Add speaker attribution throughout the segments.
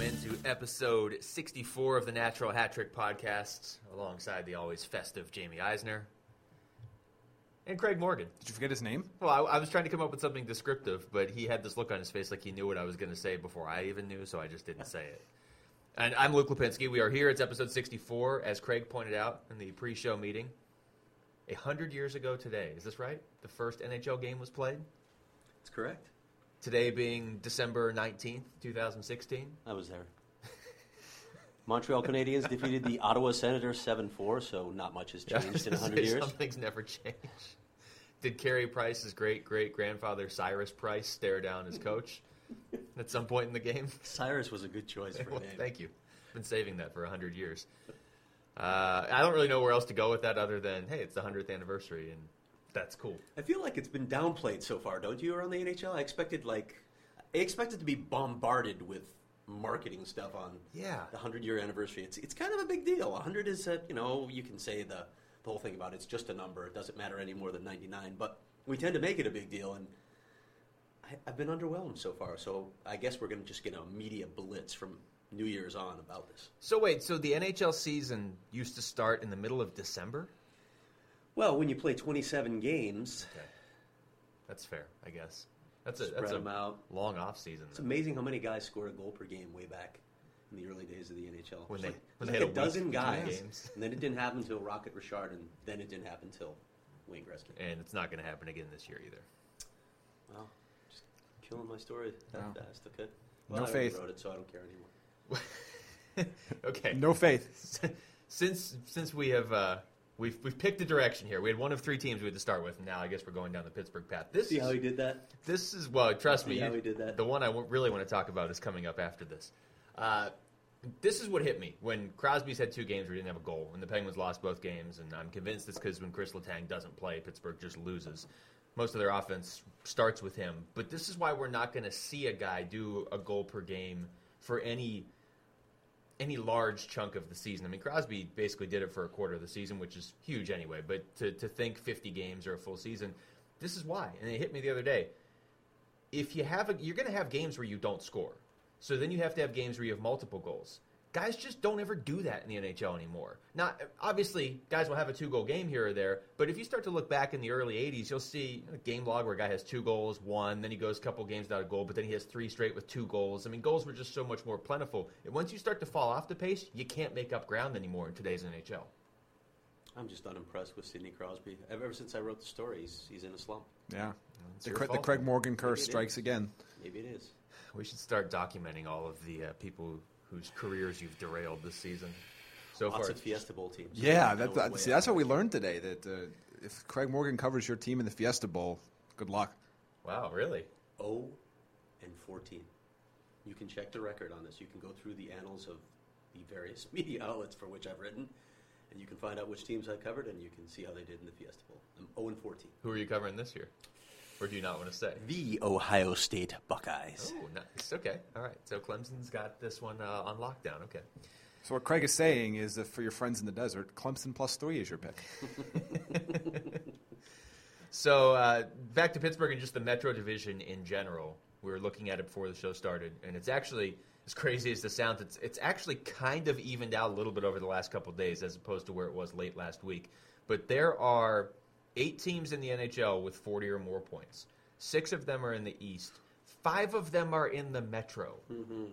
Speaker 1: into episode 64 of the Natural Hat Trick Podcast, alongside the always festive Jamie Eisner and Craig Morgan.
Speaker 2: Did you forget his name?
Speaker 1: Well, I, I was trying to come up with something descriptive, but he had this look on his face like he knew what I was going to say before I even knew, so I just didn't say it. And I'm Luke Lipinski. We are here. It's episode 64, as Craig pointed out in the pre show meeting. A hundred years ago today, is this right? The first NHL game was played?
Speaker 3: That's correct.
Speaker 1: Today being December 19th, 2016.
Speaker 3: I was there. Montreal Canadiens defeated the Ottawa Senators 7 4, so not much has
Speaker 1: Yeah, I was
Speaker 3: changed in
Speaker 1: gonna
Speaker 3: 100
Speaker 1: say,
Speaker 3: years.
Speaker 1: Some things never change. Did Carey Price's great great grandfather Cyrus Price stare down his coach at some point in the game?
Speaker 3: Cyrus was a good choice for a
Speaker 1: Well,
Speaker 3: name.
Speaker 1: thank you. Been saving that for hundred years. Uh, I don't really know where else to go with that other than hey, it's the hundredth anniversary, and that's cool.
Speaker 3: I feel like it's been downplayed so far, don't you, around the NHL? I expected, like, I expected to be bombarded with marketing stuff on
Speaker 1: Yeah.
Speaker 3: the 100 year anniversary. It's, it's kind of a big deal. 100 is, a, you know, you can say the, the whole thing about it's just a number, it doesn't matter any more than 99, but we tend to make it a big deal, and I, I've been underwhelmed so far, so I guess we're going to just get a media blitz from New Year's on about this.
Speaker 1: So wait, so the NHL season used to start in the middle of December?
Speaker 3: Well, when you play 27 games,
Speaker 1: Okay, that's fair, I guess. That's a
Speaker 3: spread
Speaker 1: that's
Speaker 3: them
Speaker 1: a
Speaker 3: out.
Speaker 1: long off season.
Speaker 3: It's amazing how many guys scored a goal per game way back in the early days of the NHL.
Speaker 1: When
Speaker 3: It's
Speaker 1: they-
Speaker 3: like,
Speaker 1: when they
Speaker 3: it's like
Speaker 1: had a
Speaker 3: a
Speaker 1: week
Speaker 3: dozen
Speaker 1: between
Speaker 3: guys,
Speaker 1: games.
Speaker 3: and then it didn't happen until Rocket Richard, and then it didn't happen until Wayne Gretzky.
Speaker 1: and it's not going to happen again this year either.
Speaker 3: Wow, just killing my story that
Speaker 2: Wow.
Speaker 3: fast.
Speaker 2: No
Speaker 3: Okay, well, I already
Speaker 2: faith.
Speaker 3: wrote it, so I don't care anymore.
Speaker 1: okay.
Speaker 2: No faith.
Speaker 1: since since we have uh, we've we've picked a direction here. We had one of three teams we had to start with. and Now I guess we're going down the Pittsburgh path. This
Speaker 3: See how he
Speaker 1: is,
Speaker 3: did that?
Speaker 1: this is well, trust
Speaker 3: See
Speaker 1: me.
Speaker 3: how
Speaker 1: you-
Speaker 3: he did that?
Speaker 1: The one I w- really want to talk about is coming up after this. Uh, this is what hit me when Crosby's had two games where he didn't have a goal, and the Penguins lost both games. And I'm convinced it's because when Chris Letang doesn't play, Pittsburgh just loses. Most of their offense starts with him, but this is why we're not going to see a guy do a goal per game for any any large chunk of the season. I mean, Crosby basically did it for a quarter of the season, which is huge anyway. But to, to think 50 games or a full season, this is why. And it hit me the other day. If you have a, you're going to have games where you don't score. So then you have to have games where you have multiple goals. Guys just don't ever do that in the NHL anymore. Not obviously, guys will have a two-goal game here or there, but if you start to look back in the early '80s, you'll see a game log where a guy has two goals, one, then he goes a couple games without a goal, but then he has three straight with two goals. I mean, goals were just so much more plentiful. And once you start to fall off the pace, you can't make up ground anymore in today's NHL.
Speaker 3: I'm just unimpressed with Sidney Crosby. Ever ever since I wrote the story, he's, he's in a slump.
Speaker 2: Yeah.
Speaker 1: it's
Speaker 2: The,
Speaker 1: your
Speaker 2: Cra- the
Speaker 1: fault.
Speaker 2: Craig Morgan curse
Speaker 3: Maybe it
Speaker 2: strikes
Speaker 3: is.
Speaker 2: again.
Speaker 3: Maybe it is.
Speaker 1: We should start documenting all of the uh, people whose careers you've derailed this season. So
Speaker 3: Lots
Speaker 1: far,
Speaker 3: of Fiesta Bowl teams.
Speaker 2: Yeah,
Speaker 3: That
Speaker 2: that's,
Speaker 3: was way
Speaker 2: see,
Speaker 3: out.
Speaker 2: that's what we learned today. That uh, if Craig Morgan covers your team in the Fiesta Bowl, good luck.
Speaker 1: wow, really?
Speaker 3: 0 and 14. You can check the record on this. You can go through the annals of the various media outlets for which I've written, and you can find out which teams I covered, and you can see how they did in the Fiesta Bowl. I'm 0 and 14.
Speaker 1: Who are you covering this year? Or do you not want to say?
Speaker 3: The Ohio State Buckeyes.
Speaker 1: Oh, nice. Okay. All right. So Clemson's got this one uh, on lockdown. Okay.
Speaker 2: So what Craig is saying is that for your friends in the desert, Clemson plus three is your pick.
Speaker 1: So uh, back to Pittsburgh and just the Metro Division in general. We were looking at it before the show started, and it's actually as crazy as this sounds. It's it's actually kind of evened out a little bit over the last couple of days, as opposed to where it was late last week. But there are eight teams in the NHL with 40 or more points. Six of them are in the East. Five of them are in the Metro.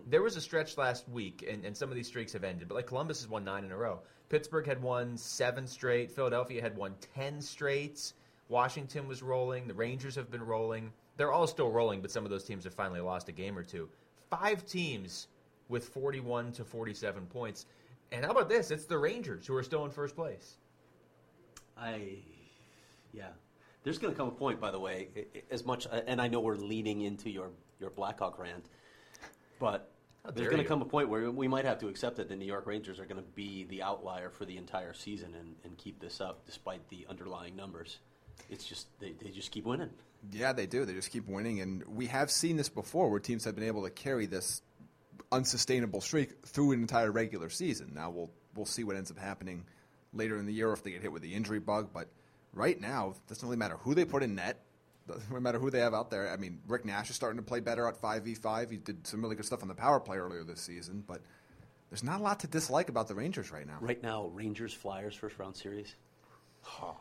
Speaker 1: There was a stretch last week, and, and some of these streaks have ended. But like Columbus has won nine in a row. Pittsburgh had won seven straight. Philadelphia had won ten straight. Washington was rolling. The Rangers have been rolling. They're all still rolling, but some of those teams have finally lost a game or two. Five teams with 41 to 47 points. And how about this? It's the Rangers who are still in first place.
Speaker 3: I, yeah. There's going to come a point, by the way, i- i- as much, uh, and I know we're leaning into your, your Blackhawk rant, but
Speaker 1: How
Speaker 3: there's
Speaker 1: dare
Speaker 3: going
Speaker 1: you.
Speaker 3: to come a point where we might have to accept that the New York Rangers are going to be the outlier for the entire season and, and keep this up despite the underlying numbers. It's just, they, they just keep winning.
Speaker 2: Yeah, they do. They just keep winning, and we have seen this before, where teams have been able to carry this unsustainable streak through an entire regular season. Now we'll we'll see what ends up happening later in the year if they get hit with the injury bug. But right now, it doesn't really matter who they put in net. no matter who they have out there. I mean, Rick Nash is starting to play better at 5v5. He did some really good stuff on the power play earlier this season, but there's not a lot to dislike about the Rangers right now.
Speaker 3: Right now, Rangers Flyers first round series.
Speaker 1: Uh,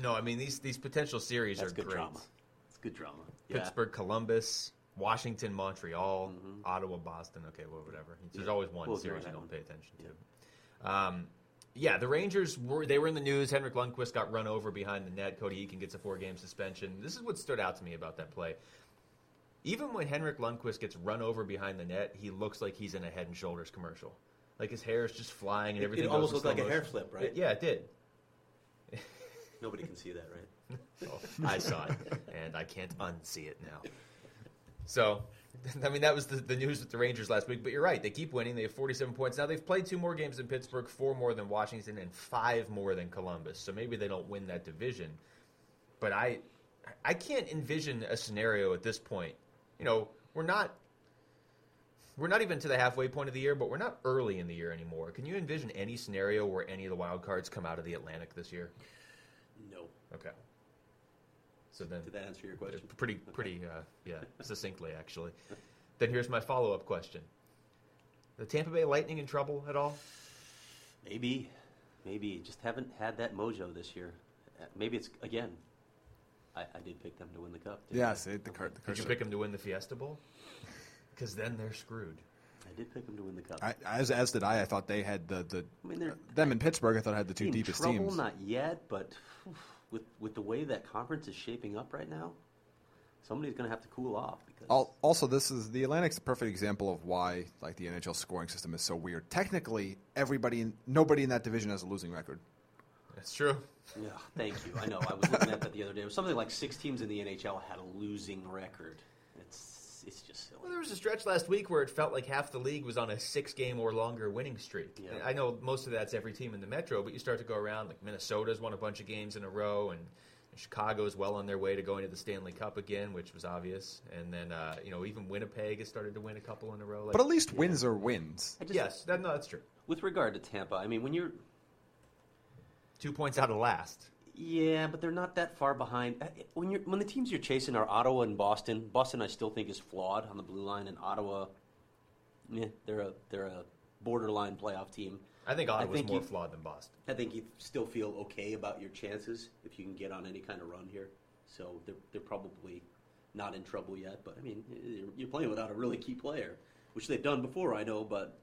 Speaker 1: No, I mean these these potential series
Speaker 3: That's
Speaker 1: are
Speaker 3: good
Speaker 1: great.
Speaker 3: drama. It's good drama.
Speaker 1: Pittsburgh, Columbus, Washington, Montreal, Ottawa, Boston. Okay, well, whatever. There's
Speaker 3: Mm-hmm. Yeah.
Speaker 1: always one
Speaker 3: We'll ignore
Speaker 1: series I
Speaker 3: that
Speaker 1: don't
Speaker 3: one.
Speaker 1: pay attention to. Um, yeah, the Rangers were they were in the news. Henrik Lundqvist got run over behind the net. Cody Eakin gets a four game suspension. This is what stood out to me about that play. Even when Henrik Lundqvist gets run over behind the net, he looks like he's in a Head and Shoulders commercial. Like his hair is just flying and
Speaker 3: It-
Speaker 1: everything.
Speaker 3: it
Speaker 1: goes
Speaker 3: almost
Speaker 1: in
Speaker 3: looked
Speaker 1: slow
Speaker 3: like a hair
Speaker 1: motion.
Speaker 3: flip, right?
Speaker 1: yeah, it did.
Speaker 3: Nobody can see that, right?
Speaker 1: Well, Oh, I saw it, and I can't unsee it now. So, I mean, that was the, the news with the Rangers last week. But you're right; they keep winning. They have 47 points now. They've played two more games than Pittsburgh, four more than Washington, and five more than Columbus. So maybe they don't win that division. But I, I can't envision a scenario at this point. You know, we're not. We're not even to the halfway point of the year, but we're not early in the year anymore. Can you envision any scenario where any of the wild cards come out of the Atlantic this year?
Speaker 3: No.
Speaker 1: Okay. So then, uh,
Speaker 3: Did that answer your question?
Speaker 1: pretty, pretty, uh, yeah, succinctly actually. Then here's my follow-up question: The Tampa Bay Lightning in trouble at all?
Speaker 3: Maybe, maybe just haven't had that mojo this year. Uh, Maybe it's again. I, I did pick them to win the cup. didn't
Speaker 2: Yes,
Speaker 3: I?
Speaker 2: it, the, cur- the
Speaker 1: Did you
Speaker 2: curse.
Speaker 1: pick them to win the Fiesta Bowl? Because then they're screwed.
Speaker 3: I did pick them to win the cup.
Speaker 2: I, as as did I. I thought they had the, the
Speaker 3: I mean, they're
Speaker 1: uh,
Speaker 2: them in Pittsburgh. I thought had the two
Speaker 3: in
Speaker 2: deepest
Speaker 3: trouble,
Speaker 2: teams.
Speaker 3: Not yet, but with with the way that conference is shaping up right now, somebody's going to have to cool off because
Speaker 2: Al- Also, this is the Atlantic's a perfect example of why like the NHL scoring system is so weird. Technically, everybody, in, nobody in that division has a losing record.
Speaker 1: That's true.
Speaker 3: Yeah, thank you. I know. I was looking at that the other day. It was something like six teams in the NHL had a losing record. It's it's just silly.
Speaker 1: Well, there was a stretch last week where it felt like half the league was on a six-game or longer winning streak.
Speaker 3: Yeah.
Speaker 1: And I know most of that's every team in the Metro, but you start to go around like Minnesota's won a bunch of games in a row, and Chicago's well on their way to going to the Stanley Cup again, which was obvious. And then uh, you know even Winnipeg has started to win a couple in a row. Like,
Speaker 2: But at least wins are wins.
Speaker 3: I just,
Speaker 1: yes, that, no, that's true.
Speaker 3: With regard to Tampa, I mean, when you're
Speaker 1: Two points out of last.
Speaker 3: Yeah, but they're not that far behind. Uh, When you're when the teams you're chasing are Ottawa and Boston. Boston, I still think is flawed on the blue line, and Ottawa, yeah, they're a they're a borderline playoff team.
Speaker 1: I think Ottawa's
Speaker 3: think
Speaker 1: more
Speaker 3: you-
Speaker 1: flawed than Boston.
Speaker 3: I think you still feel okay about your chances if you can get on any kind of run here. So they're they're probably not in trouble yet. But I mean, you're- you're playing without a really key player, which they've done before, I know, but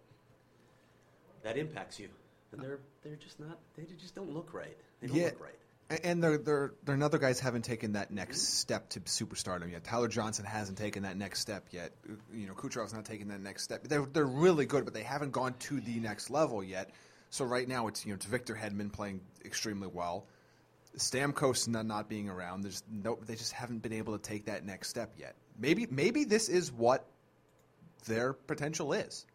Speaker 3: that impacts you, and they're they're just not they just don't look right. They don't
Speaker 2: Yeah.
Speaker 3: look right.
Speaker 2: A- And their their their other guys haven't taken that next step to superstardom yet. Tyler Johnson hasn't taken that next step yet. Uh, You know, Kucherov's not taking that next step. They're they're really good, but they haven't gone to the next level yet. So right now it's you know it's Victor Hedman playing extremely well. Stamkos not, not being around. There's no they just haven't been able to take that next step yet. Maybe maybe this is what their potential is.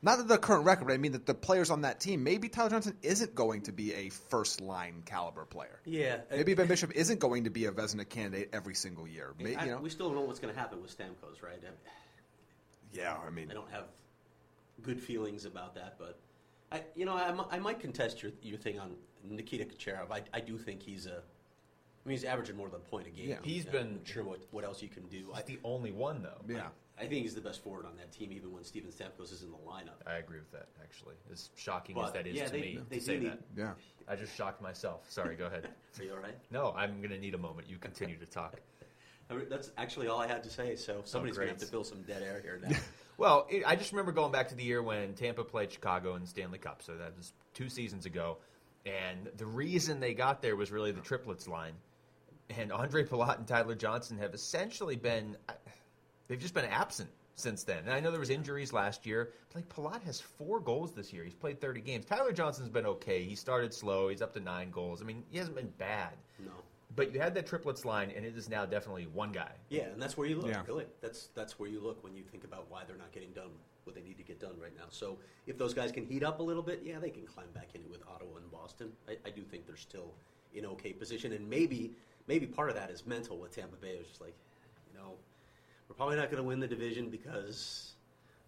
Speaker 2: Not that the current record, but I mean that the players on that team, maybe Tyler Johnson isn't going to be a first line caliber player.
Speaker 3: Yeah,
Speaker 2: Maybe Ben Bishop isn't going to be a Vezina candidate every single year. May-
Speaker 3: I-
Speaker 2: you know?
Speaker 3: we still don't know what's going to happen with Stamkos, right? I,
Speaker 2: yeah, I mean,
Speaker 3: I don't have good feelings about that, but I, you know, I, mi- I might contest your your thing on Nikita Kucherov. I, I do think he's a, I mean, he's averaging more than a point a game.
Speaker 2: Yeah.
Speaker 1: He's
Speaker 3: I'm
Speaker 1: been-
Speaker 3: not sure what what else you can do. I,
Speaker 1: He's the only one, though.
Speaker 2: yeah.
Speaker 3: I think he's the best forward on that team, even when Steven Stamkos is in the lineup.
Speaker 1: I agree with that, actually. As shocking as
Speaker 3: But,
Speaker 1: that is
Speaker 3: yeah,
Speaker 1: to
Speaker 3: they-
Speaker 1: me
Speaker 3: they
Speaker 1: to
Speaker 3: do
Speaker 1: say
Speaker 3: need-
Speaker 1: that.
Speaker 2: Yeah.
Speaker 1: I just shocked myself. Sorry, go ahead.
Speaker 3: Are you all right?
Speaker 1: No, I'm going to need a moment. You continue to talk.
Speaker 3: I mean, that's actually all I had to say. So somebody's going
Speaker 1: Oh, great.
Speaker 3: to have to fill some dead air here now.
Speaker 1: Well, it, I just remember going back to the year when Tampa played Chicago in the Stanley Cup. So that was two seasons ago. And the reason they got there was really the triplets line. And Andre Palat and Tyler Johnson have essentially been, uh, they've just been absent since then. And I know there was injuries last year. But like Palat has four goals this year. He's played 30 games. Tyler Johnson's been okay. He started slow. He's up to nine goals. I mean, he hasn't been bad.
Speaker 3: no.
Speaker 1: But you had that triplets line, and it is now definitely one guy.
Speaker 3: Yeah, and that's where you look.
Speaker 2: Yeah.
Speaker 3: Really, that's that's where you look when you think about why they're not getting done what they need to get done right now. So if those guys can heat up a little bit, yeah, they can climb back in it with Ottawa and Boston. I, I do think they're still in okay position, and maybe maybe part of that is mental with Tampa Bay. It's just like, you know, we're probably not going to win the division because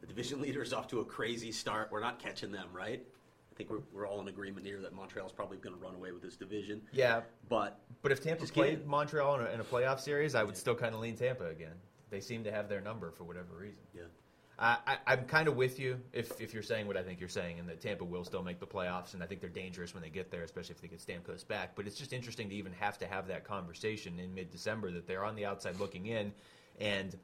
Speaker 3: the division leader is off to a crazy start. We're not catching them, right? I think we're, we're all in agreement here that Montreal's probably going to run away with this division.
Speaker 1: Yeah,
Speaker 3: But
Speaker 1: but if Tampa
Speaker 3: Just
Speaker 1: played
Speaker 3: kidding.
Speaker 1: Montreal in a, in a playoff series, I would still kind of lean Tampa again. They seem to have their number for whatever reason.
Speaker 3: yeah,
Speaker 1: I, I, I'm kind of with you if, if you're saying what I think you're saying, and that Tampa will still make the playoffs, and I think they're dangerous when they get there, especially if they get Stamkos back. But it's just interesting to even have to have that conversation in mid-December that they're on the outside looking in, and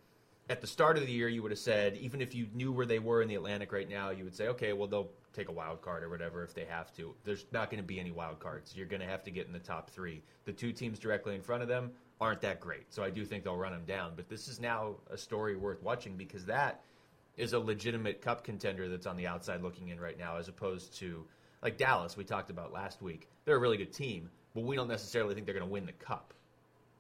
Speaker 1: at the start of the year you would have said even if you knew where they were in the Atlantic right now, you would say okay, well they'll take a wild card or whatever if they have to. There's not going to be any wild cards. You're going to have to get in the top three. The two teams directly in front of them aren't that great, so I do think they'll run them down. But this is now a story worth watching because that is a legitimate cup contender that's on the outside looking in right now, as opposed to like Dallas, we talked about last week. They're a really good team, but we don't necessarily think they're going to win the cup,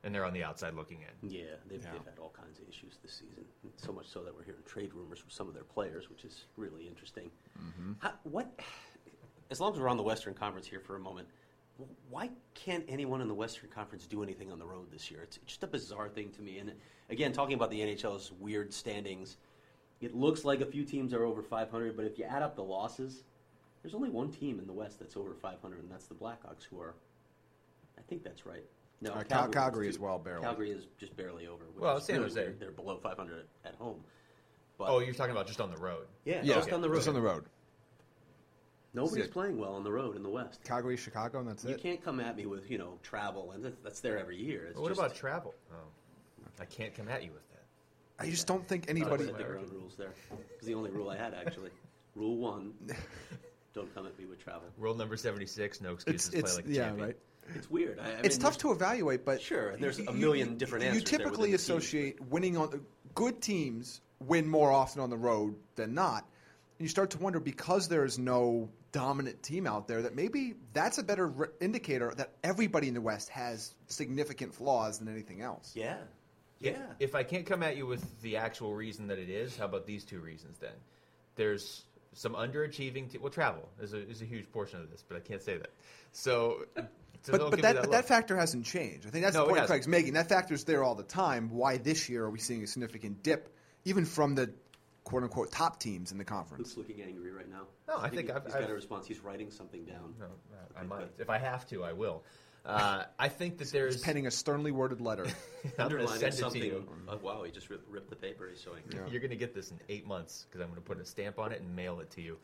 Speaker 1: and they're on the outside looking in.
Speaker 3: yeah, they've,
Speaker 2: Yeah.
Speaker 3: they've had all kinds of issues this season. So much so that we're hearing trade rumors from some of their players, which is really interesting.
Speaker 2: Mm-hmm.
Speaker 3: How, what? As long as we're on the Western Conference here for a moment, wh- why can't anyone in the Western Conference do anything on the road this year? It's just a bizarre thing to me. And again, talking about the NHL's weird standings, it looks like a few teams are over 500, but if you add up the losses, there's only one team in the West that's over 500, and that's the Blackhawks, who are. I think that's right. No,
Speaker 2: Uh, Cal-
Speaker 3: was
Speaker 2: Calgary
Speaker 3: two-
Speaker 2: as well, barely.
Speaker 3: Calgary is just barely over. Which
Speaker 1: Well,
Speaker 3: is
Speaker 1: San
Speaker 3: really
Speaker 1: Jose.
Speaker 3: weird. They're below 500 at home. But
Speaker 1: Oh, you're talking about just on the road.
Speaker 3: yeah,
Speaker 2: Yeah,
Speaker 3: just on the road.
Speaker 2: Just on the road.
Speaker 3: Nobody's
Speaker 2: Yeah.
Speaker 3: playing well on the road in the West.
Speaker 2: Calgary, Chicago, and that's
Speaker 3: You
Speaker 2: it.
Speaker 3: can't come at me with you know travel, and that's, that's there every year. It's
Speaker 1: But what
Speaker 3: just,
Speaker 1: about travel? Oh, I can't come at you with that.
Speaker 2: I just don't think
Speaker 3: I
Speaker 2: anybody.
Speaker 3: set their own rules there? It's the only rule I had actually. rule one: don't come at me with travel.
Speaker 1: Rule number seventy-six: No
Speaker 2: It's
Speaker 1: excuses.
Speaker 2: it's
Speaker 1: play like a
Speaker 2: yeah
Speaker 1: champion.
Speaker 2: right.
Speaker 3: It's weird. I, I
Speaker 2: it's
Speaker 3: mean,
Speaker 2: tough
Speaker 3: there's-
Speaker 2: to evaluate, but
Speaker 3: Sure, and there's a
Speaker 2: you-
Speaker 3: million
Speaker 2: you-
Speaker 3: differly
Speaker 2: You
Speaker 3: answers there within
Speaker 2: typically
Speaker 3: the team.
Speaker 2: associate winning on good teams win more often on the road than not. And you start to wonder because there is no dominant team out there that maybe that's a better re- indicator that everybody in the West has significant flaws than anything else.
Speaker 3: Yeah, yeah.
Speaker 1: If I can't come at you with the actual reason that it is, how about these two reasons then? There's some underachieving. Te- well, travel is a, is a huge portion of this, but I can't say that. So, so
Speaker 2: But,
Speaker 1: don't give
Speaker 2: but
Speaker 1: me
Speaker 2: that, but
Speaker 1: look.
Speaker 2: that factor hasn't changed. I think that's
Speaker 1: No, it
Speaker 2: the point
Speaker 1: hasn't.
Speaker 2: Craig's making. That factor's there all the time. Why this year are we seeing a significant dip, even from the quote unquote top teams in the conference?
Speaker 3: Luke's looking angry right now.
Speaker 1: No, I think
Speaker 3: he,
Speaker 1: I've-
Speaker 3: he's
Speaker 1: I've-
Speaker 3: got a response. He's writing something down.
Speaker 1: No, I I might. If I have to, I will. Uh, I think that there's.
Speaker 2: He's penning a sternly worded letter.
Speaker 1: I'm gonna
Speaker 3: Underlining
Speaker 1: send it to
Speaker 3: something.
Speaker 1: you.
Speaker 3: Oh, wow, he just ripped, ripped the paper. He's so angry.
Speaker 2: Yeah.
Speaker 1: You're going to get this in eight months because I'm going to put a stamp on it and mail it to you.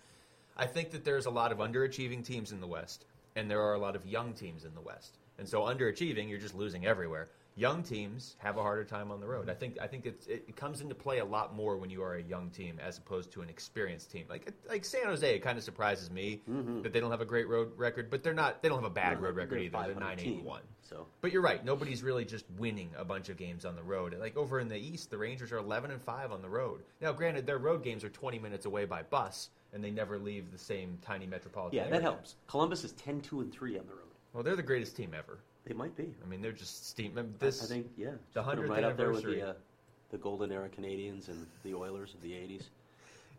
Speaker 1: I think that there's a lot of underachieving teams in the West, and there are a lot of young teams in the West. And so underachieving, you're just losing everywhere. Young teams have a harder time on the road. I think I think it's, it comes into play a lot more when you are a young team as opposed to an experienced team. Like like San Jose, it kind of surprises me that they don't have a great road record, but they're not they don't have a bad road record
Speaker 3: Mm-hmm. They're a
Speaker 1: either. They're
Speaker 3: 500
Speaker 1: nine eight
Speaker 3: team,
Speaker 1: one.
Speaker 3: So
Speaker 1: But you're right. Nobody's really just winning a bunch of games on the road. Like over in the East, the Rangers are 11 and 5 on the road. Now, granted, their road games are 20 minutes away by bus, and they never leave the same tiny metropolitan.
Speaker 3: yeah,
Speaker 1: area.
Speaker 3: that helps. Columbus is 10, 2, and three on the road.
Speaker 1: Well, they're the greatest team ever.
Speaker 3: They might be.
Speaker 1: I mean, they're just steam. I mean, This
Speaker 3: I think yeah, just put
Speaker 1: the
Speaker 3: 'em
Speaker 1: 100th
Speaker 3: right up there with
Speaker 1: anniversary.
Speaker 3: the, uh, the golden era Canadians and the Oilers of the '80s,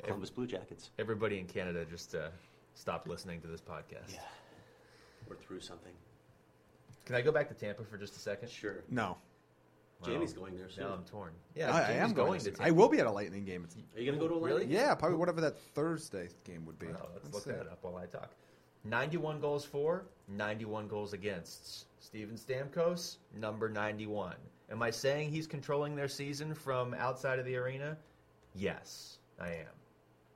Speaker 3: Columbus Blue Jackets.
Speaker 1: everybody in Canada just uh, stopped listening to this podcast.
Speaker 3: Yeah, we're through something.
Speaker 1: Can I go back to Tampa for just a second?
Speaker 3: Sure,
Speaker 2: no.
Speaker 1: Well,
Speaker 3: Jamie's going there soon.
Speaker 1: Now I'm torn. Yeah,
Speaker 2: I, I
Speaker 1: Jamie's
Speaker 2: am going.
Speaker 1: to.
Speaker 2: to
Speaker 1: Tampa.
Speaker 2: I will be at a Lightning game. It's,
Speaker 3: Are you gonna go to Atlanta?
Speaker 1: Really?
Speaker 2: yeah, probably whatever that Thursday game would be.
Speaker 1: Well, Oh, let's, look
Speaker 2: see.
Speaker 1: that up while I talk. 91 goals for, 91 goals against. Steven Stamkos, number 91. Am I saying he's controlling their season from outside of the arena? Yes, I am.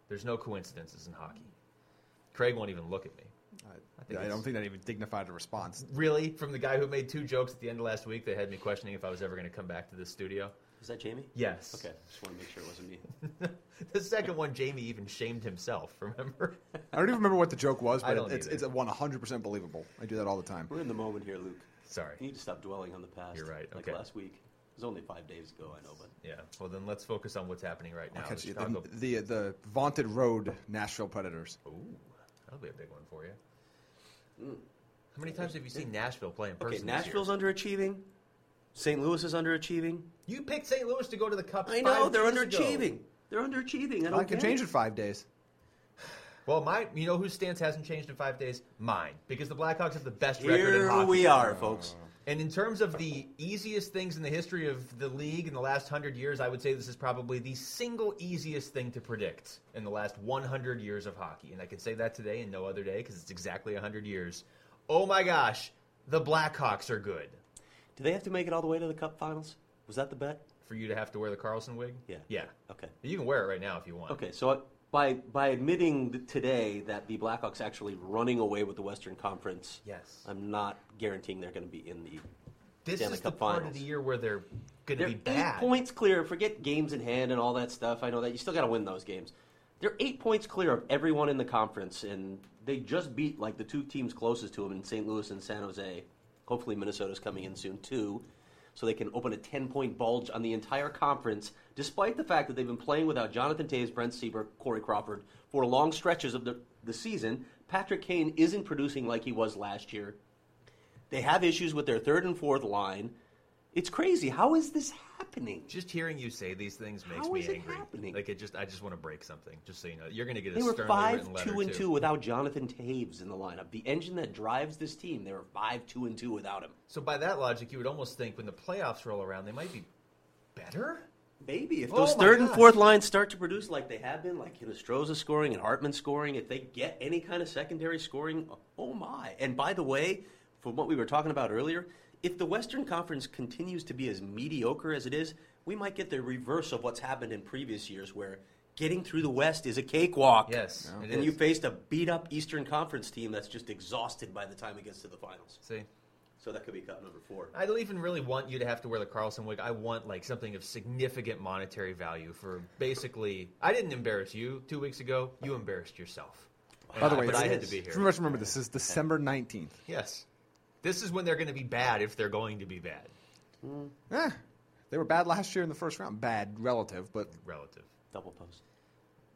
Speaker 1: There's no coincidences in hockey. Craig won't even look at me.
Speaker 2: I,
Speaker 1: I think
Speaker 2: yeah, I
Speaker 1: it's-
Speaker 2: don't think that even dignified a response.
Speaker 1: Really? From the guy who made two jokes at the end of last week that had me questioning if I was ever going to come back to this studio?
Speaker 3: Is that Jamie?
Speaker 1: Yes.
Speaker 3: Okay, just want to make sure it wasn't me.
Speaker 1: the second one, Jamie even shamed himself, remember?
Speaker 2: I don't even remember what the joke was,
Speaker 1: I
Speaker 2: but
Speaker 1: don't
Speaker 2: it's it's
Speaker 1: either.
Speaker 2: one hundred percent believable. I do that all the time.
Speaker 3: We're in the moment here, Luke.
Speaker 1: Sorry.
Speaker 3: You need to stop dwelling on the past.
Speaker 1: You're right,
Speaker 3: Like
Speaker 1: okay.
Speaker 3: last week, it was only five days ago. I know, but
Speaker 1: Yeah. Well, then let's focus on what's happening right now.
Speaker 2: I'll catch
Speaker 1: The
Speaker 2: you.
Speaker 1: Chicago-
Speaker 2: The, the the vaunted road Nashville Predators.
Speaker 1: Ooh, that'll be a big one for you. How many times have you seen Nashville play in person?
Speaker 3: Mm. okay,
Speaker 1: this year?
Speaker 3: Nashville's underachieving. St. Louis is underachieving.
Speaker 1: You picked St. Louis to go to the Cup.
Speaker 3: I know
Speaker 1: five
Speaker 3: they're
Speaker 1: years ago.
Speaker 3: underachieving. They're underachieving. I
Speaker 2: I,
Speaker 3: don't
Speaker 2: can
Speaker 3: get
Speaker 2: change
Speaker 3: it.
Speaker 2: in five days.
Speaker 1: Well, my, you know whose stance hasn't changed in five days? Mine, because the Blackhawks have the best record in
Speaker 3: Here
Speaker 1: hockey.
Speaker 3: we are, folks.
Speaker 1: And in terms of the easiest things in the history of the league in the last 100 years, I would say this is probably the single easiest thing to predict in the last 100 years of hockey. And I can say that today and no other day because it's exactly 100 years. Oh my gosh, the Blackhawks are good.
Speaker 3: Do they have to make it all the way to the Cup Finals? Was that the bet?
Speaker 1: For you to have to wear the Carlson wig?
Speaker 3: Yeah.
Speaker 1: Yeah.
Speaker 3: Okay.
Speaker 1: You can wear it right now if you want.
Speaker 3: Okay, so I- by by admitting th- today that the Blackhawks actually running away with the Western Conference,
Speaker 1: Yes.
Speaker 3: I'm not guaranteeing they're going to be in the.
Speaker 1: This
Speaker 3: Stanley
Speaker 1: is the
Speaker 3: Cup
Speaker 1: part of
Speaker 3: Finals.
Speaker 1: the year where they're going to
Speaker 3: They're
Speaker 1: be
Speaker 3: eight
Speaker 1: bad.
Speaker 3: points clear. Forget games in hand and all that stuff. I know that you still got to win those games. They're eight points clear of everyone in the conference, and they just beat like the two teams closest to them in St. Louis and San Jose. Hopefully, Minnesota's coming in soon too, so they can open a ten-point bulge on the entire conference. Despite the fact that they've been playing without Jonathan Taves, Brent Seaver, Corey Crawford for long stretches of the, the season, Patrick Kane isn't producing like he was last year. They have issues with their third and fourth line. It's crazy. How is this happening?
Speaker 1: Just hearing you say these things makes
Speaker 3: How
Speaker 1: me
Speaker 3: is it
Speaker 1: angry.
Speaker 3: happening?
Speaker 1: Like it just, I just want to break something. Just so you know, you're going to get a
Speaker 3: They were
Speaker 1: sternly
Speaker 3: five
Speaker 1: written letter
Speaker 3: two and
Speaker 1: too.
Speaker 3: two without Jonathan Taves in the lineup. The engine that drives this team. They were five two and two without him.
Speaker 1: So by that logic, you would almost think when the playoffs roll around, they might be better.
Speaker 3: Maybe if
Speaker 1: Oh
Speaker 3: those
Speaker 1: my
Speaker 3: third and
Speaker 1: gosh.
Speaker 3: fourth lines start to produce like they have been, like Hinostroza scoring and Hartman scoring, if they get any kind of secondary scoring, oh my! And by the way, from what we were talking about earlier, if the Western Conference continues to be as mediocre as it is, we might get the reverse of what's happened in previous years, where getting through the West is a cakewalk.
Speaker 1: Yes, it
Speaker 3: and
Speaker 1: is.
Speaker 3: you faced a beat up Eastern Conference team that's just exhausted by the time it gets to the finals.
Speaker 1: See,
Speaker 3: So that could be cup number four.
Speaker 1: I don't even really want you to have to wear the Carlson wig. I want like something of significant monetary value for basically. I didn't embarrass you two weeks ago. You embarrassed yourself. And
Speaker 2: By the
Speaker 1: I-
Speaker 2: way,
Speaker 1: but
Speaker 2: this
Speaker 1: I had
Speaker 2: is-
Speaker 1: to be
Speaker 2: Just remember,
Speaker 1: here.
Speaker 2: remember
Speaker 3: uh,
Speaker 2: this is December nineteenth.
Speaker 1: Yes, this is when they're going to be bad if they're going to be bad.
Speaker 2: Eh, they were bad last year in the first round. Bad relative, but
Speaker 1: Relative.
Speaker 3: Double post.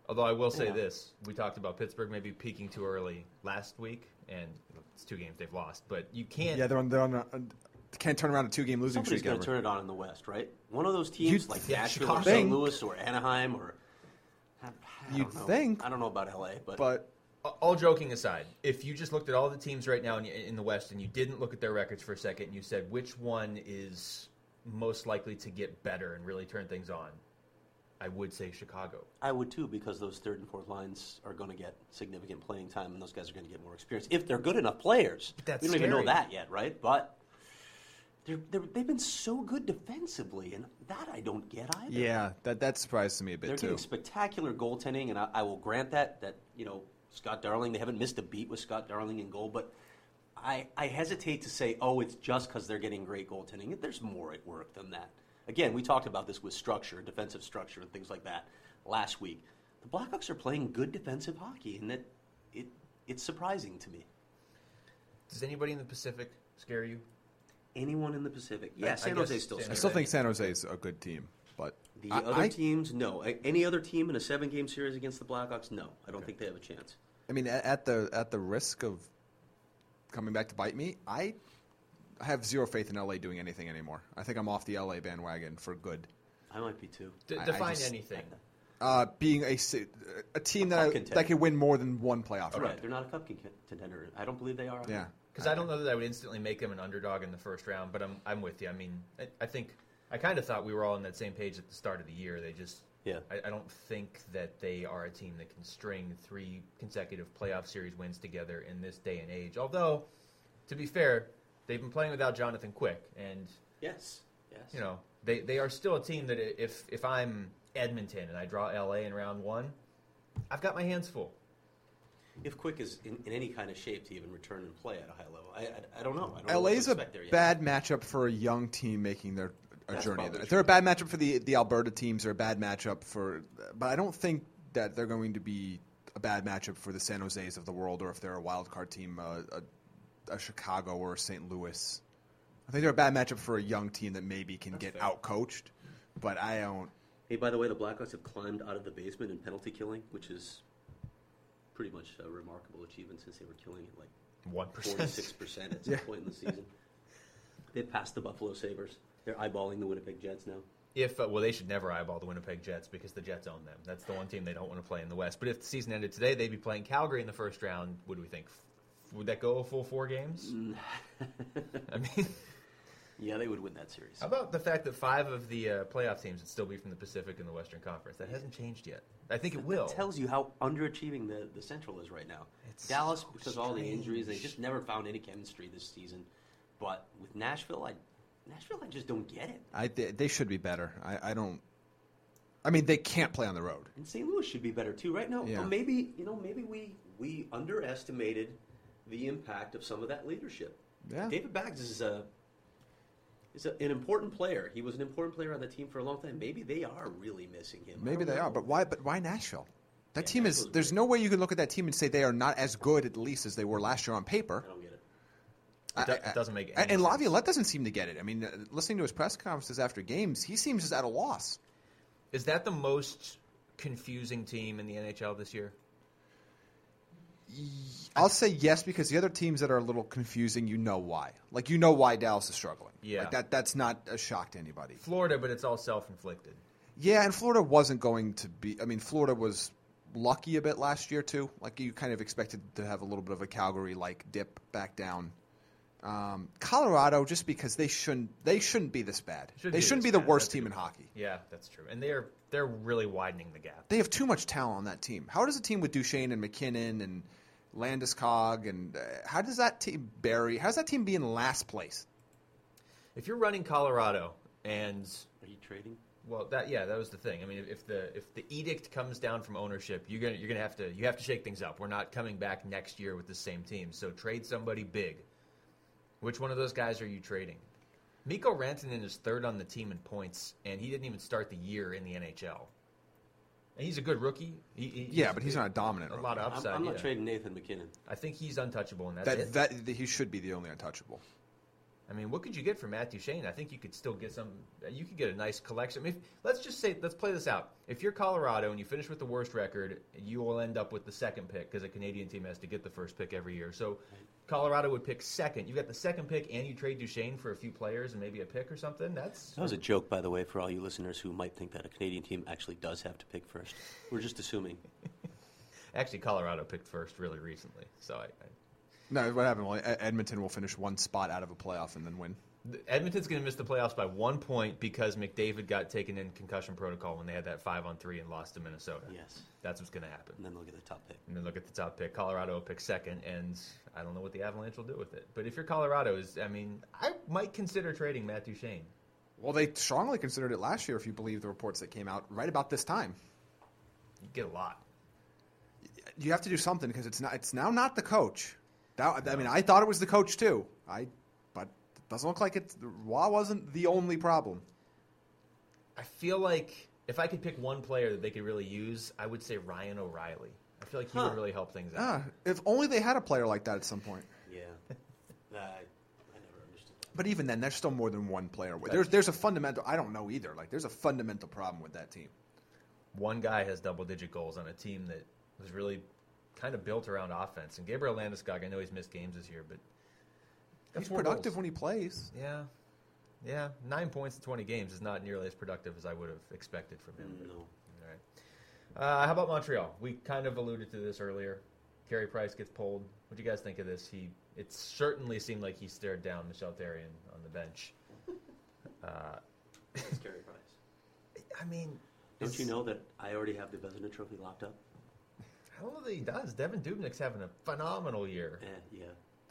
Speaker 1: Although I will say
Speaker 3: Yeah.
Speaker 1: this, we talked about Pittsburgh maybe peaking too early last week, and it's two games they've lost. But you can't.
Speaker 2: yeah, they're on. They're on. A, can't turn around a two-game losing
Speaker 3: Somebody's
Speaker 2: streak
Speaker 3: going
Speaker 2: ever.
Speaker 3: to turn it on in the West, right? One of those teams,
Speaker 2: You'd
Speaker 3: like
Speaker 1: think-
Speaker 3: Nashville or
Speaker 2: Chicago.
Speaker 3: St. Louis or Anaheim or. I- I
Speaker 2: You'd
Speaker 3: don't know.
Speaker 2: think.
Speaker 3: I don't know about LA, but,
Speaker 2: but
Speaker 1: All joking aside, if you just looked at all the teams right now in, in the West and you didn't look at their records for a second, and you said which one is most likely to get better and really turn things on, I would say Chicago.
Speaker 3: I would too because those third and fourth lines are going to get significant playing time, and those guys are going to get more experience if they're good enough players.
Speaker 1: But that's
Speaker 3: we don't even know
Speaker 1: scary.
Speaker 3: that yet, right? But they're, they're, they've been so good defensively, and that I don't get either.
Speaker 2: yeah, that that surprised me a bit
Speaker 3: They're
Speaker 2: too.
Speaker 3: getting spectacular goaltending, and I, I will grant that that you know Scott Darling. They haven't missed a beat with Scott Darling in goal, but I I hesitate to say, oh, it's just because they're getting great goaltending. There's more at work than that. Again, we talked about this with structure, defensive structure, and things like that last week. The Blackhawks are playing good defensive hockey, and that it it's surprising to me.
Speaker 1: Does anybody in the Pacific scare you?
Speaker 3: Anyone in the Pacific?
Speaker 1: I-
Speaker 3: Yeah,
Speaker 1: I
Speaker 3: San
Speaker 1: guess
Speaker 3: Jose still.
Speaker 1: San
Speaker 2: I
Speaker 3: scares
Speaker 2: still
Speaker 1: Jose.
Speaker 3: me.
Speaker 2: think San Jose is a good team, but
Speaker 3: The
Speaker 2: I,
Speaker 3: other
Speaker 2: I-
Speaker 3: teams, no. A- Any other team in a seven-game series against the Blackhawks, no. I don't think they have a chance.
Speaker 2: I mean, at, at the at the risk of coming back to bite me, I have zero faith in LA doing anything anymore. I think I'm off the LA bandwagon for good.
Speaker 3: I might be too.
Speaker 1: D-
Speaker 2: I- I
Speaker 1: define
Speaker 2: just-
Speaker 1: anything.
Speaker 2: Uh, being a si- a team that I,
Speaker 3: contender.
Speaker 2: that can win more than one playoff
Speaker 3: Right,
Speaker 2: round.
Speaker 3: they're not a cup con- contender. I don't believe they are.
Speaker 2: Yeah,
Speaker 1: Because I don't know that I would instantly make them an underdog in the first round, but I'm I'm with you. I mean, I, I think I kind of thought we were all on that same page at the start of the year. They just
Speaker 3: Yeah.
Speaker 1: I, I don't think that they are a team that can string three consecutive playoff series wins together in this day and age. Although, to be fair, they've been playing without Jonathan Quick, and
Speaker 3: Yes. Yes.
Speaker 1: you know they they are still a team that i- if if I'm Edmonton and I draw LA in round one, I've got my hands full.
Speaker 3: if Quick is in, in any kind of shape to even return and play at a high level, I, I, I don't know. I don't know what to
Speaker 2: LA's a
Speaker 3: expect there yet.
Speaker 2: bad matchup for a young team making their a
Speaker 3: That's
Speaker 2: journey.
Speaker 3: probably
Speaker 2: They're
Speaker 3: true.
Speaker 2: a bad matchup for the the Alberta teams. They're a bad matchup for, but I don't think that they're going to be a bad matchup for the San Jose's of the world, or if they're a wild card team, uh, a, a Chicago or a St. Louis. I think they're a bad matchup for a young team that maybe can get
Speaker 3: fair.
Speaker 2: out coached, but I don't.
Speaker 3: Hey, by the way, the Blackhawks have climbed out of the basement in penalty killing, which is pretty much a remarkable achievement since they were killing it like
Speaker 1: One percent.
Speaker 3: forty-six percent at some
Speaker 2: Yeah.
Speaker 3: point in the season. They passed the Buffalo Sabers. They're eyeballing the Winnipeg Jets now.
Speaker 1: If uh, well, they should never eyeball the Winnipeg Jets because the Jets own them. That's the one team they don't want to play in the West. But if the season ended today, they'd be playing Calgary in the first Mm. round. What do we think? F- Would that go a full four games? I mean,
Speaker 3: Yeah, they would win that series.
Speaker 1: How about the fact that five of the uh, playoff teams would still be from the Pacific and the Western Conference? That hasn't changed yet. I think it will.
Speaker 3: That tells you how underachieving the, the Central is right now.
Speaker 1: It's
Speaker 3: Dallas,
Speaker 1: so
Speaker 3: because of all the injuries, they
Speaker 1: strange.
Speaker 3: just never found any chemistry this season. But with Nashville, I Nashville, I just don't get it.
Speaker 2: I they, they should be better. I, I don't. I mean, they can't play on the road.
Speaker 3: And St. Louis should be better too right now.
Speaker 2: Yeah.
Speaker 3: But maybe you know, maybe we we underestimated the impact of some of that leadership.
Speaker 2: Yeah.
Speaker 3: David Baggs is a is a, an important player. He was an important player on the team for a long time. Maybe they are really missing him. I
Speaker 2: Maybe
Speaker 3: don't
Speaker 2: they
Speaker 3: know.
Speaker 2: are, but why? But why Nashville? That
Speaker 3: Yeah,
Speaker 2: team is.
Speaker 3: Nashville's
Speaker 2: There's
Speaker 3: weird.
Speaker 2: no way you can look at that team and say they are not as good, at least, as they were last year on paper.
Speaker 3: I don't get it.
Speaker 1: It do- it doesn't make
Speaker 2: and-
Speaker 1: any
Speaker 2: and
Speaker 1: sense.
Speaker 2: Laviolette doesn't seem to get it. I mean, uh, listening to his press conferences after games, he seems just at a loss.
Speaker 1: Is that the most confusing team in the NHL this year?
Speaker 2: I'll say yes because the other teams that are a little confusing, you know why. Like you know why Dallas is struggling.
Speaker 1: Yeah.
Speaker 2: like that. That's not a shock to anybody.
Speaker 1: Florida, but it's all self-inflicted.
Speaker 2: Yeah, and Florida wasn't going to be. I mean, Florida was lucky a bit last year too. Like you kind of expected to have a little bit of a Calgary like dip back down. Um, Colorado, just because they shouldn't, they shouldn't be this bad.
Speaker 1: Shouldn't
Speaker 2: they
Speaker 1: be
Speaker 2: shouldn't
Speaker 1: this
Speaker 2: be the
Speaker 1: bad.
Speaker 2: worst
Speaker 1: That's a
Speaker 2: team
Speaker 1: good
Speaker 2: in hockey.
Speaker 1: Yeah, that's true. And they're they're really widening the gap.
Speaker 2: They have too much talent on that team. How does a team with Duchesne and McKinnon and Landeskog and uh, how does that team bury? How does that team be in last place?
Speaker 1: If you're running Colorado and
Speaker 3: Are you trading?
Speaker 1: well, that yeah, that was the thing. I mean, if- if the if the edict comes down from ownership, you're gonna you're gonna have to you have to shake things up. We're not coming back next year with the same team. So trade somebody big. Which one of those guys are you trading? Miko Rantanen is third on the team in points, and he didn't even start the year in the NHL. And he's a good rookie. He, he-
Speaker 2: Yeah, but he's not a dominant.
Speaker 1: a
Speaker 2: rookie.
Speaker 1: lot of
Speaker 3: I'm-
Speaker 1: upside.
Speaker 3: I'm, not
Speaker 1: yeah.
Speaker 3: trading Nathan McKinnon.
Speaker 1: I think he's untouchable, and that's it.
Speaker 2: that, that he should be the only untouchable.
Speaker 1: I mean, what could you get from Matt Duchene? I think you could still get some. You could get a nice collection. I mean, if, let's just say, let's play this out. If you're Colorado and you finish with the worst record, you will end up with the second pick because a Canadian team has to get the first pick every year. So Colorado would pick second. You got the second pick, and you trade Duchene for a few players and maybe a pick or something. That's
Speaker 3: That was a joke, by the way, for all you listeners who might think that a Canadian team actually does have to pick first. We're just assuming.
Speaker 1: actually Colorado picked first really recently. So I, I,
Speaker 2: No, what happened? Well, Ed- Edmonton will finish one spot out of a playoff and then win.
Speaker 1: Edmonton's going to miss the playoffs by one point because McDavid got taken in concussion protocol when they had that five on three and lost to Minnesota.
Speaker 3: Yes.
Speaker 1: That's what's going to happen.
Speaker 3: And then they'll get the top pick.
Speaker 1: and then look at the top pick. Colorado will pick second, and I don't know what the Avalanche will do with it. But if you're Colorado, is I mean, I might consider trading Matt Duchene.
Speaker 2: Well, they strongly considered it last year, if you believe the reports that came out right about this time.
Speaker 1: You get a lot.
Speaker 2: You have to do something because it's not. It's now not the coach. Now, I mean, I thought it was the coach too. I, but it doesn't look like it. Wah wasn't the only problem.
Speaker 1: I feel like if I could pick one player that they could really use, I would say Ryan O'Reilly. I feel like he
Speaker 3: Huh.
Speaker 1: would really help things out.
Speaker 2: Ah, if only they had a player like that at some point.
Speaker 3: Yeah. I, I never understood that.
Speaker 2: But even then, there's still more than one player. There's there's a fundamental. I don't know either. Like there's a fundamental problem with that team.
Speaker 1: One guy has double-digit goals on a team that was really kind of built around offense. And Gabriel Landeskog, I know he's missed games this year, but
Speaker 2: He's productive when he plays.
Speaker 1: yeah, yeah. Nine points in twenty games is not nearly as productive as I would have expected from him. but-
Speaker 3: Mm, No.
Speaker 1: All right. Uh, how about Montreal? We kind of alluded to this earlier. Carey Price gets pulled. What do you guys think of this? He it certainly seemed like he stared down Michelle Therrien on the bench. Uh,
Speaker 3: That's Carey Price.
Speaker 1: I mean,
Speaker 3: Don't
Speaker 1: it's-
Speaker 3: you know that I already have the Vezina Trophy locked up?
Speaker 1: I don't know that he does. Devin Dubnik's having a phenomenal year.
Speaker 3: Eh, yeah.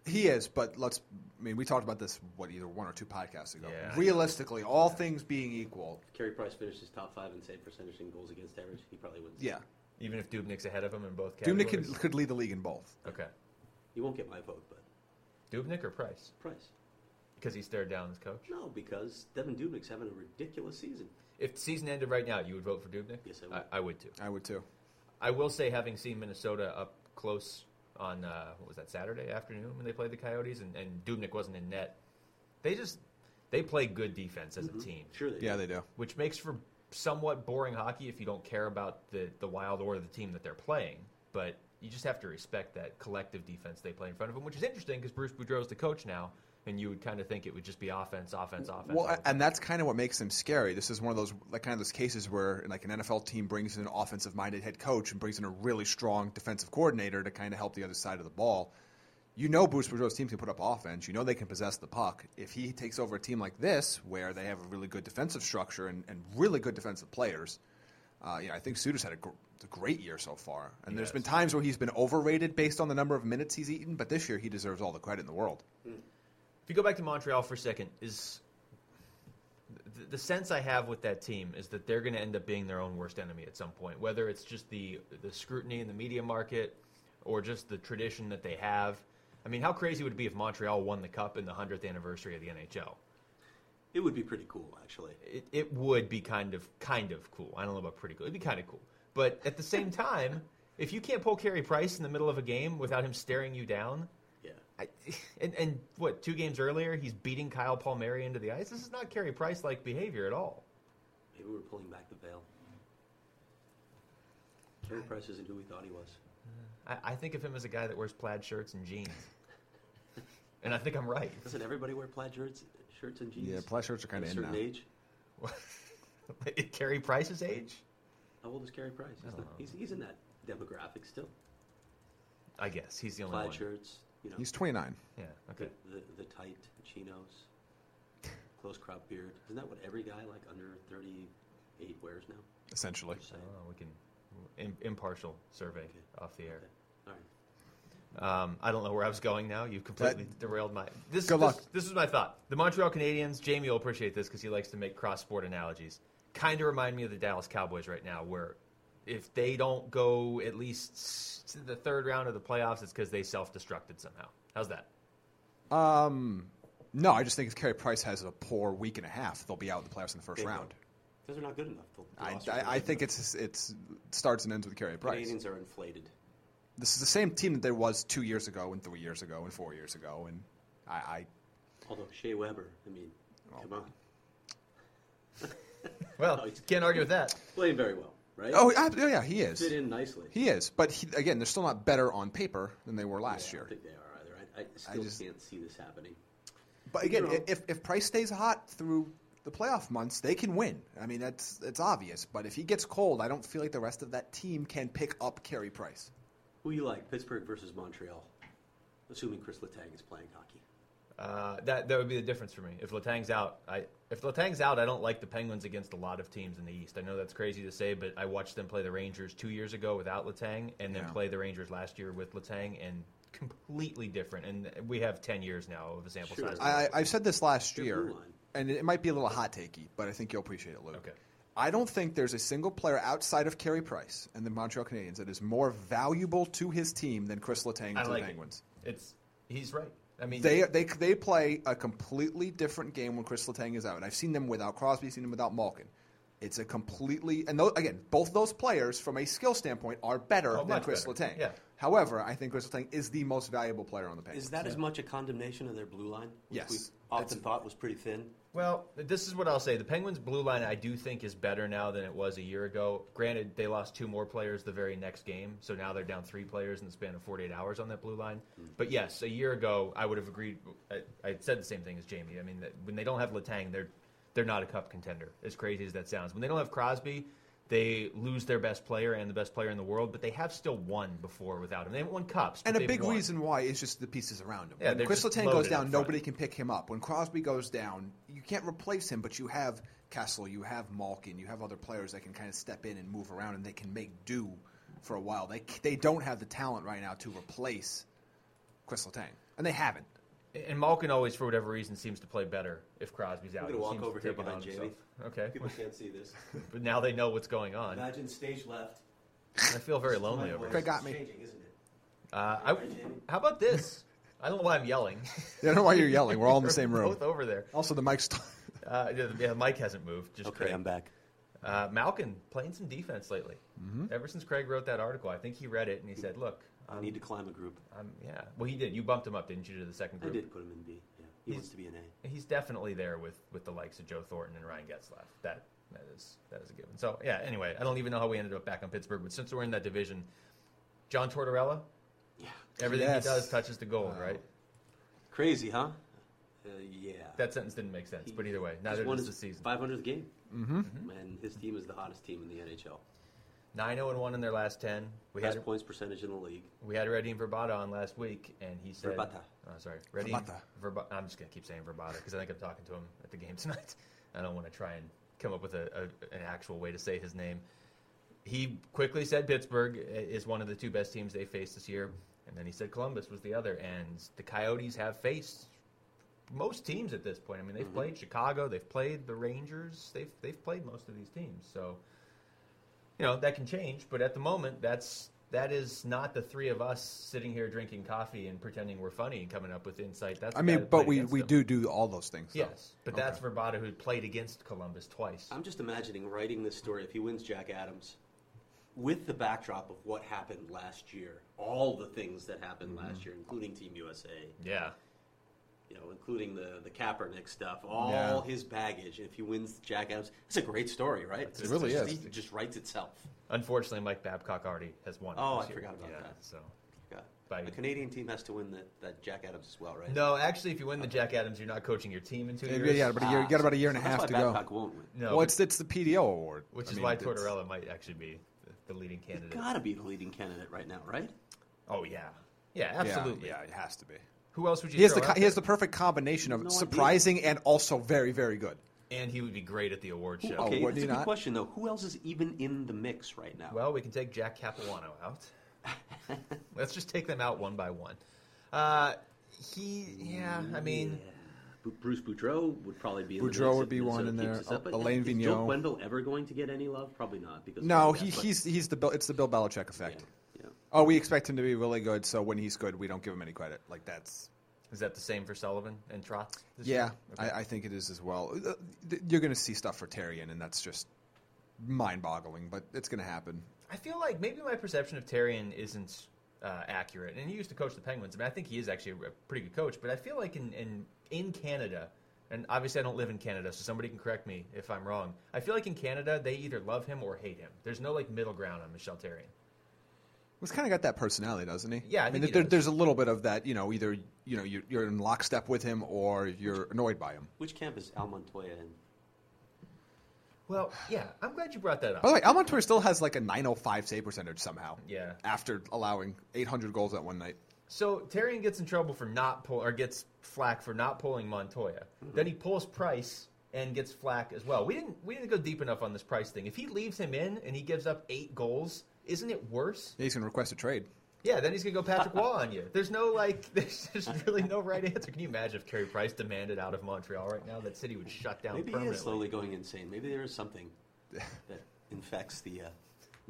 Speaker 2: He is, but let's. I mean, we talked about this what either one or two podcasts ago.
Speaker 1: Yeah.
Speaker 2: Realistically, all things being equal,
Speaker 3: If Carey Price finishes top five in save percentage and goals against average, he probably wins.
Speaker 2: yeah,
Speaker 1: Even if Dubnik's ahead of him in both
Speaker 2: Dubnik
Speaker 1: categories.
Speaker 2: could, could lead the league in both.
Speaker 1: Okay,
Speaker 3: He won't get my vote, but
Speaker 1: Dubnik or Price?
Speaker 3: Price.
Speaker 1: Because he stared down his coach.
Speaker 3: No, because Devin Dubnik's having a ridiculous season.
Speaker 1: If the season ended right now, you would vote for Dubnik.
Speaker 3: Yes, I would.
Speaker 1: I, I would too.
Speaker 2: I would too.
Speaker 1: I will say, having seen Minnesota up close on uh, what was that Saturday afternoon when they played the Coyotes, and, and Dubnik wasn't in net. They just they play good defense as a team,
Speaker 3: Mm-hmm. Sure they
Speaker 2: Yeah,
Speaker 3: do.
Speaker 2: they do.
Speaker 1: which makes for somewhat boring hockey if you don't care about the the Wild or the team that they're playing. But you just have to respect that collective defense they play in front of them, which is interesting because Bruce Boudreau's the coach now, and you would kind of think it would just be offense, offense, offense. all
Speaker 2: Well,
Speaker 1: the time.
Speaker 2: and that's kind of what makes them scary. This is one of those like kind of those cases where like an NFL team brings in an offensive minded head coach and brings in a really strong defensive coordinator to kind of help the other side of the ball. You know Bruce Boudreaux's team can put up offense. You know they can possess the puck. If he takes over a team like this, where they have a really good defensive structure and, and really good defensive players, uh, you know, I think Suter's had a, gr- a great year so far. And
Speaker 1: He
Speaker 2: there's
Speaker 1: has.
Speaker 2: been times where he's been overrated based on the number of minutes he's eaten, but this year he deserves all the credit in the world.
Speaker 1: If you go back to Montreal for a second, is the, the sense I have with that team is that they're going to end up being their own worst enemy at some point. Whether it's just the the scrutiny in the media market, or just the tradition that they have. I mean, how crazy would it be if Montreal won the cup in the hundredth anniversary of the NHL?
Speaker 3: It would be pretty cool, actually.
Speaker 1: It, it would be kind of kind of cool. I don't know about pretty cool. It'd be kind of cool, but at the same time, if you can't pull Carey Price in the middle of a game without him staring you down,
Speaker 3: Yeah.
Speaker 1: I, and, and what two games earlier he's beating Kyle Palmieri into the ice. This is not Carey Price like behavior at all.
Speaker 3: Maybe we were pulling back the veil. Carey Price isn't who we thought he was.
Speaker 1: I, I think of him as a guy that wears plaid shirts and jeans, and I think I'm right.
Speaker 3: Doesn't everybody wear plaid shirts, shirts and jeans?
Speaker 2: Yeah, plaid shirts are kinda
Speaker 3: At
Speaker 2: in
Speaker 3: a certain
Speaker 2: now.
Speaker 3: age.
Speaker 1: At Carey Price's age,
Speaker 3: How old is Carey Price? He's,
Speaker 1: I don't
Speaker 3: not,
Speaker 1: know.
Speaker 3: he's, he's in that demographic still.
Speaker 1: I guess he's the only
Speaker 3: Plaid
Speaker 1: one.
Speaker 3: shirts, you know,
Speaker 2: He's 29.
Speaker 1: Yeah.
Speaker 3: the,
Speaker 1: Okay.
Speaker 3: the, the tight chinos, close crop beard. Isn't that what every guy like under 38 wears now?
Speaker 2: Essentially,
Speaker 3: Just
Speaker 1: So
Speaker 3: saying.
Speaker 1: Oh, we can im- impartial survey
Speaker 3: Okay.
Speaker 1: off the air.
Speaker 3: Okay. All right.
Speaker 1: Um, I don't know where I was going now. You've completely derailed my. This,
Speaker 2: Good
Speaker 1: this,
Speaker 2: luck.
Speaker 1: This is my thought. The Montreal Canadiens. Jamie will appreciate this because he likes to make cross-sport analogies. Kind of remind me of the Dallas Cowboys right now, where if they don't go at least s- to the third round of the playoffs, it's because they self-destructed somehow. How's that?
Speaker 2: um, no, I just think if Carey Price has a poor week and a half, they'll be out of the playoffs in the first
Speaker 3: Bingo.
Speaker 2: round.
Speaker 3: Those are not good enough. They'll- they
Speaker 2: I,
Speaker 3: lost
Speaker 2: I,
Speaker 3: really
Speaker 2: I
Speaker 3: good.
Speaker 2: think it's it's starts and ends with Carey Price.
Speaker 3: Canadians are inflated.
Speaker 2: This is the same team that there was two years ago, and three years ago, and four years ago, and I, I
Speaker 3: Although Shea Weber, I mean,
Speaker 2: Oh.
Speaker 3: come on.
Speaker 1: Well,
Speaker 3: No, it's-
Speaker 1: can't argue with that.
Speaker 3: Playing very well, right?
Speaker 2: oh I, oh, yeah, he
Speaker 3: Fit
Speaker 2: is,
Speaker 3: in nicely.
Speaker 2: he is. But he, again, they're still not better on paper than they were
Speaker 3: Yeah,
Speaker 2: last
Speaker 3: I
Speaker 2: year.
Speaker 3: don't think they are either. I, I still
Speaker 2: just-
Speaker 3: can't see this happening.
Speaker 2: But again,
Speaker 3: You know.
Speaker 2: if if Price stays hot through the playoff months, they can win. I mean, that's it's obvious. But if he gets cold, I don't feel like the rest of that team can pick up Carey Price.
Speaker 3: Who you like, Pittsburgh versus Montreal? Assuming Chris Letang is playing hockey.
Speaker 1: Uh, that that would be the difference for me. If Latang's out, I if Latang's out, I don't like the Penguins against a lot of teams in the East. I know that's crazy to say, but I watched them play the Rangers two years ago without Latang, and then
Speaker 2: Yeah.
Speaker 1: play the Rangers last year with Latang, and completely different. And we have ten years now of a sample
Speaker 3: Sure.
Speaker 1: size.
Speaker 2: I, I- I've said this last
Speaker 3: Your
Speaker 2: year,
Speaker 3: blue line.
Speaker 2: and it might be a little hot takey, but I think you'll appreciate it, Luke.
Speaker 1: Okay.
Speaker 2: I don't think there's a single player outside of Carey Price and the Montreal Canadiens that is more valuable to his team than Chris Letang
Speaker 1: I like
Speaker 2: to the
Speaker 1: it.
Speaker 2: Penguins.
Speaker 1: It's he's right. I mean,
Speaker 2: They, they they play a completely different game when Chris Letang is out. I've seen them without Crosby, seen them without Malkin. It's a completely and tho- again, both those players from a skill standpoint are better
Speaker 1: Oh,
Speaker 2: than
Speaker 1: much
Speaker 2: Chris
Speaker 1: better.
Speaker 2: Letang.
Speaker 1: Yeah.
Speaker 2: However, I think Chris Letang is the most valuable player on the Penguins.
Speaker 3: Is that as much a condemnation of their blue line? Which
Speaker 2: Yes.
Speaker 3: we often thought was pretty thin.
Speaker 1: Well, this is what I'll say. The Penguins' blue line, I do think, is better now than it was a year ago. Granted, they lost two more players the very next game, so now they're down three players in the span of 48 hours on that blue line.
Speaker 2: Mm-hmm.
Speaker 1: But yes, a year ago, I would have agreed. I, I said the same thing as Jamie. I mean, that when they don't have Latang, they're they're not a cup contender. As crazy as that sounds, when they don't have Crosby, they lose their best player and the best player in the world. But they have still won before without him. They haven't won cups, but
Speaker 2: And a
Speaker 1: they've
Speaker 2: big
Speaker 1: won.
Speaker 2: reason why is just the pieces around him.
Speaker 1: Yeah,
Speaker 2: when
Speaker 1: they're
Speaker 2: Chris
Speaker 1: just
Speaker 2: Letang goes
Speaker 1: loaded up
Speaker 2: down,
Speaker 1: front.
Speaker 2: nobody can pick him up. When Crosby goes down, you can't replace him, but you have Castle, you have Malkin, you have other players that can kind of step in and move around, and they can make do for a while. They they don't have the talent right now to replace Chris Letang, and they haven't.
Speaker 1: And Malkin always, for whatever reason, seems to play better if Crosby's out.
Speaker 3: I'm gonna
Speaker 1: He
Speaker 3: walk
Speaker 1: seems
Speaker 3: over
Speaker 1: to
Speaker 3: here
Speaker 1: take it
Speaker 3: behind
Speaker 1: on
Speaker 3: Jamie.
Speaker 1: himself. Okay,
Speaker 3: People can't see this.
Speaker 1: but now they know what's going on. And
Speaker 3: Imagine stage left.
Speaker 1: I feel very lonely over
Speaker 2: voice.
Speaker 1: here.
Speaker 2: Craig got me.
Speaker 3: Changing, isn't it?
Speaker 1: Uh, I, how about this? I don't know why I'm yelling.
Speaker 2: I don't know why you're yelling. We're all in the same room.
Speaker 1: Both over there.
Speaker 2: Also, the mic's.
Speaker 1: Uh, yeah, the- yeah, Mike hasn't moved. Just
Speaker 3: Okay,
Speaker 1: Craig.
Speaker 3: I'm back.
Speaker 1: Uh, Malkin playing some defense lately.
Speaker 2: Mm-hmm.
Speaker 1: Ever since Craig wrote that article, I think he read it and he said, "Look,
Speaker 3: I need to climb a group.
Speaker 1: I'm yeah." Well, he did. You bumped him up, didn't you, to the second
Speaker 3: I
Speaker 1: group?
Speaker 3: did put him in B. Yeah, he
Speaker 1: He's-
Speaker 3: wants to be an A.
Speaker 1: He's definitely there with, with the likes of Joe Thornton and Ryan Getzlaff. That that is that is a given. So yeah. Anyway, I don't even know how we ended up back on Pittsburgh, but since we're in that division, John Tortorella,
Speaker 3: Yeah.
Speaker 1: everything
Speaker 2: Yes.
Speaker 1: he does touches the gold,
Speaker 2: Wow.
Speaker 1: right?
Speaker 3: Crazy, huh? Uh, yeah.
Speaker 1: That sentence didn't make sense, but either way,
Speaker 3: He's
Speaker 1: neither
Speaker 3: won
Speaker 1: does the
Speaker 3: his
Speaker 1: season.
Speaker 3: 500th game,
Speaker 2: Mm-hmm.
Speaker 3: and his team is the hottest team in the NHL.
Speaker 1: Nine zero and one in their last ten. We
Speaker 3: Best
Speaker 1: had
Speaker 3: points percentage in the league.
Speaker 1: we had Redding Verbata on last week, and he said,
Speaker 3: Verbata.
Speaker 1: Oh, sorry, Redding.
Speaker 2: Verbata.
Speaker 1: Verba- I'm just gonna keep saying Verbata because I think I'm talking to him at the game tonight. I don't want to try and come up with a, a, an actual way to say his name. He quickly said Pittsburgh i- is one of the two best teams they faced this year, and then he said Columbus was the other. And the Coyotes have faced most teams at this point. I mean, they've
Speaker 3: Mm-hmm.
Speaker 1: played Chicago, they've played the Rangers, they've they've played most of these teams. So, you know, that can change, but at the moment, that's that is not the three of us sitting here drinking coffee and pretending we're funny and coming up with insight. That's
Speaker 2: I
Speaker 1: the guy
Speaker 2: mean,
Speaker 1: that
Speaker 2: but
Speaker 1: played
Speaker 2: we,
Speaker 1: against
Speaker 2: we
Speaker 1: them.
Speaker 2: do do all those things. though.
Speaker 1: Yes, but
Speaker 2: Okay.
Speaker 1: that's Verbata who played against Columbus twice.
Speaker 3: I'm just imagining writing this story if he wins Jack Adams with the backdrop of what happened last year, all the things that happened
Speaker 2: Mm-hmm.
Speaker 3: last year, including Team USA,
Speaker 1: yeah,
Speaker 3: you know, including the the Kaepernick stuff, all
Speaker 2: Yeah.
Speaker 3: his baggage. If he wins Jack Adams, it's a great story, right?
Speaker 1: It
Speaker 3: It's
Speaker 2: really
Speaker 3: just-
Speaker 2: is.
Speaker 3: It just writes itself.
Speaker 1: unfortunately, Mike Babcock already has won.
Speaker 3: Oh,
Speaker 1: this
Speaker 3: I
Speaker 1: year.
Speaker 3: forgot about
Speaker 1: Yeah,
Speaker 3: that.
Speaker 1: So
Speaker 3: God.
Speaker 1: By-
Speaker 3: A Canadian team has to win that, that Jack Adams as well, right?
Speaker 1: no, actually, if you win the Jack Adams, you're not coaching your team in two
Speaker 2: Yeah,
Speaker 1: years.
Speaker 2: yeah, but a year, you got about a year and a
Speaker 3: Ah, That's
Speaker 2: half
Speaker 3: why
Speaker 2: to
Speaker 3: Babcock
Speaker 2: go.
Speaker 3: won't win.
Speaker 1: no,
Speaker 2: well,
Speaker 1: but-
Speaker 2: it's, it's the PDO award,
Speaker 1: which
Speaker 2: I
Speaker 1: is
Speaker 2: mean,
Speaker 1: why
Speaker 2: it's-
Speaker 1: Tortorella might actually be the, the leading candidate.
Speaker 3: Gotta be the leading candidate right now, right?
Speaker 1: Oh yeah, yeah,
Speaker 2: yeah,
Speaker 1: absolutely.
Speaker 2: yeah, it has to be.
Speaker 1: Who else would you?
Speaker 2: He has
Speaker 1: throw
Speaker 2: the
Speaker 1: out
Speaker 2: co- he
Speaker 1: there?
Speaker 2: has the perfect combination of
Speaker 3: No idea.
Speaker 2: surprising and also very very good.
Speaker 1: and he would be great at the award
Speaker 3: Who-
Speaker 1: show.
Speaker 3: okay,
Speaker 2: Oh, would
Speaker 3: that's
Speaker 2: he
Speaker 3: a good
Speaker 2: not?
Speaker 3: question though. Who else is even in the mix right now?
Speaker 1: Well, we can take Jack Capuano out. Let's just take them out one by one. Uh, he, yeah, I mean,
Speaker 3: Bu- Bruce Boudreau would probably be. In the
Speaker 2: Boudreau
Speaker 3: mix
Speaker 2: would
Speaker 3: if
Speaker 2: be one
Speaker 3: Minnesota
Speaker 2: in there.
Speaker 3: keeps this up, but
Speaker 2: Elaine
Speaker 3: is
Speaker 2: Vigneault.
Speaker 3: Joe Quenville ever going to get any love? Probably not. Because
Speaker 2: No,
Speaker 3: yeah,
Speaker 2: he,
Speaker 3: but-
Speaker 2: he's he's the Bill, it's the Bill Belichick
Speaker 3: yeah,
Speaker 2: effect.
Speaker 3: yeah.
Speaker 2: Oh, we expect him to be really good, so when he's good, we don't give him any credit. Like that's
Speaker 1: is that the same for Sullivan and Trotz? this
Speaker 2: yeah,
Speaker 1: year? Okay.
Speaker 2: I, I think it is as well. Uh, th- You're going to see stuff for Terrian, and that's just mind-boggling, but it's going to happen.
Speaker 1: I feel like maybe my perception of Tarian isn't uh, accurate. And he used to coach the Penguins. I mean, I think he is actually a pretty good coach. But I feel like in, in in Canada, and obviously I don't live in Canada, so somebody can correct me if I'm wrong. I feel like in Canada they either love him or hate him. There's no like middle ground on Michel Tarian.
Speaker 2: He's kind of got that personality, doesn't he?
Speaker 1: Yeah, I
Speaker 2: I, mean,
Speaker 1: think he
Speaker 2: there,
Speaker 1: does.
Speaker 2: there's a little bit of that. You know, either you know you're, you're in lockstep with him, or you're annoyed by him.
Speaker 3: Which camp is Al Montoya in?
Speaker 1: Well, yeah, I'm glad you brought that up.
Speaker 2: By the way, Almontour still has like a 905 save percentage somehow.
Speaker 1: Yeah.
Speaker 2: After allowing 800 goals that one night.
Speaker 1: So Tarian gets in trouble for not pull or gets flack for not pulling Montoya. Then he pulls Price and gets flack as well. We didn't we didn't go deep enough on this Price thing. If he leaves him in and he gives up eight goals, isn't it worse?
Speaker 2: Yeah, he's going to request a trade.
Speaker 1: Yeah, then he's gonna go Patrick Wall on you. There's no like, there's just really no right answer. Can you imagine if Carey Price demanded out of Montreal right now? That city would shut down
Speaker 3: Maybe he
Speaker 1: permanently.
Speaker 3: is slowly going insane. Maybe there is something that infects the uh,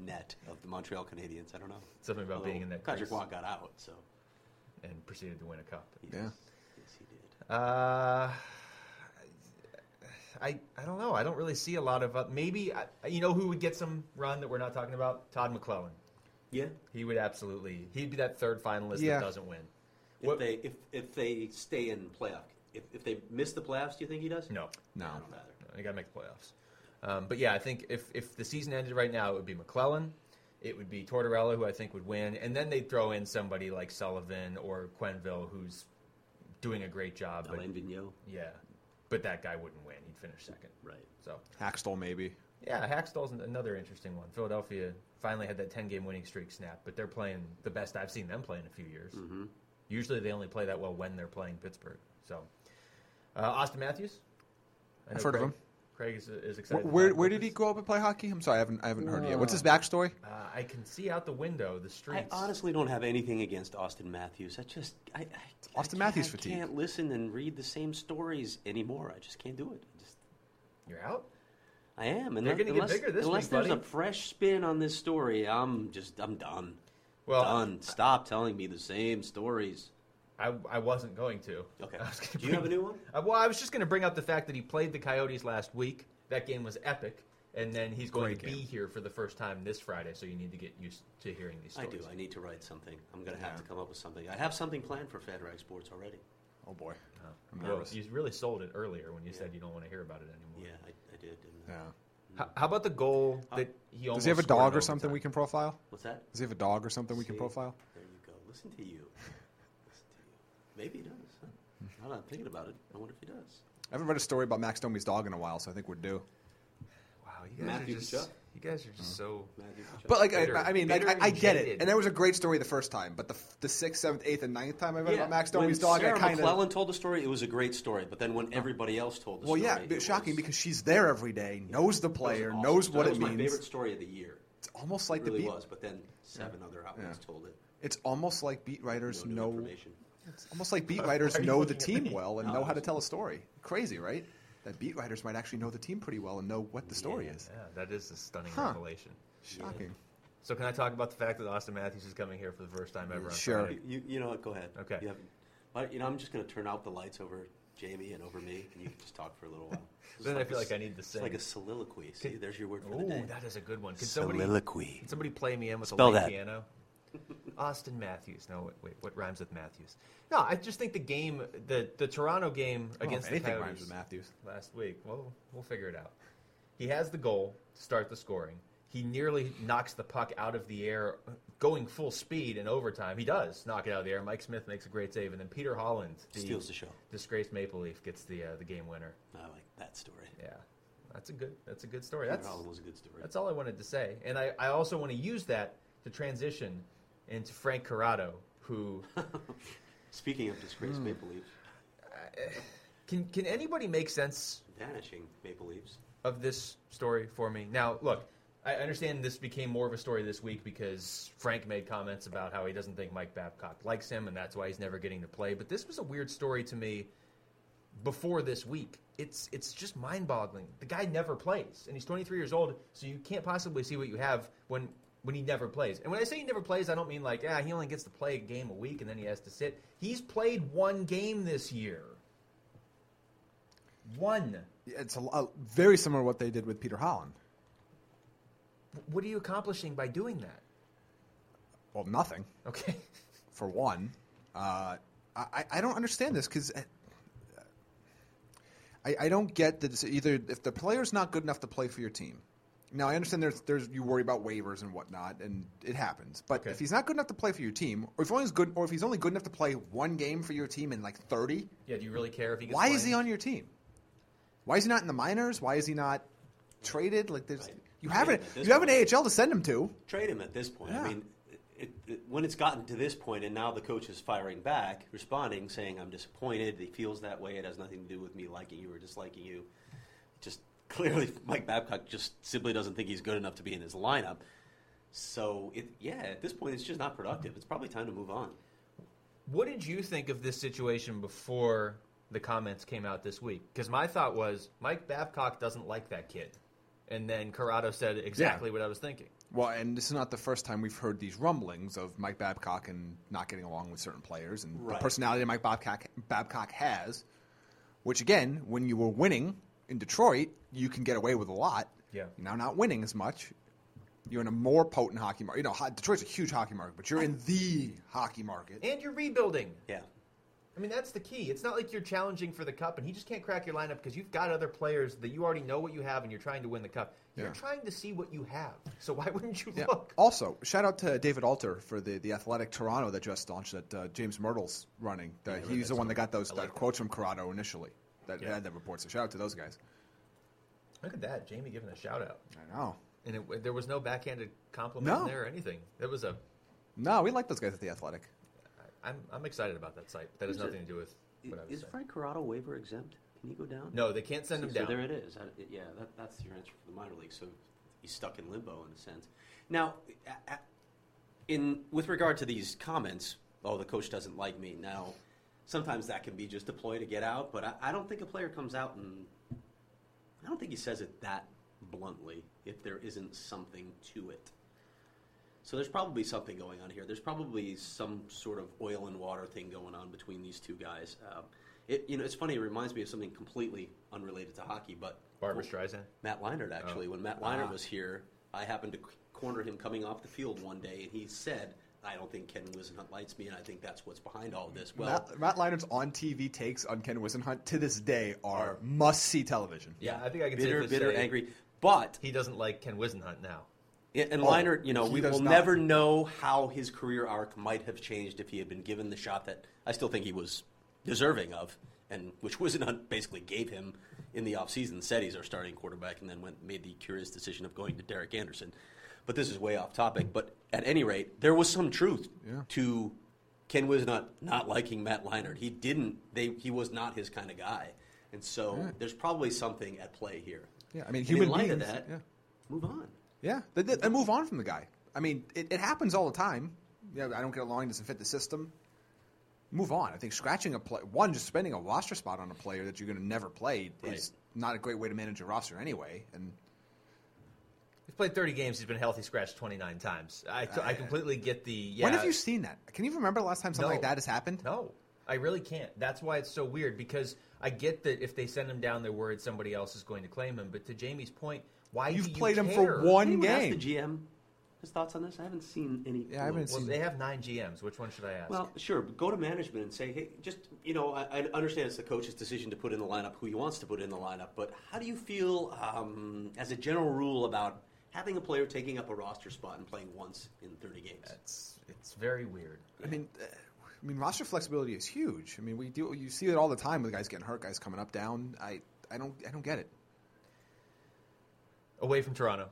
Speaker 3: net of the Montreal Canadiens. I don't know.
Speaker 1: Something about being in that
Speaker 3: Patrick
Speaker 1: crease.
Speaker 3: Watt got out, so
Speaker 1: And proceeded to win a cup.
Speaker 3: yes,
Speaker 2: Yeah.
Speaker 3: yes, he did.
Speaker 1: Uh, I I don't know. I don't really see a lot of uh, maybe I, you know who would get some run that we're not talking about. Todd McClellan.
Speaker 3: Yeah.
Speaker 1: He would absolutely. He'd be that third finalist
Speaker 2: Yeah.
Speaker 1: that doesn't win.
Speaker 3: If
Speaker 1: What-
Speaker 3: they if if they stay in playoff, if if they miss the playoffs, do you think he does?
Speaker 1: No,
Speaker 2: No.
Speaker 3: I don't either.
Speaker 1: no, you got to make the playoffs. Um, but yeah, I think if if the season ended right now, it would be McClellan. It would be Tortorella, who I think would win, and then they'd throw in somebody like Sullivan or Quenville, who's doing a great job. But,
Speaker 3: Alain Vigneault,
Speaker 1: yeah, but that guy wouldn't win. He'd finish second.
Speaker 3: right?
Speaker 1: So
Speaker 2: Hackstall, maybe.
Speaker 1: Yeah, Hackstall's an- another interesting one. Philadelphia finally had that 10 game winning streak snap, but they're playing the best I've seen them play in a few years.
Speaker 3: Mhm.
Speaker 1: Usually they only play that well when they're playing Pittsburgh. So, uh, Austin Matthews? I
Speaker 2: I've
Speaker 1: know
Speaker 2: heard of
Speaker 1: Craig-
Speaker 2: him.
Speaker 1: Craig is, is
Speaker 2: Where,
Speaker 1: excited. to
Speaker 2: where,
Speaker 1: talk
Speaker 2: where
Speaker 1: about
Speaker 2: did he
Speaker 1: this.
Speaker 2: grow up and play hockey? I'm sorry, I haven't, I haven't heard it yet. What's his backstory?
Speaker 1: Uh, I can see out the window the
Speaker 3: I
Speaker 1: streets.
Speaker 3: honestly don't have anything against Austin Matthews. I just I, I I
Speaker 2: Austin Matthews
Speaker 3: can't-
Speaker 2: fatigue.
Speaker 3: I can't listen and read the same stories anymore. I just can't do it. I just
Speaker 1: You're out?
Speaker 3: I am. Unless,
Speaker 1: They're gonna get
Speaker 3: unless,
Speaker 1: bigger this
Speaker 3: unless
Speaker 1: week,
Speaker 3: there's
Speaker 1: buddy.
Speaker 3: a fresh spin on this story, I'm just I'm done.
Speaker 1: Well,
Speaker 3: done. Stop telling me the same stories.
Speaker 1: I, I wasn't going to.
Speaker 3: Okay.
Speaker 1: I was gonna
Speaker 3: Do you have a
Speaker 1: bring-
Speaker 3: new one?
Speaker 1: Uh, well, I was just going to bring up the fact that he played the Coyotes last week. That game was epic. And then he's going
Speaker 2: Great
Speaker 1: to be
Speaker 2: game.
Speaker 1: here for the first time this Friday, so you need to get used to hearing these
Speaker 3: I
Speaker 1: stories.
Speaker 3: do. I need to write something. I'm gonna have
Speaker 2: Yeah.
Speaker 3: to come up with something. I have something planned for FanRag Sports already.
Speaker 2: Oh, boy. I'm
Speaker 1: Well,
Speaker 2: nervous.
Speaker 1: you really sold it earlier when you said
Speaker 3: Yeah.
Speaker 1: you don't want to hear about it
Speaker 3: Yeah,
Speaker 1: anymore.
Speaker 3: I, I did. Didn't I?
Speaker 2: Yeah.
Speaker 1: How, how about the goal that he almost
Speaker 2: Does he have a
Speaker 1: scored
Speaker 2: dog
Speaker 1: in
Speaker 2: or something
Speaker 1: overtime?
Speaker 2: we can profile?
Speaker 3: What's that?
Speaker 2: Does he have a dog or something we can
Speaker 3: See?
Speaker 2: profile?
Speaker 3: There you go. Listen to you. Listen to you. Maybe he does. Huh? Now that I'm thinking about it, I wonder if he does.
Speaker 2: I haven't read a story about Max Domi's dog in a while, so I think we're due.
Speaker 1: Wow, you guys
Speaker 3: Matthew
Speaker 1: are just
Speaker 3: Kachuk?
Speaker 1: you You guys are just so.
Speaker 3: Matthew Tkachuk.
Speaker 2: But like,
Speaker 1: Bitter.
Speaker 2: I, I mean, like,
Speaker 1: Bitter
Speaker 2: I, I
Speaker 1: and
Speaker 2: get it,
Speaker 1: jaded.
Speaker 2: and there was a great story the first time, but the f- the sixth, seventh, eighth, and ninth time I read
Speaker 3: Yeah,
Speaker 2: about Max
Speaker 3: when
Speaker 2: Domi's dog,
Speaker 3: Sarah
Speaker 2: I kind of
Speaker 3: McClellan told the story. It was a great story, but then when everybody else told the
Speaker 2: well,
Speaker 3: story,
Speaker 2: yeah,
Speaker 3: it
Speaker 2: but shocking
Speaker 3: was-
Speaker 2: because she's there every day, knows the
Speaker 3: that was
Speaker 2: player,
Speaker 3: awesome
Speaker 2: knows
Speaker 3: story.
Speaker 2: what
Speaker 3: that
Speaker 2: it
Speaker 3: was
Speaker 2: means.
Speaker 3: My favorite story of the year.
Speaker 2: It's almost like
Speaker 3: It really
Speaker 2: the beat.
Speaker 3: was, but then seven other outlets told it.
Speaker 2: It's almost like beat writers
Speaker 3: No new
Speaker 2: know.
Speaker 3: information.
Speaker 2: It's almost like beat
Speaker 1: Why
Speaker 2: writers
Speaker 1: are you
Speaker 2: know the
Speaker 1: looking at
Speaker 2: team
Speaker 1: me?
Speaker 2: well and
Speaker 3: No,
Speaker 2: know
Speaker 3: I
Speaker 2: how to
Speaker 3: was-
Speaker 2: tell a story. Crazy, right? That beat writers might actually know the team pretty well and know what the story
Speaker 3: Yeah.
Speaker 2: is.
Speaker 1: Yeah, that is a stunning
Speaker 2: Huh.
Speaker 1: revelation.
Speaker 2: Shocking.
Speaker 1: So can I talk about the fact that Austin Matthews is coming here for the first time ever? on
Speaker 2: Sure.
Speaker 1: Friday?
Speaker 3: You, you know what? Go ahead.
Speaker 1: Okay.
Speaker 3: You, have, but, you know, I'm just going to turn out the lights over Jamie and over me, and you can just talk for a little while. It's
Speaker 1: Then I feel
Speaker 3: a
Speaker 1: like I
Speaker 3: s-
Speaker 1: need to
Speaker 3: It's like
Speaker 1: sing.
Speaker 3: a soliloquy. See, there's your word for the day.
Speaker 1: Oh, that is a good one. Can somebody
Speaker 3: Soliloquy.
Speaker 1: can somebody play me in with
Speaker 3: Spell
Speaker 1: a light
Speaker 3: that.
Speaker 1: piano? Austin Matthews. No, wait, wait, what rhymes with Matthews? No, I just think the game, the the Toronto game
Speaker 2: I don't know
Speaker 1: against
Speaker 2: if
Speaker 1: the
Speaker 2: Oh, anything
Speaker 1: Coyotes
Speaker 2: rhymes with Matthews.
Speaker 1: last week. Well, we'll figure it out. He has the goal to start the scoring. He nearly knocks the puck out of the air, going full speed in overtime. He does knock it out of the air. Mike Smith makes a great save, and then Peter Holland, the
Speaker 3: Steals the show.
Speaker 1: disgraced Maple Leaf, gets the uh, the game winner.
Speaker 3: I like that story.
Speaker 1: Yeah, that's a good that's a good story.
Speaker 3: That's,
Speaker 1: That's
Speaker 3: that was a good story.
Speaker 1: that's all I wanted to say. And I, I also want to use that to transition into Frank Corrado, who
Speaker 3: Speaking of disgraced
Speaker 1: Hmm.
Speaker 3: Maple Leafs,
Speaker 1: can can anybody make sense
Speaker 3: vanishing Maple Leafs.
Speaker 1: of this story for me? Now, look, I understand this became more of a story this week because Frank made comments about how he doesn't think Mike Babcock likes him and that's why he's never getting to play, but this was a weird story to me before this week. It's it's just mind-boggling. The guy never plays, and he's 23 years old, so you can't possibly see what you have when when he never plays. And when I say he never plays, I don't mean like ah he only gets to play a game a week and then he has to sit. He's played one game this year. One.
Speaker 2: Yeah, It's a, a, very similar to what they did with Peter Holland.
Speaker 1: What are you accomplishing by doing that?
Speaker 2: Well, nothing.
Speaker 1: Okay.
Speaker 2: for one. Uh, I, I- I don't understand this because I, I don't get that it's either if the player's not good enough to play for your team. Now I understand there's there's you worry about waivers and whatnot, and it happens. But
Speaker 1: Okay.
Speaker 2: if he's not good enough to play for your team, or if only's good, or if he's only good enough to play one game for your team in like thirty,
Speaker 1: Yeah, do you really care if he gets
Speaker 2: why is
Speaker 1: playing?
Speaker 2: he on your team? Why is he not in the minors? Why is he not traded? Like there's
Speaker 3: Right.
Speaker 2: you
Speaker 3: I
Speaker 2: have
Speaker 3: mean,
Speaker 2: an
Speaker 3: at this
Speaker 2: you have an
Speaker 3: point-
Speaker 2: AHL to send him to.
Speaker 3: Trade him at this point.
Speaker 2: Yeah.
Speaker 3: I mean, it, it, when it's gotten to this point, and now the coach is firing back, responding, saying, "I'm disappointed. He feels that way. It has nothing to do with me liking you or disliking you." Just clearly, Mike Babcock just simply doesn't think he's good enough to be in his lineup. So, it, yeah, at this point, it's just not productive. It's probably time to move on.
Speaker 1: What did you think of this situation before the comments came out this week? Because my thought was Mike Babcock doesn't like that kid, and then Corrado said exactly what I was thinking.
Speaker 2: Well, and this is not the first time we've heard these rumblings of Mike Babcock and not getting along with certain players and
Speaker 3: Right.
Speaker 2: the personality that Mike Babcock, Babcock has, which, again, when you were winning in Detroit, you can get away with a lot.
Speaker 1: Yeah.
Speaker 2: You're now not winning as much. You're in a more potent hockey market. You know, ho- Detroit's a huge hockey market, but you're in the hockey market.
Speaker 1: And you're rebuilding.
Speaker 3: Yeah,
Speaker 1: I mean, that's the key. It's not like you're challenging for the cup, and he just can't crack your lineup because you've got other players that you already know what you have, and you're trying to win the cup. You're
Speaker 2: Yeah.
Speaker 1: trying to see what you have. So why wouldn't you
Speaker 2: Yeah.
Speaker 1: look?
Speaker 2: Also, shout out to David Alter for the, the Athletic Toronto that just launched that uh, James Myrtle's running. The-
Speaker 1: read
Speaker 2: he's
Speaker 1: that
Speaker 2: the one that got those
Speaker 1: I
Speaker 2: that
Speaker 1: like that.
Speaker 2: quotes from Corrado initially that
Speaker 1: Yeah.
Speaker 2: had that report. So shout out to those guys.
Speaker 1: Look at that, Jamie giving a shout out,
Speaker 2: I know.
Speaker 1: and it, there was no backhanded compliment
Speaker 2: No.
Speaker 1: in there or anything. It was a.
Speaker 2: No, we like those guys at the Athletic.
Speaker 1: I'm, I'm excited about that site. That has
Speaker 3: Who's it?
Speaker 1: nothing to do with what I was
Speaker 3: is
Speaker 1: saying.
Speaker 3: Frank Corrado waiver exempt? Can he go down?
Speaker 1: No, they can't send him
Speaker 3: so
Speaker 1: down.
Speaker 3: there it is. I, it- yeah, that, that's your answer for the minor league. So he's stuck in limbo in a sense. Now, a- a- in with regard to these comments, oh, the coach doesn't like me. Now, sometimes that can be just a ploy to get out, but I, I don't think a player comes out and I don't think he says it that bluntly if there isn't something to it. So there's probably something going on here. There's probably some sort of oil and water thing going on between these two guys. Um, it, you know, it's funny. It reminds me of something completely unrelated to hockey, but
Speaker 1: Barbara Streisand. Oh. Ah.
Speaker 3: Matt Leinart actually. When Matt Leinart was here, I happened to c- corner him coming off the field one day, and he said, "I don't think Ken Wisenhunt likes me, and I think that's what's behind all of this." Well,
Speaker 2: Matt, Matt Leinert's on TV takes on Ken Wisenhunt to this day are must see television.
Speaker 1: Yeah, I think I can
Speaker 3: bitter,
Speaker 1: safely
Speaker 3: bitter,
Speaker 1: say
Speaker 3: angry, but
Speaker 1: He doesn't like Ken Wisenhunt now.
Speaker 3: Yeah, and
Speaker 2: Oh,
Speaker 3: Leinart, you know,
Speaker 2: he
Speaker 3: we
Speaker 2: does
Speaker 3: will
Speaker 2: not.
Speaker 3: never know how his career arc might have changed if he had been given the shot that I still think he was deserving of, and which Wisenhunt basically gave him in the offseason said he's our starting quarterback, and then went made the curious decision of going to Derek Anderson. But this is way off topic. But at any rate, there was some truth
Speaker 2: Yeah.
Speaker 3: to Ken Wisnot not liking Matt Leinart. He didn't. They he was not his kind of guy, and so there's probably something at play here.
Speaker 2: Yeah, I mean,
Speaker 3: And
Speaker 2: human
Speaker 3: in light
Speaker 2: beings.
Speaker 3: of that,
Speaker 2: Yeah,
Speaker 3: move on.
Speaker 2: yeah. They, they, and move on from the guy. I mean, it, it happens all the time. Yeah, I don't get along. Doesn't fit the system. Move on. I think scratching a play, one, just spending a roster spot on a player that you're going to never play is not a great way to manage a roster anyway. And
Speaker 1: He's played 30 games. He's been healthy scratched 29 times. I,
Speaker 3: Uh,
Speaker 1: I completely get the. Yeah,
Speaker 2: when have you seen that? Can you remember the last time something
Speaker 1: No.
Speaker 2: like that has happened?
Speaker 1: No, I really can't. That's why it's so weird because I get that if they send him down, they're worried somebody else is going to claim him. But to Jamie's point, why
Speaker 2: You've
Speaker 1: do you
Speaker 2: played him for
Speaker 1: care?
Speaker 2: one
Speaker 3: Anyone
Speaker 2: game.
Speaker 3: Ask the GM his thoughts on this. I haven't seen any.
Speaker 2: Yeah, I haven't
Speaker 1: Well,
Speaker 2: seen-
Speaker 1: they have nine GMs. Which one should I ask?
Speaker 3: Well, sure. But go to management and say, hey, just you know, I, I understand it's the coach's decision to put in the lineup who he wants to put in the lineup, but how do you feel um, as a general rule about having a player taking up a roster spot and playing once in 30 games?
Speaker 1: it's it's very weird.
Speaker 2: I mean, uh, I mean, roster flexibility is huge. I mean, we do you see it all the time with guys getting hurt, guys coming up, down. I, I don't, I don't get it.
Speaker 1: Away from Toronto.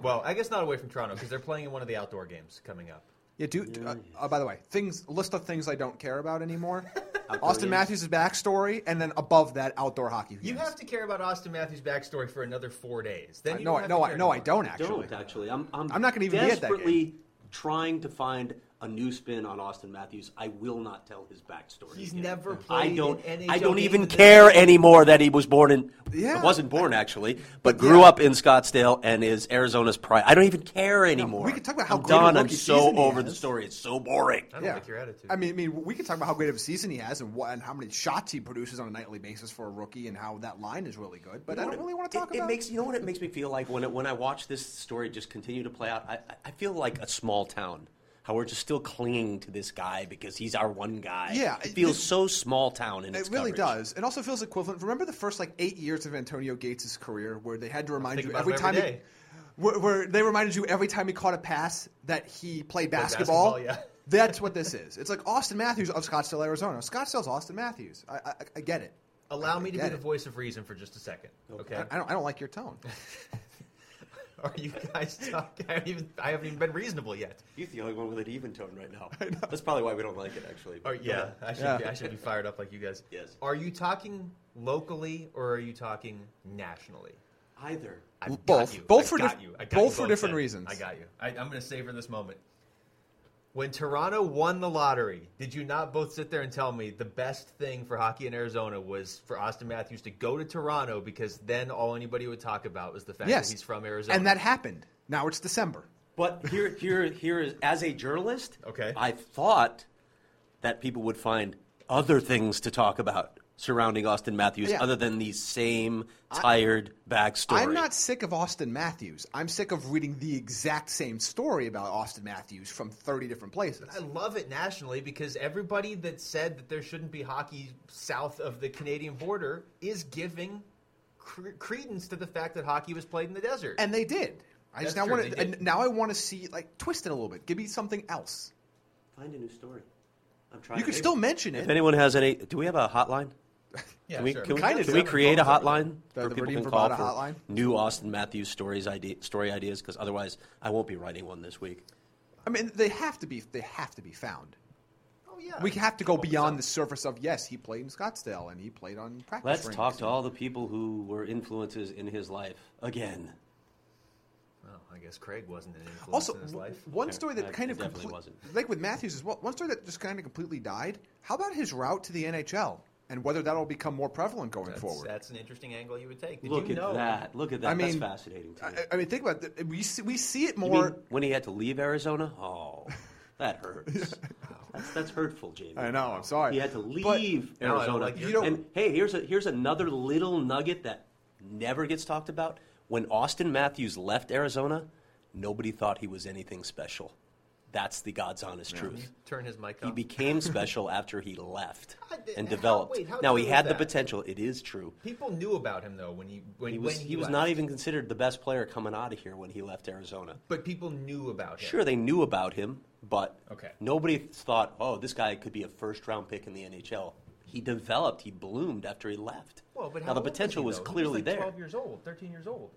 Speaker 1: Well, I guess not away from Toronto because they're playing in one of the outdoor games coming up.
Speaker 2: Yeah, do, do- uh, uh, by the way, things list of things I don't care about anymore.
Speaker 3: Outdoor
Speaker 2: Austin
Speaker 3: games.
Speaker 2: Matthews' backstory, and then above that, outdoor hockey.
Speaker 1: You
Speaker 2: games.
Speaker 1: have to care about Austin Matthews' backstory for another four days. Then
Speaker 2: I-
Speaker 1: you
Speaker 2: Uh, no,
Speaker 1: don't
Speaker 2: I,
Speaker 1: have
Speaker 2: no,
Speaker 1: to
Speaker 2: I,
Speaker 1: care
Speaker 2: no, I
Speaker 1: anymore.
Speaker 2: don't actually.
Speaker 3: Don't actually. I'm. I'm,
Speaker 2: I'm not gonna even be at that game.
Speaker 3: desperately trying to find a new spin on Austin Matthews. I will not tell his backstory.
Speaker 1: He's
Speaker 3: again.
Speaker 1: never
Speaker 3: I
Speaker 1: played
Speaker 3: don't.
Speaker 1: an
Speaker 3: I
Speaker 1: NHL
Speaker 3: don't
Speaker 1: game
Speaker 3: even
Speaker 1: that-
Speaker 3: care anymore that he was born in.
Speaker 2: Yeah.
Speaker 3: wasn't born actually, but grew
Speaker 2: Yeah.
Speaker 3: up in Scottsdale and is Arizona's pride. I don't even care anymore.
Speaker 2: we can talk about how
Speaker 3: I'm
Speaker 2: great a
Speaker 3: done. I'm
Speaker 2: rookie
Speaker 3: so
Speaker 2: season he
Speaker 3: over the
Speaker 2: has.
Speaker 3: story. It's so boring.
Speaker 1: I don't like your attitude.
Speaker 2: I mean, I mean, we can talk about how great of a season he has and what and how many shots he produces on a nightly basis for a rookie, and how that line is really good. But
Speaker 3: You know
Speaker 2: I don't
Speaker 3: what
Speaker 2: really
Speaker 3: it-
Speaker 2: want to talk
Speaker 3: it,
Speaker 2: about.
Speaker 3: It makes you know what it makes me feel like when it, when I watch this story just continue to play out. I, I- I feel like a small town. How we're just still clinging to this guy because he's our one guy.
Speaker 2: Yeah,
Speaker 3: it
Speaker 2: it-
Speaker 3: feels
Speaker 2: this-
Speaker 3: so small town in
Speaker 2: It
Speaker 3: its
Speaker 2: really
Speaker 3: coverage.
Speaker 2: does. It also feels equivalent. Remember the first like eight years of Antonio Gates' career, where they had to remind
Speaker 1: think
Speaker 2: you
Speaker 1: about
Speaker 2: every
Speaker 1: him
Speaker 2: time,
Speaker 1: every
Speaker 2: he,
Speaker 1: day.
Speaker 2: where, where they reminded you every time he caught a pass that he played basketball.
Speaker 1: basketball, yeah.
Speaker 2: That's what this is. It's like Austin Matthews of Scottsdale, Arizona. Scottsdale's Austin Matthews. I, I, I get it.
Speaker 1: Allow
Speaker 2: I
Speaker 1: me to be
Speaker 2: get
Speaker 1: the
Speaker 2: it.
Speaker 1: voice of reason for just a second, okay?
Speaker 2: I, I don't. I don't like your tone.
Speaker 1: Are you guys talking? I haven't even, I haven't even been reasonable yet.
Speaker 3: He's the only one with an even tone right now. That's probably why we don't like it, actually.
Speaker 1: Or, yeah, I should,
Speaker 2: Yeah.
Speaker 1: Be, I should be fired up like you guys.
Speaker 3: Yes.
Speaker 1: Are you talking locally or are you talking nationally?
Speaker 3: Either.
Speaker 1: I've
Speaker 2: Both.
Speaker 1: Got you.
Speaker 2: Both
Speaker 1: I
Speaker 2: for
Speaker 1: got
Speaker 2: dif-
Speaker 1: you. I got
Speaker 2: both
Speaker 1: you
Speaker 2: for different
Speaker 1: then.
Speaker 2: reasons.
Speaker 1: I got you. I, I'm going to savor this moment. When Toronto won the lottery, did you not both sit there and tell me the best thing for hockey in Arizona was for Austin Matthews to go to Toronto because then all anybody would talk about was the fact
Speaker 2: yes,
Speaker 1: that he's from Arizona?
Speaker 2: and that happened. Now it's December.
Speaker 3: But here, here, here is as a journalist.
Speaker 1: Okay.
Speaker 3: I thought that people would find other things to talk about surrounding Austin Matthews,
Speaker 2: Yeah.
Speaker 3: other than the same tired backstory.
Speaker 2: I'm not sick of Austin Matthews. I'm sick of reading the exact same story about Austin Matthews from 30 different places.
Speaker 1: I love it nationally because everybody that said that there shouldn't be hockey south of the Canadian border is giving cre- credence to the fact that hockey was played in the desert.
Speaker 2: And they did. I
Speaker 1: That's
Speaker 2: just now
Speaker 1: true,
Speaker 2: want
Speaker 1: they did.
Speaker 2: to now I want to see like twist it a little bit. Give me something else.
Speaker 3: Find a new story. I'm trying.
Speaker 2: You can still mention
Speaker 3: If
Speaker 2: it.
Speaker 3: anyone has any, do we have a hotline?
Speaker 1: yeah,
Speaker 3: Can we,
Speaker 1: sure.
Speaker 3: can we,
Speaker 2: Kind of
Speaker 3: can we
Speaker 2: do.
Speaker 3: create a hotline
Speaker 2: The-
Speaker 3: where
Speaker 2: the
Speaker 3: people
Speaker 2: Redeem
Speaker 3: can call
Speaker 2: Bravada
Speaker 3: for
Speaker 2: hotline?
Speaker 3: new Austin Matthews stories idea, story ideas? Because otherwise, I won't be writing one this week.
Speaker 2: I mean, they have to be they have to be found.
Speaker 1: Oh, yeah.
Speaker 2: We have to go
Speaker 1: Well,
Speaker 2: beyond the surface of yes, he played in Scottsdale and he played on practice.
Speaker 3: Let's
Speaker 2: rinks.
Speaker 3: talk to all the people who were influences in his life again.
Speaker 1: Well, I guess Craig wasn't an influence
Speaker 2: Also,
Speaker 1: in his
Speaker 2: w-
Speaker 1: life.
Speaker 2: one story that
Speaker 3: Yeah,
Speaker 2: kind
Speaker 3: it
Speaker 2: of
Speaker 3: definitely
Speaker 2: complete-
Speaker 3: wasn't.
Speaker 2: like with Matthews as well. One story that just kind of completely died. How about his route to the NHL and whether that'll become more prevalent going
Speaker 1: That's,
Speaker 2: forward?
Speaker 1: that's an interesting angle you would take. Did
Speaker 3: Look
Speaker 1: you
Speaker 3: at
Speaker 1: know
Speaker 3: that! Look at that!
Speaker 2: I mean,
Speaker 3: That's fascinating. To me.
Speaker 2: I, uh, I mean, think about it. We see, we see it
Speaker 3: You
Speaker 2: more.
Speaker 3: mean when he had to leave Arizona? Oh, that hurts. that's, that's hurtful, Jamie.
Speaker 2: I know. I'm sorry.
Speaker 3: He had to
Speaker 2: But-
Speaker 3: leave
Speaker 1: No, I don't
Speaker 3: Arizona.
Speaker 1: like your
Speaker 2: You don't-
Speaker 3: and hey, here's a here's another little nugget that never gets talked about. When Austin Matthews left Arizona, nobody thought he was anything special. That's the God's honest truth.
Speaker 1: Turn his mic
Speaker 3: He
Speaker 1: up.
Speaker 3: became special after he left
Speaker 1: How did-
Speaker 3: and
Speaker 1: how-
Speaker 3: developed.
Speaker 1: wait, how
Speaker 3: now he
Speaker 1: true is
Speaker 3: had the
Speaker 1: that?
Speaker 3: potential. It is true.
Speaker 1: People knew about him, though, when he when
Speaker 3: He was
Speaker 1: when
Speaker 3: he was
Speaker 1: left.
Speaker 3: not even considered the best player coming out of here when he left Arizona.
Speaker 1: But people knew about him.
Speaker 3: Sure, they knew about him, but
Speaker 1: Okay.
Speaker 3: nobody thought, oh, this guy could be a first round pick in the NHL. He developed. He bloomed after he left.
Speaker 1: Well, but
Speaker 3: now
Speaker 1: how
Speaker 3: the
Speaker 1: old was
Speaker 3: potential
Speaker 1: he,
Speaker 3: was
Speaker 1: though? He
Speaker 3: clearly
Speaker 1: like
Speaker 3: there.
Speaker 1: 12 years old, 13 years old.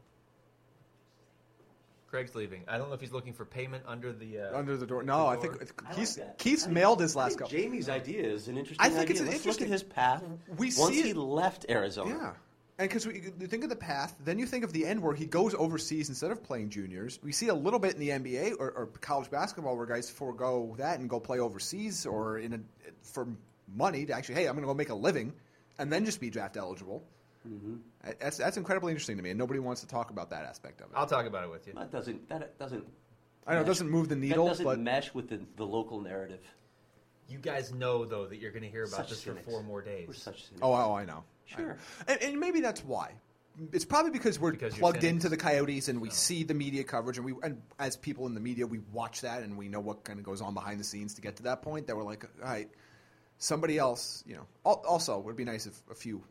Speaker 1: Craig's leaving. I don't know if he's looking for payment under the uh,
Speaker 2: Under the door. No, I
Speaker 1: door.
Speaker 2: think it's,
Speaker 3: I like
Speaker 2: Keith's,
Speaker 3: that.
Speaker 2: Keith's
Speaker 3: I think-
Speaker 2: mailed his
Speaker 3: I
Speaker 2: last
Speaker 3: think
Speaker 2: couple.
Speaker 3: Jamie's idea is an interesting.
Speaker 2: I think it's
Speaker 3: idea.
Speaker 2: an
Speaker 3: Let's
Speaker 2: interesting-
Speaker 3: Look at his path.
Speaker 2: We
Speaker 3: once
Speaker 2: see
Speaker 3: he
Speaker 2: it-
Speaker 3: left Arizona.
Speaker 2: Yeah. And because you think of the path, then you think of the end where he goes overseas instead of playing juniors. We see a little bit in the NBA or, or college basketball where guys forego that and go play overseas or in a, for money to actually, hey, I'm going to go make a living and then just be draft eligible. Mm-hmm. That's, that's incredibly interesting to me, and nobody wants to talk about that aspect of it.
Speaker 1: I'll talk about it with you.
Speaker 3: That doesn't. That doesn't.
Speaker 2: I know it
Speaker 3: mesh-
Speaker 2: doesn't move the needle,
Speaker 3: That doesn't
Speaker 2: but
Speaker 3: mesh with the, the local narrative.
Speaker 1: You guys know though that you're going to hear about
Speaker 3: Such
Speaker 1: this
Speaker 3: cynics.
Speaker 1: for four more days.
Speaker 3: We're such cynics.
Speaker 2: oh, oh, I know.
Speaker 3: Sure.
Speaker 2: And, and maybe that's why. It's probably because we're
Speaker 1: Because you're Oh.
Speaker 2: plugged
Speaker 1: cynics.
Speaker 2: into the Coyotes and we see the media coverage, and we, and as people in the media, we watch that and we know what kind of goes on behind the scenes to get to that point. That we're like, all right, somebody else, you know. Al- Also, it would be nice if a few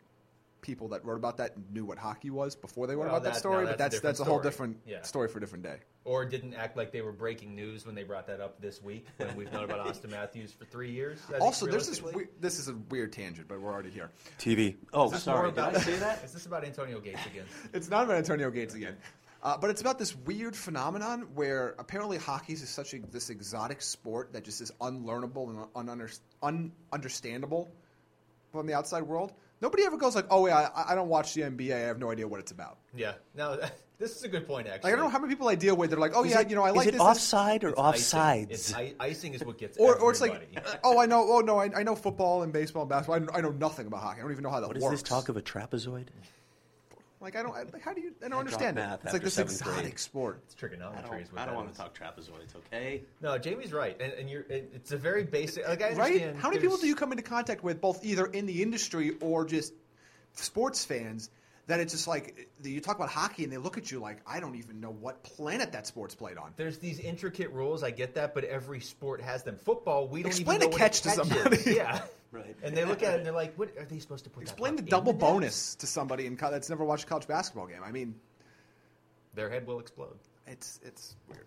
Speaker 2: people that wrote about that knew what hockey was before they wrote
Speaker 1: Well,
Speaker 2: about that
Speaker 1: that-
Speaker 2: story.
Speaker 1: now
Speaker 2: but
Speaker 1: that's a
Speaker 2: that's that's a
Speaker 1: different
Speaker 2: whole
Speaker 1: story.
Speaker 2: different
Speaker 1: Yeah.
Speaker 2: story for a different day.
Speaker 1: Or didn't act like they were breaking news when they brought that up this week when we've known about Austin Matthews for three years. I think
Speaker 2: Also, there's this
Speaker 1: realistically-
Speaker 2: we- this is a weird tangent, but we're already here.
Speaker 3: TV. Oh,
Speaker 1: Is this more
Speaker 3: sorry. Did I
Speaker 1: about-
Speaker 3: say that?
Speaker 1: Is this about Antonio Gates again?
Speaker 2: It's not about Antonio Gates again. Uh, but it's about this weird phenomenon where apparently hockey is such a, this exotic sport that just is unlearnable and ununder, ununderstandable from the outside world. Nobody ever goes like, "Oh yeah, I, I don't watch the NBA. I have no idea what it's about."
Speaker 1: Yeah. Now this is a good point actually.
Speaker 2: Like I don't know how many people I deal with. They're like, "Oh yeah, you know, I
Speaker 3: is
Speaker 2: like
Speaker 3: it
Speaker 2: this." this-
Speaker 3: offside or
Speaker 1: Icing.
Speaker 3: offsides?
Speaker 1: It's, I, icing is what gets
Speaker 2: Or, or it's like,
Speaker 1: everybody.
Speaker 2: "Oh, I know. Oh no, I, I know football and baseball and basketball. I know, I know nothing about hockey. I don't even know how that
Speaker 3: what is
Speaker 2: works."
Speaker 3: this talk of a trapezoid?
Speaker 2: Like I don't. I, like, how do you? I don't
Speaker 3: I
Speaker 2: understand it.
Speaker 3: dropped math
Speaker 2: It's like
Speaker 3: after
Speaker 2: this
Speaker 3: seventh
Speaker 2: exotic
Speaker 3: grade.
Speaker 2: sport.
Speaker 1: it's trigonometry.
Speaker 3: I don't,
Speaker 1: is what
Speaker 3: I don't
Speaker 1: that
Speaker 3: want
Speaker 1: is.
Speaker 3: to talk trapezoids, okay?
Speaker 1: No, Jamie's right, and, and you're. It, it's a very basic. Like I
Speaker 2: right?
Speaker 1: understand.
Speaker 2: How many people
Speaker 1: there's-
Speaker 2: do you come into contact with, both either in the industry or just sports fans, that it's just like that you talk about hockey and they look at you like, I don't even know what planet that sport's played on.
Speaker 1: There's these intricate rules. I get that, but every sport has them. Football, we don't
Speaker 2: Explain
Speaker 1: even
Speaker 2: a
Speaker 1: know
Speaker 2: catch to
Speaker 1: what a catch
Speaker 2: somebody.
Speaker 1: Is. Yeah,
Speaker 3: Right.
Speaker 1: And they look at it and they're like, "What are they supposed to put?" that
Speaker 2: Explain
Speaker 1: puck
Speaker 2: the
Speaker 1: in
Speaker 2: double
Speaker 1: net?
Speaker 2: bonus to somebody in co- that's never watched a college basketball game. I mean,
Speaker 1: Their head will explode.
Speaker 2: it's it's weird.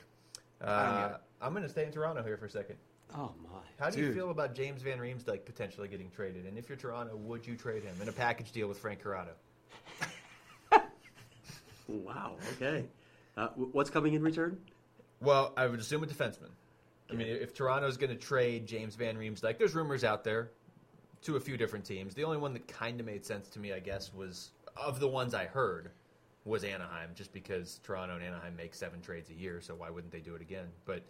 Speaker 2: don't get
Speaker 1: Uh,
Speaker 2: it.
Speaker 1: I'm going to stay in Toronto here for a second.
Speaker 3: Oh, my.
Speaker 1: How do you
Speaker 2: Dude.
Speaker 1: feel about James Van Riemsdyk potentially getting traded? And if you're Toronto, would you trade him in a package deal with Frank Corrado?
Speaker 3: Wow, okay. Uh, w- what's coming in return?
Speaker 1: Well, I would assume a defenseman. I mean, if Toronto's going to trade James Van Riemsdyk, there's rumors out there to a few different teams. The only one that kind of made sense to me, I guess, was of the ones I heard was Anaheim, just because Toronto and Anaheim make seven trades a year, so why wouldn't they do it again? But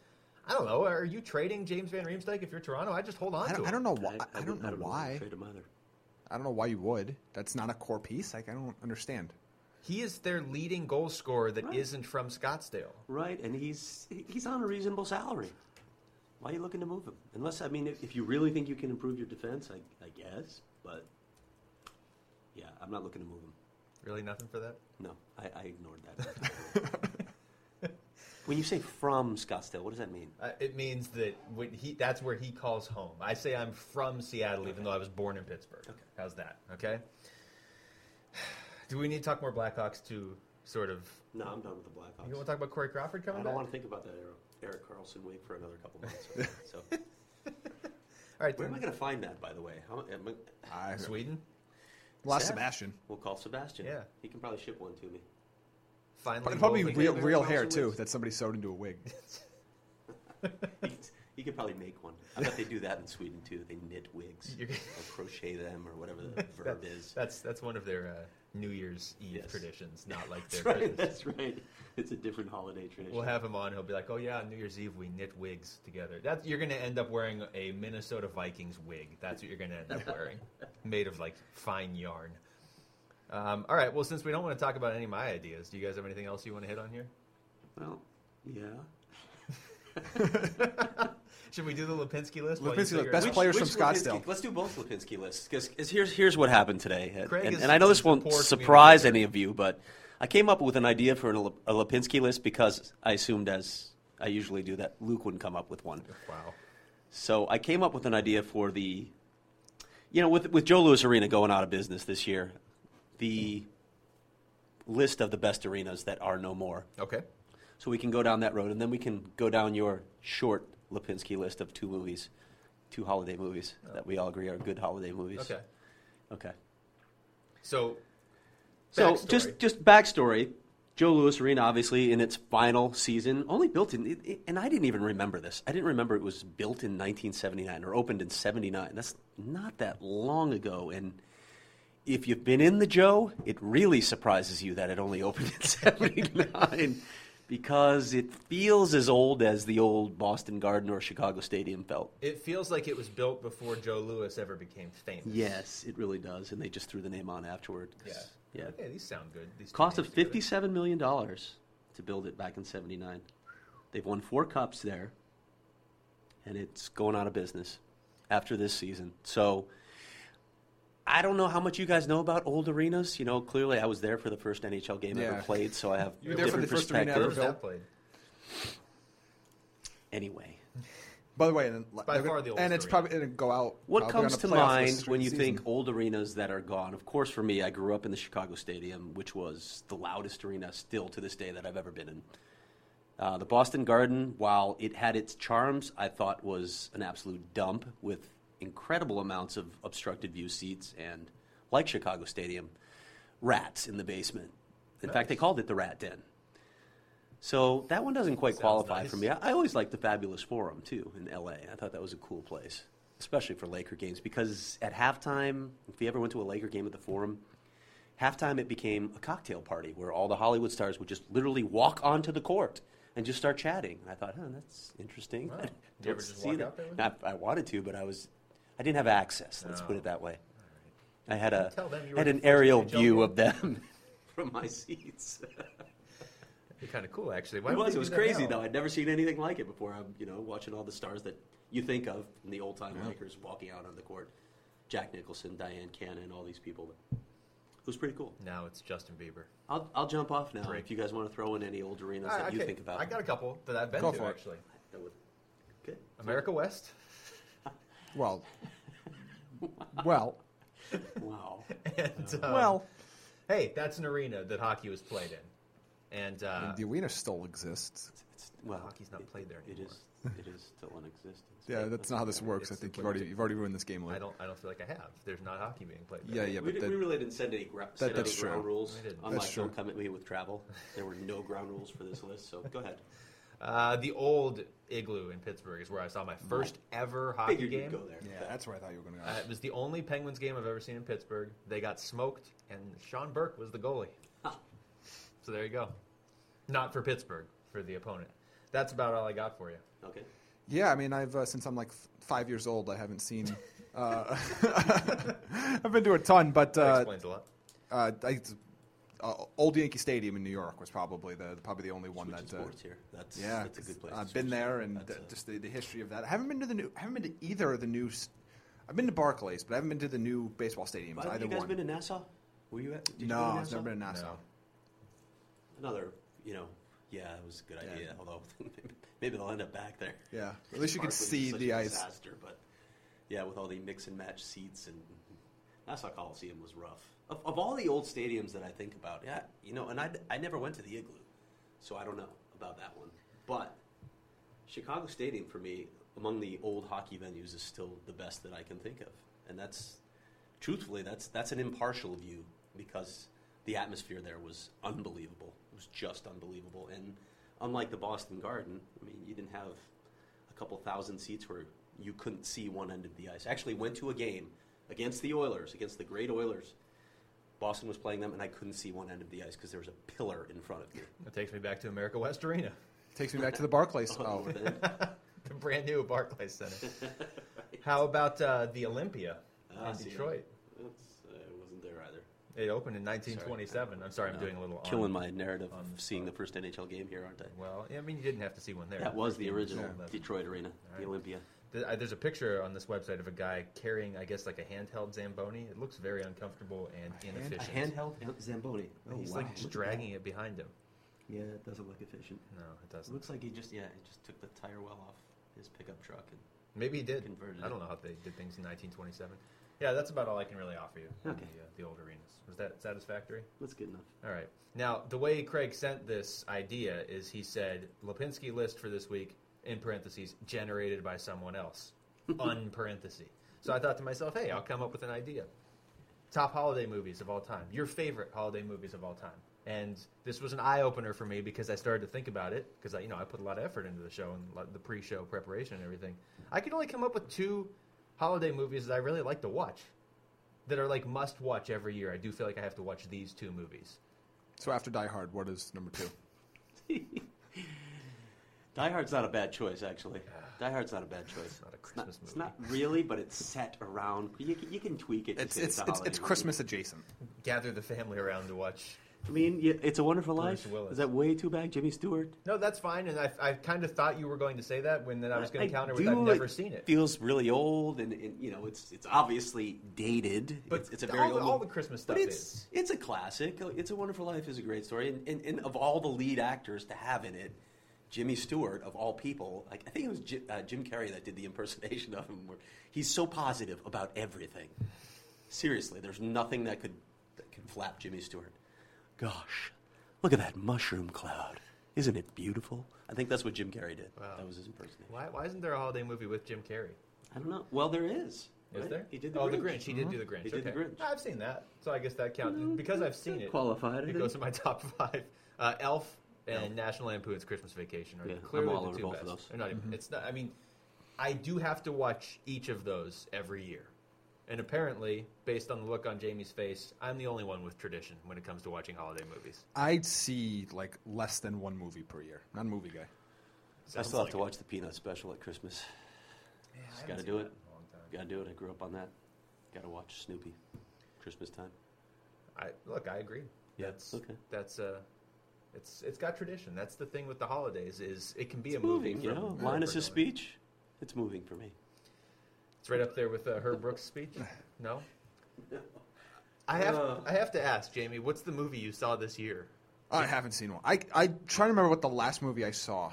Speaker 1: I don't know. Are you trading James Van Riemsdyk if you're Toronto? I just hold on
Speaker 2: I
Speaker 1: to
Speaker 2: don't,
Speaker 1: him.
Speaker 2: I don't know why. I,
Speaker 3: wouldn't-
Speaker 2: don't know why.
Speaker 3: Trade him either.
Speaker 2: I don't know why you would. That's not a core piece. Like I don't understand.
Speaker 1: He is their leading goal scorer that
Speaker 3: Right.
Speaker 1: not from Scottsdale.
Speaker 3: Right, and he's he's on a reasonable salary. Why are you looking to move him? Unless, I mean, if, if you really think you can improve your defense, I, I guess, but yeah, I'm not looking to move him.
Speaker 1: Really, nothing for that.
Speaker 3: No, I, I ignored that. when you say from Scottsdale, what does that mean?
Speaker 1: Uh, it means that when he, that's where he calls home. I say I'm from Seattle, even though I was born in Pittsburgh.
Speaker 3: Okay.
Speaker 1: How's that? Okay. Do we need to talk more Blackhawks to sort of?
Speaker 3: No, I'm done with the Blackhawks.
Speaker 1: You want to talk about Corey Crawford
Speaker 3: I
Speaker 1: coming
Speaker 3: don't
Speaker 1: back?
Speaker 3: want to think about that Eric, Eric Carlson wait for another couple months. so,
Speaker 1: All right,
Speaker 3: where am I
Speaker 1: then.
Speaker 3: going to find that? By the way, How, am I,
Speaker 2: I,
Speaker 1: Sweden
Speaker 2: Lost
Speaker 1: Seth?
Speaker 2: Sebastian.
Speaker 3: we'll call Sebastian.
Speaker 1: Yeah.
Speaker 3: he can probably ship one to me.
Speaker 1: finally.
Speaker 2: But probably
Speaker 1: rolling.
Speaker 2: real,
Speaker 3: Eric
Speaker 2: real hair
Speaker 3: Carlson
Speaker 2: too.
Speaker 3: wins.
Speaker 2: That somebody sewed into a wig.
Speaker 3: He could- He could probably make one. I bet they do that in Sweden too. They knit wigs
Speaker 1: You're-
Speaker 3: or crochet them or whatever the verb is.
Speaker 1: That's that's one of their uh, New Year's Eve
Speaker 3: Yes.
Speaker 1: traditions, not like their
Speaker 3: That's right.
Speaker 1: Christmas.
Speaker 3: That's right. It's a different holiday tradition.
Speaker 1: We'll have him on. He'll be like, "Oh yeah, on New Year's Eve we knit wigs together." That's you're going to end up wearing a Minnesota Vikings wig. That's what you're going to end up wearing, made of like fine yarn. Um, all right. Well, since we don't want to talk about any of my ideas, do you guys have anything else you want to hit on here?
Speaker 3: well, yeah.
Speaker 1: Should we do the Lipinski list? while you
Speaker 2: Lipinski list,
Speaker 1: figure it
Speaker 2: best
Speaker 1: out?
Speaker 2: player- players from
Speaker 3: Lipinski-
Speaker 2: Scottsdale.
Speaker 3: Let's do both Lipinski lists because here's here's what happened today, and,
Speaker 1: Craig is-
Speaker 3: and I know
Speaker 1: is
Speaker 3: this
Speaker 1: a
Speaker 3: won't
Speaker 1: poor
Speaker 3: surprise
Speaker 1: communicator.
Speaker 3: any of you, but I came up with an idea for an, Lip- a Lipinski list because I assumed, as I usually do, that Luke wouldn't come up with one.
Speaker 1: Wow.
Speaker 3: So I came up with an idea for the, you know, with with Joe Louis Arena going out of business this year, the list of the best arenas that are no more.
Speaker 1: Okay.
Speaker 3: So we can go down that road, and then we can go down your short Lipinski list of two movies, two holiday movies that we all agree are good holiday movies.
Speaker 1: Okay.
Speaker 3: Okay.
Speaker 1: So,
Speaker 3: So
Speaker 1: backstory.
Speaker 3: just just backstory. Joe Louis Arena, obviously, in its final season, only built in, it, it- and I didn't even remember this. I didn't remember it was built in 1979 or opened in 79. That's not that long ago. And if you've been in the Joe, it really surprises you that it only opened in 79 because it feels as old as the old Boston Garden or Chicago Stadium felt.
Speaker 1: it feels like it was built before Joe Lewis ever became famous.
Speaker 3: Yes, it really does. And they just threw the name on afterward.
Speaker 1: Yeah.
Speaker 3: 'cause- Yeah.
Speaker 1: Okay, these sound good. These two
Speaker 3: Cost of
Speaker 1: names together.
Speaker 3: fifty-seven million dollars to build it back in '79. They've won four cups there, and it's going out of business after this season. So I don't know how much you guys know about old arenas. You know, clearly I was there for the first NHL game I
Speaker 2: Yeah.
Speaker 3: ever played, so I have
Speaker 2: You were there for
Speaker 3: different
Speaker 2: the first arena ever
Speaker 1: Where was
Speaker 3: perspective.
Speaker 2: built.
Speaker 1: that played?
Speaker 3: Anyway,
Speaker 2: By the way, and, then-
Speaker 1: By far the oldest
Speaker 2: and it's
Speaker 1: arena.
Speaker 2: probably going to go out.
Speaker 3: what
Speaker 2: probably on
Speaker 3: comes
Speaker 2: a
Speaker 3: to
Speaker 2: playoff this
Speaker 3: mind when you
Speaker 2: season.
Speaker 3: think old arenas that are gone? Of course, for me, I grew up in the Chicago Stadium, which was the loudest arena still to this day that I've ever been in. Uh, the Boston Garden, while it had its charms, I thought was an absolute dump with incredible amounts of obstructed view seats and, like Chicago Stadium, rats in the basement. In fact, they called it the Rat Den. So that one doesn't quite
Speaker 1: Sounds
Speaker 3: qualify
Speaker 1: nice.
Speaker 3: for me. I, I always liked the Fabulous Forum too in L.A. I thought that was a cool place, especially for Laker games because at halftime, if you ever went to a Laker game at the Forum, halftime it became a cocktail party where all the Hollywood stars would just literally walk onto the court and just start chatting. And I thought, huh, that's interesting.
Speaker 1: Wow.
Speaker 3: I
Speaker 1: Did you
Speaker 3: don't
Speaker 1: ever just
Speaker 3: see
Speaker 1: walk
Speaker 3: that.
Speaker 1: out there with
Speaker 3: Not- I wanted to, but I was, I didn't have access. Let's put
Speaker 1: Oh.
Speaker 3: it that way. I had a
Speaker 1: Tell them you were
Speaker 3: had
Speaker 1: the
Speaker 3: an
Speaker 1: first
Speaker 3: aerial
Speaker 1: NHL
Speaker 3: view
Speaker 1: game.
Speaker 3: of them from my seats.
Speaker 1: It'd be kind of cool, actually. Why
Speaker 3: it
Speaker 1: would they
Speaker 3: was. It
Speaker 1: do
Speaker 3: was
Speaker 1: that
Speaker 3: crazy
Speaker 1: now?
Speaker 3: though. I'd never seen anything like it before. I'm, you know, watching all the stars that you think of in the old time Lakers walking out on the court. Jack Nicholson, Diane Cannon, all these people. It was pretty cool.
Speaker 1: Now it's Justin Bieber.
Speaker 3: I'll, I'll jump off now
Speaker 1: Great.
Speaker 3: if you guys want to throw in any old arenas
Speaker 1: All
Speaker 3: that
Speaker 1: right,
Speaker 3: you
Speaker 1: okay.
Speaker 3: think about.
Speaker 1: I got a couple that I've been
Speaker 2: Go
Speaker 1: to
Speaker 2: for it.
Speaker 1: actually.
Speaker 3: That would- Okay.
Speaker 1: America West
Speaker 2: Well, well,
Speaker 3: Wow.
Speaker 1: and um,
Speaker 2: well,
Speaker 1: Hey, that's an arena that hockey was played in, and uh,
Speaker 2: the arena still exists.
Speaker 3: It's, well,
Speaker 1: Hockey's not
Speaker 3: it-
Speaker 1: played there
Speaker 3: It
Speaker 1: anymore.
Speaker 3: is. It is still in existence.
Speaker 2: Yeah, that's not how this works. I
Speaker 1: It's
Speaker 2: think
Speaker 1: the
Speaker 2: you've already
Speaker 1: limited-
Speaker 2: you've already ruined this game. Luke.
Speaker 1: I don't. I don't feel like I have. There's not hockey being played.
Speaker 2: Yeah,
Speaker 1: There.
Speaker 2: yeah,
Speaker 3: we,
Speaker 2: but
Speaker 3: did,
Speaker 2: that,
Speaker 3: we really didn't set any, gra- set any
Speaker 2: that's true.
Speaker 3: ground rules.
Speaker 1: We didn't.
Speaker 3: Unlike
Speaker 2: That's true.
Speaker 3: don't come at me with travel, there were no ground rules for this list. So go ahead.
Speaker 1: Uh, the old igloo in Pittsburgh is where I saw my first ever hockey
Speaker 3: Figured you'd
Speaker 1: game.
Speaker 3: go there.
Speaker 2: yeah, that's where I thought you were going to go.
Speaker 1: Uh, it was the only Penguins game I've ever seen in Pittsburgh. They got smoked, and Sean Burke was the goalie. So there you go. Not for Pittsburgh, for the opponent. That's about all I got for you.
Speaker 3: Okay.
Speaker 2: Yeah, I mean, I've uh, since I'm like f- five years old, I haven't seen. Uh, I've been to a ton, but
Speaker 1: That
Speaker 2: uh,
Speaker 1: explains a lot.
Speaker 2: uh, I, uh, Old Yankee Stadium in New York was probably the probably the only one
Speaker 3: Switching
Speaker 2: that. Uh,
Speaker 3: sports here. That's
Speaker 2: yeah,
Speaker 3: That's a good place. to
Speaker 2: I've been
Speaker 3: switch.
Speaker 2: there, and
Speaker 3: That's
Speaker 2: uh,
Speaker 3: a-
Speaker 2: just the, the history of that. I haven't been to the new. I haven't been to either of the new. s- I've been to Barclays, but I haven't been to the new baseball stadiums.
Speaker 3: Well, have
Speaker 2: either
Speaker 3: you guys
Speaker 2: one.
Speaker 3: been to Nassau? Were you at? Did you
Speaker 2: no,
Speaker 3: go to
Speaker 2: I've
Speaker 3: Nassau?
Speaker 2: never been to Nassau.
Speaker 1: No.
Speaker 3: Another, you know, yeah, it was a good
Speaker 2: Yeah.
Speaker 3: idea. Although maybe they'll end up back there.
Speaker 2: Yeah, at least you can
Speaker 3: Barclays is
Speaker 2: see
Speaker 3: such
Speaker 2: the
Speaker 3: a
Speaker 2: ice.
Speaker 3: Disaster, but yeah, with all the mix and match seats and Nassau Coliseum was rough. Of, of all the old stadiums that I think about, yeah, you know, and I, I never went to the Igloo, so I don't know about that one. But Chicago Stadium for me, among the old hockey venues, is still the best that I can think of, and that's truthfully that's that's an impartial view because the atmosphere there was unbelievable. It was just unbelievable, and unlike the Boston Garden, I mean, you didn't have a couple thousand seats where you couldn't see one end of the ice. I actually went to a game against the Oilers, against the great Oilers. Boston was playing them, and I couldn't see one end of the ice because there was a pillar in front of me.
Speaker 1: That takes me back to America West Arena,
Speaker 2: Takes me back to the Barclays.
Speaker 3: On the
Speaker 2: oh,
Speaker 3: north end.
Speaker 1: the brand new Barclays Center. How about uh, the Olympia
Speaker 3: Ah,
Speaker 1: in
Speaker 3: see,
Speaker 1: Detroit?
Speaker 3: That's, I wasn't there either.
Speaker 1: It opened in 1927. I'm sorry, I'm doing a little on-
Speaker 3: killing my narrative
Speaker 1: on
Speaker 3: of
Speaker 1: the
Speaker 3: seeing the first NHL game here, aren't I?
Speaker 1: Well, I mean, you didn't have to see one there.
Speaker 3: That was the original
Speaker 1: Yeah.
Speaker 3: Detroit Arena,
Speaker 1: right.
Speaker 3: the Olympia.
Speaker 1: Th- I- There's a picture on this website of a guy carrying, I guess, like a handheld zamboni. It looks very uncomfortable and
Speaker 2: hand- a
Speaker 1: inefficient.
Speaker 3: Zamboni.
Speaker 2: Oh,
Speaker 1: He's like just dragging it behind him.
Speaker 3: Yeah, it doesn't look efficient.
Speaker 1: No, it
Speaker 3: It
Speaker 1: doesn't.
Speaker 3: looks like he just yeah, he just took the tire well off his pickup truck and
Speaker 1: Maybe he did.
Speaker 3: Converted
Speaker 1: I don't know how they did things in 1927. Yeah, that's about all I can really offer you. on
Speaker 3: Okay.
Speaker 1: The, uh, the old arenas. Was that satisfactory?
Speaker 3: that's good enough.
Speaker 1: All right. Now, the way Craig sent this idea is he said Lipinski list for this week in parentheses generated by someone else, un parenthesis. So I thought to myself, hey, I'll come up with an idea. top holiday movies of all time, your favorite holiday movies of all time. And this was an eye opener for me because I started to think about it because I, you know, I put a lot of effort into the show and a lot- the pre-show preparation and everything. I could only come up with two holiday movies that I really like to watch, that are like must watch every year. I do feel like I have to watch these two movies.
Speaker 2: So after Die Hard, what is number two?
Speaker 3: Die Hard's not a bad choice, actually. Die Hard's not a bad choice.
Speaker 1: Not a
Speaker 3: It's not,
Speaker 1: Christmas
Speaker 3: it's
Speaker 1: movie.
Speaker 3: not really, but it's set around. You can, you can tweak it. to
Speaker 2: It's
Speaker 3: say
Speaker 2: it's
Speaker 3: a
Speaker 2: it's,
Speaker 3: holiday
Speaker 2: it's
Speaker 3: movie.
Speaker 2: Christmas adjacent.
Speaker 1: Gather the family around to watch
Speaker 3: I mean, yeah, it's a Wonderful
Speaker 1: Bruce
Speaker 3: Life.
Speaker 1: Willis.
Speaker 3: Is that way too bad, Jimmy Stewart?
Speaker 1: No, that's fine, and I, I kind of thought you were going to say that when then I was going to counter with
Speaker 3: do,
Speaker 1: I've never
Speaker 3: it
Speaker 1: seen it.
Speaker 3: Feels really old, and, and you know, it's it's obviously dated.
Speaker 1: But
Speaker 3: it's, it's a
Speaker 1: all
Speaker 3: very
Speaker 1: the-
Speaker 3: old,
Speaker 1: all the Christmas stuff
Speaker 3: But it's it's a classic. It's a Wonderful Life is a great story, and, and, and of all the lead actors to have in it, Jimmy Stewart of all people, like I think it was Jim, uh, Jim Carrey that did the impersonation of him. Where he's so positive about everything. Seriously, there's nothing that could that could flap Jimmy Stewart. Gosh, look at that mushroom cloud. Isn't it beautiful? I think that's what Jim Carrey did.
Speaker 1: Wow.
Speaker 3: That was his impersonation.
Speaker 1: Why, why isn't there a holiday movie with Jim Carrey?
Speaker 3: I don't know. Well, there is.
Speaker 1: Is
Speaker 3: right?
Speaker 1: there?
Speaker 3: He did the
Speaker 1: oh,
Speaker 3: Grinch. Mm-hmm.
Speaker 1: the Grinch. He did do the Grinch.
Speaker 3: He did the
Speaker 1: okay.
Speaker 3: Grinch. Mm-hmm.
Speaker 1: I've seen that, so I guess that counts
Speaker 3: No,
Speaker 1: because I've
Speaker 3: that-
Speaker 1: seen
Speaker 3: that
Speaker 1: it.
Speaker 3: qualified, I
Speaker 1: It
Speaker 3: think.
Speaker 1: goes in my top five. Uh, Elf and
Speaker 3: Elf.
Speaker 1: National Lampoon's Christmas Vacation are
Speaker 3: Yeah, I'm
Speaker 1: clearly
Speaker 3: all
Speaker 1: the
Speaker 3: over
Speaker 1: two
Speaker 3: both
Speaker 1: best.
Speaker 3: of those.
Speaker 1: They're not even- It's not. I mean, I do have to watch each of those every year, and apparently, based on the look on Jamie's face, I'm the only one with tradition when it comes to watching holiday movies.
Speaker 2: I'd see like less than one movie per year. Not a movie guy.
Speaker 3: I
Speaker 1: Sounds
Speaker 3: still have
Speaker 1: like
Speaker 3: to
Speaker 1: it.
Speaker 3: watch the Peanut special at Christmas.
Speaker 1: Yeah, I
Speaker 3: Just
Speaker 1: haven't
Speaker 3: gotta
Speaker 1: seen that
Speaker 3: do it.
Speaker 1: in a long time.
Speaker 3: Gotta do it. I grew up on that. Gotta watch Snoopy. Christmas time.
Speaker 1: I look, I agree.
Speaker 3: Yeah,
Speaker 1: That's
Speaker 3: okay.
Speaker 1: That's uh it's it's got tradition. That's the thing with the holidays is it can be
Speaker 3: It's
Speaker 1: a movie.
Speaker 3: moving, you
Speaker 1: from-
Speaker 3: know.
Speaker 1: from
Speaker 3: Linus's
Speaker 1: Bergman.
Speaker 3: speech. It's moving for me.
Speaker 1: It's right up there with uh, Herb Brooks' speech. No. I have I have to ask Jamie, what's the movie you saw this year?
Speaker 2: I haven't seen one. I I try to remember what the last movie I saw.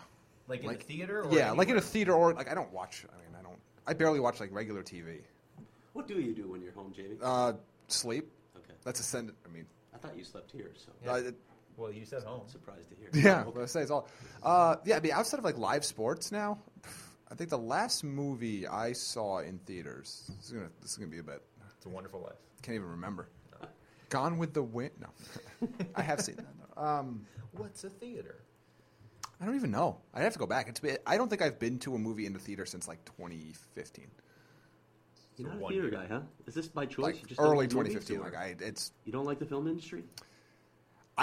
Speaker 1: Like in
Speaker 2: Like-
Speaker 1: the theater? Or
Speaker 2: yeah, like in a
Speaker 1: anywhere?
Speaker 2: theater or like I don't watch. I mean, I don't. I barely watch like regular TV.
Speaker 3: What do you do when you're home, Jamie?
Speaker 2: Uh, sleep.
Speaker 3: okay.
Speaker 2: That's ascendant. I mean,
Speaker 3: I thought you slept here, so
Speaker 1: Yeah.
Speaker 2: I, it-
Speaker 1: Well, you said home.
Speaker 3: I'm surprised to hear.
Speaker 2: yeah.
Speaker 3: Oh,
Speaker 2: What I
Speaker 3: okay.
Speaker 2: say is all. Uh, yeah. I mean, outside of like live sports now, pff, I think the last movie I saw in theaters. This is gonna. This is gonna be a bit.
Speaker 1: It's a wonderful life.
Speaker 2: Can't even remember. Gone with the Wind. No, I have seen that. Um,
Speaker 1: What's a theater?
Speaker 2: I don't even know. I'd have to go back. It's. been- I don't think I've been to a movie in the theater since like 2015,
Speaker 3: You're
Speaker 1: It's
Speaker 3: not a
Speaker 1: one-
Speaker 3: theater guy, huh? Is this by choice?
Speaker 2: like
Speaker 3: You just don't
Speaker 2: early
Speaker 3: like movies,
Speaker 2: 2015.
Speaker 3: or
Speaker 2: Like I, it's.
Speaker 3: you don't like the film industry?
Speaker 1: Uh,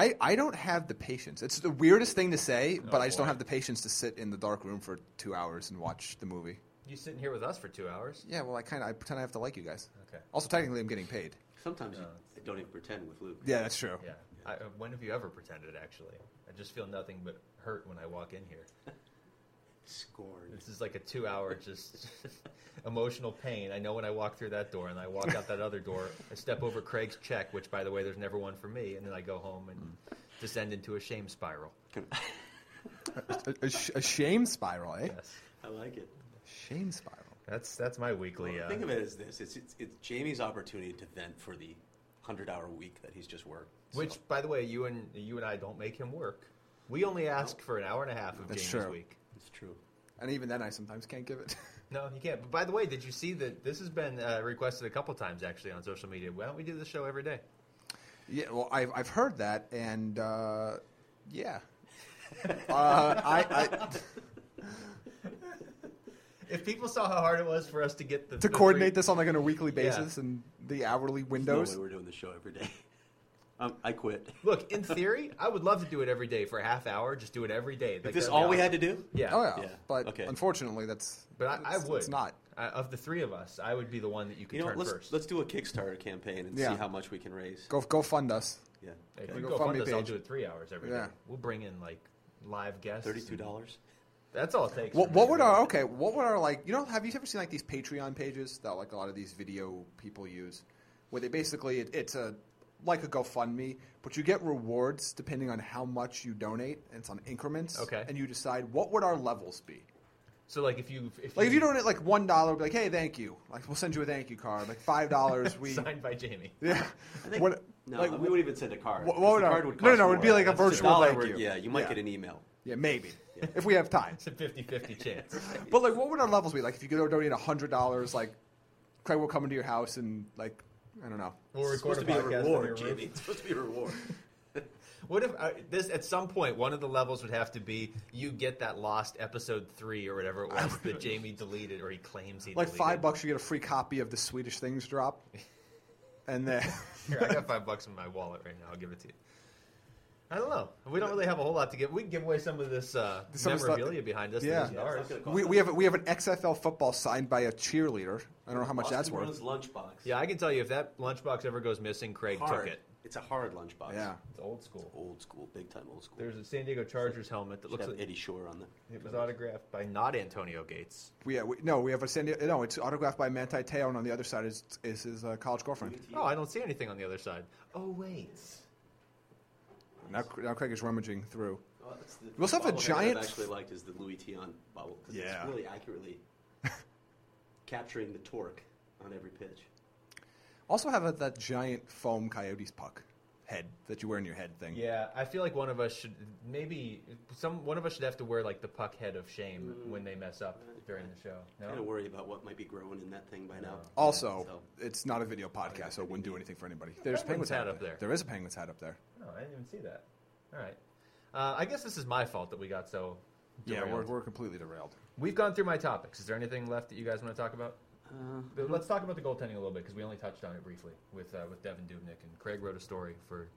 Speaker 2: I, I don't have the patience. It's the weirdest thing to say, but I just
Speaker 1: Oh,
Speaker 2: don't
Speaker 1: boy.
Speaker 2: have the patience to sit in the dark room for two hours and watch the movie.
Speaker 1: You sitting here with us for two hours?
Speaker 2: Yeah, well, I kind of I pretend I have to like you guys.
Speaker 1: Okay.
Speaker 2: Also, technically, I'm getting paid.
Speaker 3: Sometimes
Speaker 1: No,
Speaker 3: you don't even pretend with Luke.
Speaker 2: Yeah, that's true.
Speaker 1: Yeah. I, uh, when have you ever pretended? Actually, I just feel nothing but hurt when I walk in here.
Speaker 3: Scorn.
Speaker 1: This is like a two hour just emotional pain. I know when I walk through that door and I walk out that other door, I step over Craig's check, which by the way, there's never one for me, and then I go home and
Speaker 3: Mm.
Speaker 1: descend into a shame spiral.
Speaker 2: A, a sh- a shame spiral, eh?
Speaker 1: Yes.
Speaker 3: I like it.
Speaker 2: Shame spiral.
Speaker 1: That's that's my weekly
Speaker 3: Well,
Speaker 1: uh,
Speaker 3: Think of it as this: it's, it's it's Jamie's opportunity to vent for the hundred-hour week that he's just worked.
Speaker 1: which
Speaker 3: So,
Speaker 1: by the way, you and you and I don't make him work. We only ask for an hour and a half of
Speaker 2: That's
Speaker 1: Jamie's
Speaker 2: true.
Speaker 1: week.
Speaker 3: it's true.
Speaker 2: And even then, I sometimes can't give it.
Speaker 1: No, he can't. But by the way, did you see that this has been uh, requested a couple times actually on social media? Why don't we do this show every day?
Speaker 2: yeah, well, I've, I've heard that, and uh, yeah. uh, I, I,
Speaker 1: If people saw how hard it was for us to get the
Speaker 2: to
Speaker 1: the
Speaker 2: coordinate
Speaker 1: three-
Speaker 2: this on like on a weekly
Speaker 1: Yeah.
Speaker 2: basis and the hourly
Speaker 3: No way
Speaker 2: windows.
Speaker 3: we're doing the show every day. Um, I quit.
Speaker 1: Look, in theory, I would love to do it every day for a half hour. Just do it every day. Like,
Speaker 3: If this
Speaker 1: that'd be
Speaker 3: all we
Speaker 1: awesome.
Speaker 3: had to do?
Speaker 1: Yeah.
Speaker 2: Oh yeah,
Speaker 3: Yeah.
Speaker 2: but
Speaker 3: Okay.
Speaker 2: unfortunately, that's
Speaker 1: But I, I
Speaker 2: it's-
Speaker 1: would.
Speaker 2: It's not.
Speaker 1: I, of the three of us, I would be the one that you could
Speaker 3: You know,
Speaker 1: turn
Speaker 3: let's
Speaker 1: first.
Speaker 3: let let's do a Kickstarter campaign and
Speaker 2: Yeah.
Speaker 3: see how much we can raise.
Speaker 2: Go go fund us.
Speaker 3: Yeah.
Speaker 1: Hey, if
Speaker 2: Okay.
Speaker 1: you
Speaker 2: Go
Speaker 1: go
Speaker 2: fund
Speaker 1: fund
Speaker 2: me
Speaker 1: us, I'll
Speaker 2: page.
Speaker 1: do it three hours every day.
Speaker 2: Yeah.
Speaker 1: We'll bring in like live guests.
Speaker 3: Thirty-two
Speaker 1: and-
Speaker 3: dollars.
Speaker 1: That's all it takes.
Speaker 2: What,
Speaker 1: for
Speaker 2: what
Speaker 1: me.
Speaker 2: would our okay? What would our like? You know, have you ever seen like these Patreon pages that like a lot of these video people use, where they basically it, it's a like a GoFundMe, but you get rewards depending on how much you donate, and it's on increments.
Speaker 1: Okay.
Speaker 2: and you decide what would our levels be.
Speaker 1: So like if you if
Speaker 2: Like if you donate like one dollar, be like, hey, thank you. Like we'll send you a thank you card. Like five dollars, we
Speaker 1: signed by Jamie.
Speaker 2: yeah.
Speaker 3: I think,
Speaker 2: What-
Speaker 3: no,
Speaker 2: like,
Speaker 3: we wouldn't even send a card.
Speaker 2: What-
Speaker 3: 'cause
Speaker 2: what
Speaker 3: the
Speaker 2: would
Speaker 3: card
Speaker 2: I-
Speaker 3: would
Speaker 2: no, no,
Speaker 3: cost
Speaker 2: no, it'd
Speaker 3: more.
Speaker 2: be like a
Speaker 3: That's true.
Speaker 2: virtual
Speaker 3: Dollar
Speaker 2: thank
Speaker 3: would-
Speaker 2: you.
Speaker 3: Yeah, you might
Speaker 2: Yeah.
Speaker 3: get an email.
Speaker 2: yeah, maybe if we have time.
Speaker 1: It's a 50-50 chance.
Speaker 2: But like, what would our levels be? Like, if you could donate hundred dollars, like Craig will come into your house and like I don't know.
Speaker 1: We'll
Speaker 3: It's
Speaker 1: record
Speaker 3: supposed
Speaker 1: a
Speaker 3: to be
Speaker 1: podcast
Speaker 3: a
Speaker 1: on
Speaker 3: reward,
Speaker 1: your roof.
Speaker 3: Jamie. It's supposed to be a reward.
Speaker 1: What if uh, this at some point one of the levels would have to be you get that lost episode three or whatever it was that Jamie deleted or he claims he
Speaker 2: Like
Speaker 1: deleted.
Speaker 2: five bucks, you get a free copy of the Swedish Things drop, and then
Speaker 1: Here, I got five bucks in my wallet right now. I'll give it to you. I don't know. We don't really have a whole lot to give. We can give away some of this uh,
Speaker 2: Some of the stuff-
Speaker 1: memorabilia behind us. that
Speaker 2: Yeah.
Speaker 1: isn't
Speaker 2: Yeah,
Speaker 3: it's
Speaker 1: ours.
Speaker 3: not gonna cost
Speaker 2: we,
Speaker 3: that
Speaker 2: we have a, we have an XFL football signed by a cheerleader. I don't know how much
Speaker 3: Austin
Speaker 2: that's worth.
Speaker 3: Bruins lunchbox.
Speaker 1: Yeah, I can tell you if that lunchbox ever goes missing, Craig
Speaker 3: hard.
Speaker 1: took it.
Speaker 3: It's a hard lunchbox.
Speaker 2: Yeah,
Speaker 1: It's old school.
Speaker 3: Old school, big time old school.
Speaker 1: There's a San Diego Chargers helmet that
Speaker 3: Should
Speaker 1: looks
Speaker 3: have
Speaker 1: like
Speaker 3: Eddie Shore on there.
Speaker 1: it was autographed by not Antonio Gates.
Speaker 2: we, yeah, we no, we have a San Diego, no. It's autographed by Manti Te'o, and on the other side is is his uh, college girlfriend.
Speaker 1: Oh, I don't see anything on the other side. Oh wait.
Speaker 2: Now, now Craig is rummaging through.
Speaker 3: Oh, that's the-
Speaker 2: We also have a
Speaker 3: bobblehead that
Speaker 2: giant-
Speaker 3: I've actually liked is the Louis Tion bobble because
Speaker 2: Yeah.
Speaker 3: it's really accurately capturing the torque on every pitch.
Speaker 2: Also have a, that giant foam Coyotes puck head that you wear in your head thing.
Speaker 1: Yeah, I feel like one of us should maybe some one of us should have to wear like the puck head of shame when they mess up during the show.
Speaker 3: Kind of
Speaker 1: No.
Speaker 3: worry about what might be growing in that thing by now.
Speaker 2: Also,
Speaker 3: So,
Speaker 2: it's not a video podcast, so it wouldn't do anything for anybody. There's
Speaker 1: Penguin's
Speaker 2: penguins
Speaker 1: hat
Speaker 2: hat
Speaker 1: up there.
Speaker 2: There is a penguins hat up there.
Speaker 1: no, I didn't even see that. All right. Uh, I guess this is my fault that we got so.
Speaker 2: Yeah,
Speaker 1: derailed.
Speaker 2: we're, we're completely derailed.
Speaker 1: We've gone through my topics. Is there anything left that you guys want to talk about?
Speaker 3: uh,
Speaker 1: But Let's talk about the goaltending a little bit because we only touched on it briefly with uh, with Devin Dubnik and Craig wrote a story for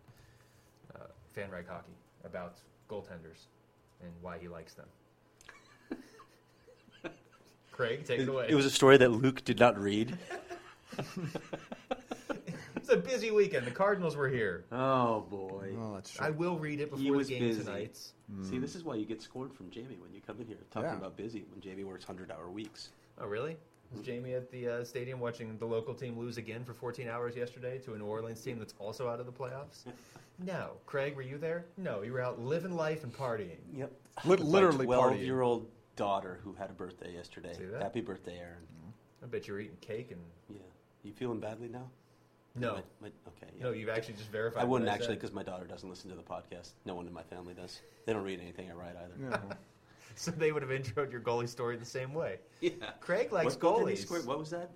Speaker 1: uh, FanRag Hockey about goaltenders and why he likes them. Craig, take it, away.
Speaker 3: It was a story that Luke did not read.
Speaker 1: It's a busy weekend. The Cardinals were here.
Speaker 3: Oh boy!
Speaker 2: Oh, that's true.
Speaker 1: I will read it
Speaker 3: He
Speaker 1: before the
Speaker 3: was
Speaker 1: game
Speaker 3: busy.
Speaker 1: tonight.
Speaker 3: See, this is why you get scorned from Jamie when you come in here talking
Speaker 2: Yeah.
Speaker 3: about busy when Jamie works hundred-hour weeks.
Speaker 1: Oh, really?
Speaker 3: Mm-hmm.
Speaker 1: Was Jamie at the uh, stadium watching the local team lose again for 14 hours yesterday to a New Orleans team that's also out of the playoffs? No. Craig, were you there? No, you were out living life and partying.
Speaker 3: Yep.
Speaker 2: Lit- literally
Speaker 3: my
Speaker 2: partying.
Speaker 3: twelve-year-old daughter who had a birthday yesterday.
Speaker 1: See that?
Speaker 3: Happy birthday, Aaron.
Speaker 1: I bet you were eating cake and
Speaker 3: Yeah. You feeling badly now?
Speaker 1: no,
Speaker 3: My- my- okay. yeah.
Speaker 1: no. You've actually just verified.
Speaker 3: I wouldn't
Speaker 1: what
Speaker 3: actually
Speaker 1: said.
Speaker 3: because my daughter doesn't listen to the podcast. No one in my family does. They don't read anything I write either.
Speaker 2: Yeah.
Speaker 1: So they would have introed your goalie story the same way.
Speaker 3: Yeah.
Speaker 1: Craig likes
Speaker 3: What goal did he
Speaker 1: goalies.
Speaker 3: score? What was that?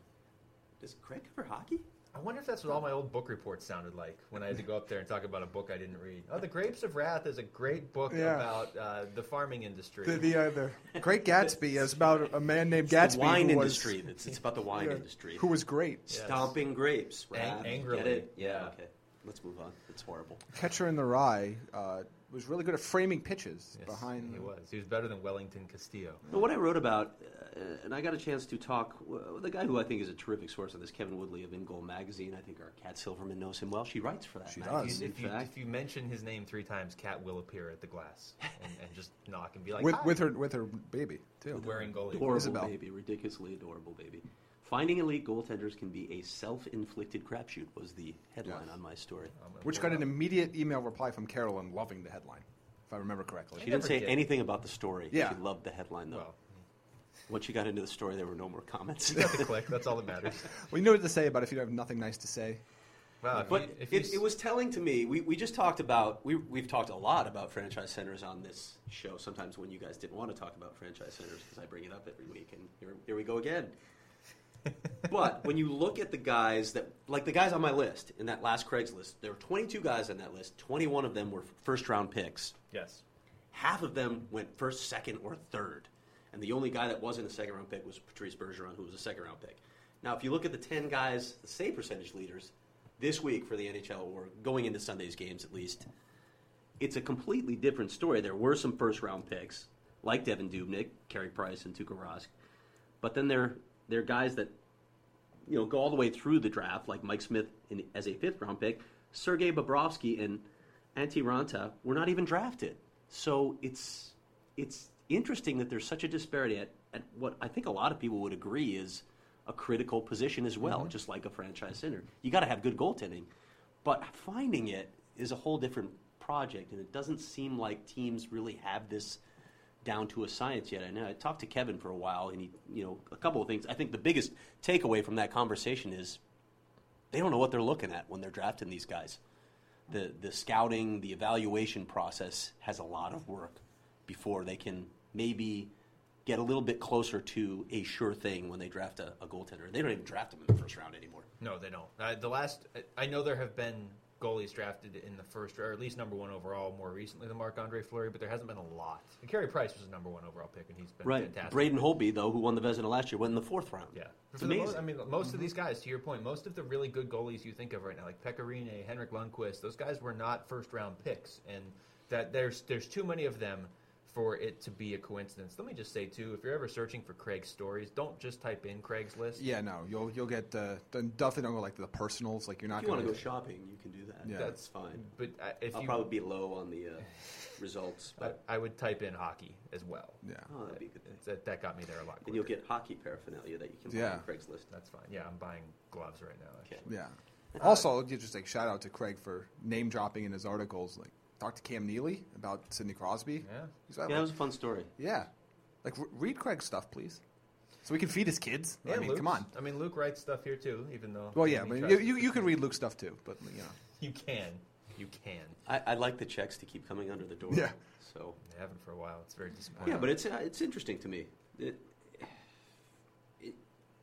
Speaker 3: Does Craig cover hockey?
Speaker 1: I wonder if that's what all my old book reports sounded like when I had to go up there and talk about a book I didn't read. Oh, The Grapes of Wrath is a great book
Speaker 2: Yeah.
Speaker 1: about uh, the farming industry.
Speaker 2: The, the, uh, the Great Gatsby is about a man named Gatsby
Speaker 3: the wine
Speaker 2: who was,
Speaker 3: industry. It's, it's about the wine
Speaker 2: yeah,
Speaker 3: industry.
Speaker 2: who was great.
Speaker 3: Stomping grapes.
Speaker 1: Ang-
Speaker 3: Rab.
Speaker 1: angrily,
Speaker 3: Get it? Yeah.
Speaker 1: yeah.
Speaker 3: Okay. Let's move on. It's horrible.
Speaker 2: Catcher in the Rye uh, was really good at framing pitches
Speaker 1: Yes,
Speaker 2: behind.
Speaker 1: he was. He was better than Wellington Castillo.
Speaker 3: But what I wrote about, uh, and I got a chance to talk uh, with a guy who I think is a terrific source on this, Kevin Woodley of In Goal Magazine. I think our Kat Silverman knows him well. She writes for that.
Speaker 2: She
Speaker 3: magazine,
Speaker 2: does.
Speaker 3: In
Speaker 1: If you,
Speaker 3: fact,
Speaker 1: if you mention his name three times, Cat will appear at the glass and, and just knock and be like,
Speaker 2: with,
Speaker 1: "Hi."
Speaker 2: with her with her baby too.
Speaker 1: wearing goalie.
Speaker 3: adorable
Speaker 2: Isabel.
Speaker 3: baby, ridiculously adorable baby. Finding elite goaltenders can be a self-inflicted crapshoot was the headline
Speaker 2: Yes.
Speaker 3: on my story.
Speaker 1: I'm gonna
Speaker 2: Which
Speaker 1: pull
Speaker 2: got
Speaker 1: it
Speaker 2: an
Speaker 1: up.
Speaker 2: immediate email reply from Carolyn loving the headline, if I remember correctly.
Speaker 3: She didn't
Speaker 1: never
Speaker 3: say
Speaker 1: did.
Speaker 3: anything about the story.
Speaker 2: Yeah.
Speaker 3: She loved the headline though.
Speaker 1: Well,
Speaker 3: Once she got into the story, there were no more comments.
Speaker 1: you got the click. That's all that matters.
Speaker 2: Well, you know what to say about if you have nothing nice to say.
Speaker 1: Wow, if
Speaker 3: But
Speaker 1: you, if you
Speaker 3: it,
Speaker 1: s-
Speaker 3: it was telling to me. We, we just talked about we we've talked a lot about franchise centers on this show. Sometimes when you guys didn't want to talk about franchise centers because I bring it up every week, and here, here we go again. but when you look at the guys that like the guys on my list in that last Craigslist, there were 22 guys on that list. 21 of them were first round picks.
Speaker 1: yes.
Speaker 3: Half of them went first, second, or third. And the only guy that wasn't a second round pick was Patrice Bergeron, who was a second round pick. Now, if you look at the 10 guys, the save percentage leaders this week for the NHL, or going into Sunday's games at least, it's a completely different story. There were some first round picks, like Devin Dubnik, Carey Price, and Tuukka Rask. But then there, there are guys that you know go all the way through the draft, like Mike Smith in, as a fifth round pick, Sergei Bobrovsky and Antti Ranta were not even drafted. So it's it's interesting that there's such a disparity at, at what I think a lot of people would agree is a critical position as well, just like a franchise center. You got to have good goaltending, but finding it is a whole different project, and it doesn't seem like teams really have this down to a science yet. I know I talked to Kevin for a while, and he, you know, a couple of things. I think the biggest takeaway from that conversation is they don't know what they're looking at when they're drafting these guys. The the scouting, the evaluation process has a lot of work before they can maybe get a little bit closer to a sure thing when they draft a, a goaltender. They don't even draft them in the first round anymore.
Speaker 1: No, they don't. Uh, the last I- I know there have been goalies drafted in the first or at least number one overall more recently than Marc Andre Fleury, but there hasn't been a lot. And Carey Price was the number one overall pick, and he's been fantastic.
Speaker 3: Braden Holby, though, who won the Vezina last year, went in the fourth round.
Speaker 1: Yeah,
Speaker 3: It's
Speaker 1: For the mo-
Speaker 3: amazing. Mm-hmm.
Speaker 1: I mean, most of these guys, to your point, most of the really good goalies you think of right now, like Pecorine, Henrik Lundqvist, those guys were not first round picks, and that there's there's too many of them for it to be a coincidence. Let me just say too, if you're ever searching for Craig's stories, don't just type in Craigslist.
Speaker 2: Yeah, no, you'll you'll get the, the definitely don't go like to the personals. Like you're not
Speaker 3: if you want
Speaker 2: going
Speaker 3: to go shopping, you can do that.
Speaker 2: Yeah.
Speaker 3: That's fine.
Speaker 1: But uh, if
Speaker 3: I'll
Speaker 1: you,
Speaker 3: probably be low on the uh, results,
Speaker 1: I,
Speaker 3: but
Speaker 1: I would type in hockey as well.
Speaker 2: Yeah,
Speaker 3: oh, that'd be a good. Thing.
Speaker 1: That, that got me there a lot.
Speaker 3: And you'll
Speaker 1: quicker.
Speaker 3: get hockey paraphernalia that you can buy
Speaker 2: Yeah.
Speaker 3: on Craigslist.
Speaker 1: that's fine. Yeah, I'm buying gloves right now.
Speaker 3: Okay.
Speaker 1: actually.
Speaker 2: yeah. Also, you just like shout out to Craig for name dropping in his articles. Like talk to Cam Neely about Sidney Crosby.
Speaker 1: Yeah.
Speaker 2: He's like,
Speaker 3: Yeah, that was a fun story.
Speaker 2: yeah. Like re- read Craig's stuff, please, so we can feed his kids. I
Speaker 1: And
Speaker 2: mean,
Speaker 1: Luke's-
Speaker 2: come on.
Speaker 1: I mean, Luke writes stuff here too, even though.
Speaker 2: Well,
Speaker 1: I
Speaker 2: yeah, but
Speaker 1: mean,
Speaker 2: you,
Speaker 1: trust-
Speaker 2: you you can read Luke's stuff too, but you know,
Speaker 1: you can, you can.
Speaker 3: I, I like the checks to keep coming under the door.
Speaker 2: Yeah.
Speaker 3: So
Speaker 1: They haven't for a while. It's very disappointing.
Speaker 3: yeah, but it's uh, it's interesting to me. It, it,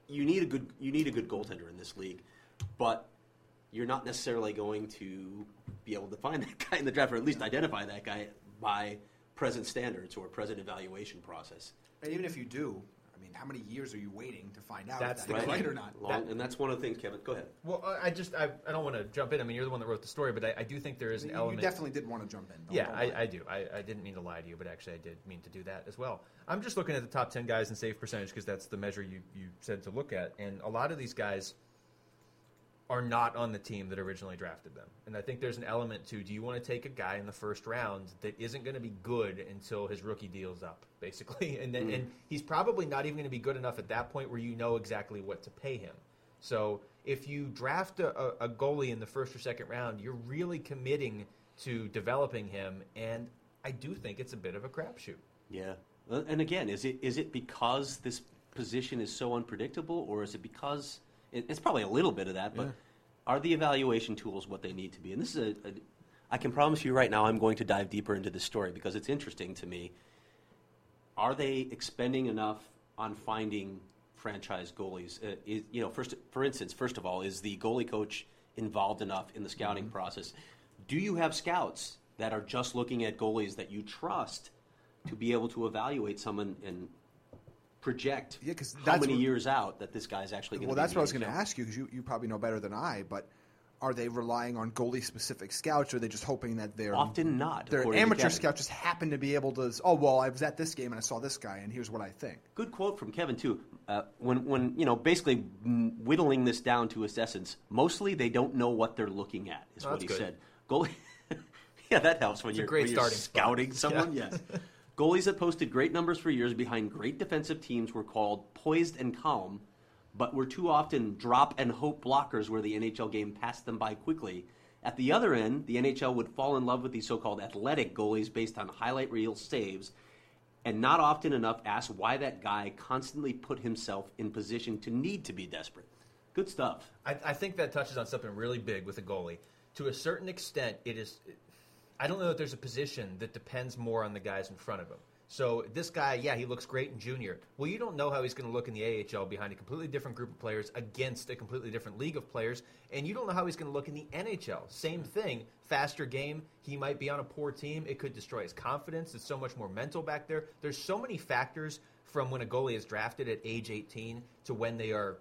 Speaker 3: you need a good you need a good goaltender in this league, but you're not necessarily going to be able to find that guy in the draft, or at least identify that guy by present standards or present evaluation process.
Speaker 2: even if you do, I mean, how many years are you waiting to find out
Speaker 1: That's the
Speaker 2: guy's
Speaker 1: question.
Speaker 3: Long, and that's one of the things, Kevin. Go ahead.
Speaker 1: Well, I I just I, I don't want to jump in. I mean, you're the one that wrote the story, but I, I do think there is an
Speaker 2: You, you
Speaker 1: element.
Speaker 2: definitely did want to jump in. don't-
Speaker 1: yeah,
Speaker 2: don't lie.
Speaker 1: I, I do. I, I didn't mean to lie to you, but actually, I did mean to do that as well. I'm just looking at the top ten guys in save percentage because that's the measure you you said to look at, and a lot of these guys are not on the team that originally drafted them. And I think there's an element to do you want to take a guy in the first round that isn't going to be good until his rookie deal's up, basically. And then and he's probably not even going to be good enough at that point where you know exactly what to pay him. So if you draft a, a- a goalie in the first or second round, you're really committing to developing him and I do think it's a bit of a crapshoot.
Speaker 3: Yeah. Uh, And again, is it is it because this position is so unpredictable, or is it because it, it's probably a little bit of that? But are the evaluation tools what they need to be? And this is a, a I can promise you right now, I'm going to dive deeper into this story because it's interesting to me. Are they expending enough on finding franchise goalies? Uh, is, you know, first, for instance, first of all, is the goalie coach involved enough in the
Speaker 2: Mm-hmm.
Speaker 3: scouting process? Do you have scouts that are just looking at goalies that you trust to be able to evaluate someone and project
Speaker 2: Yeah, 'cause
Speaker 3: how
Speaker 2: that's
Speaker 3: many
Speaker 2: what-
Speaker 3: years out that this guy's actually going to
Speaker 2: Well, that's what I was going to ask you because you, you probably know better than I. But are they relying on goalie specific scouts, or are they just hoping that they're
Speaker 3: Often not.
Speaker 2: their
Speaker 3: according to
Speaker 2: amateur
Speaker 3: Kevin.
Speaker 2: scout just happened to be able to? s- Oh well, I was at this game and I saw this guy, and here's what I think.
Speaker 3: Good quote from Kevin too. Uh, when when you know basically mm, whittling this down to its essence, mostly they don't know what they're looking at. Is
Speaker 1: Oh,
Speaker 3: what
Speaker 1: that's
Speaker 3: he
Speaker 1: good.
Speaker 3: said. Goalie, yeah, that helps when
Speaker 1: It's a
Speaker 3: you're,
Speaker 1: great
Speaker 3: when you're
Speaker 1: starting spot.
Speaker 3: scouting someone. Yes, goalies that posted great numbers for years behind great defensive teams were called poised and calm, but were too often drop and hope blockers where the NHL game passed them by quickly. At the other end, the NHL would fall in love with these so-called athletic goalies based on highlight reel saves and not often enough asked why that guy constantly put himself in position to need to be desperate. Good stuff.
Speaker 1: I, I think that touches on something really big with a goalie. To a certain extent, it is. I don't know that there's a position that depends more on the guys in front of him. So this guy, yeah, he looks great in junior. Well, you don't know how he's going to look in the AHL behind a completely different group of players against a completely different league of players, and you don't know how he's going to look in the NHL. Same thing, faster game. He might be on a poor team. It could destroy his confidence. It's so much more mental back there. There's so many factors from when a goalie is drafted at age 18 to when they are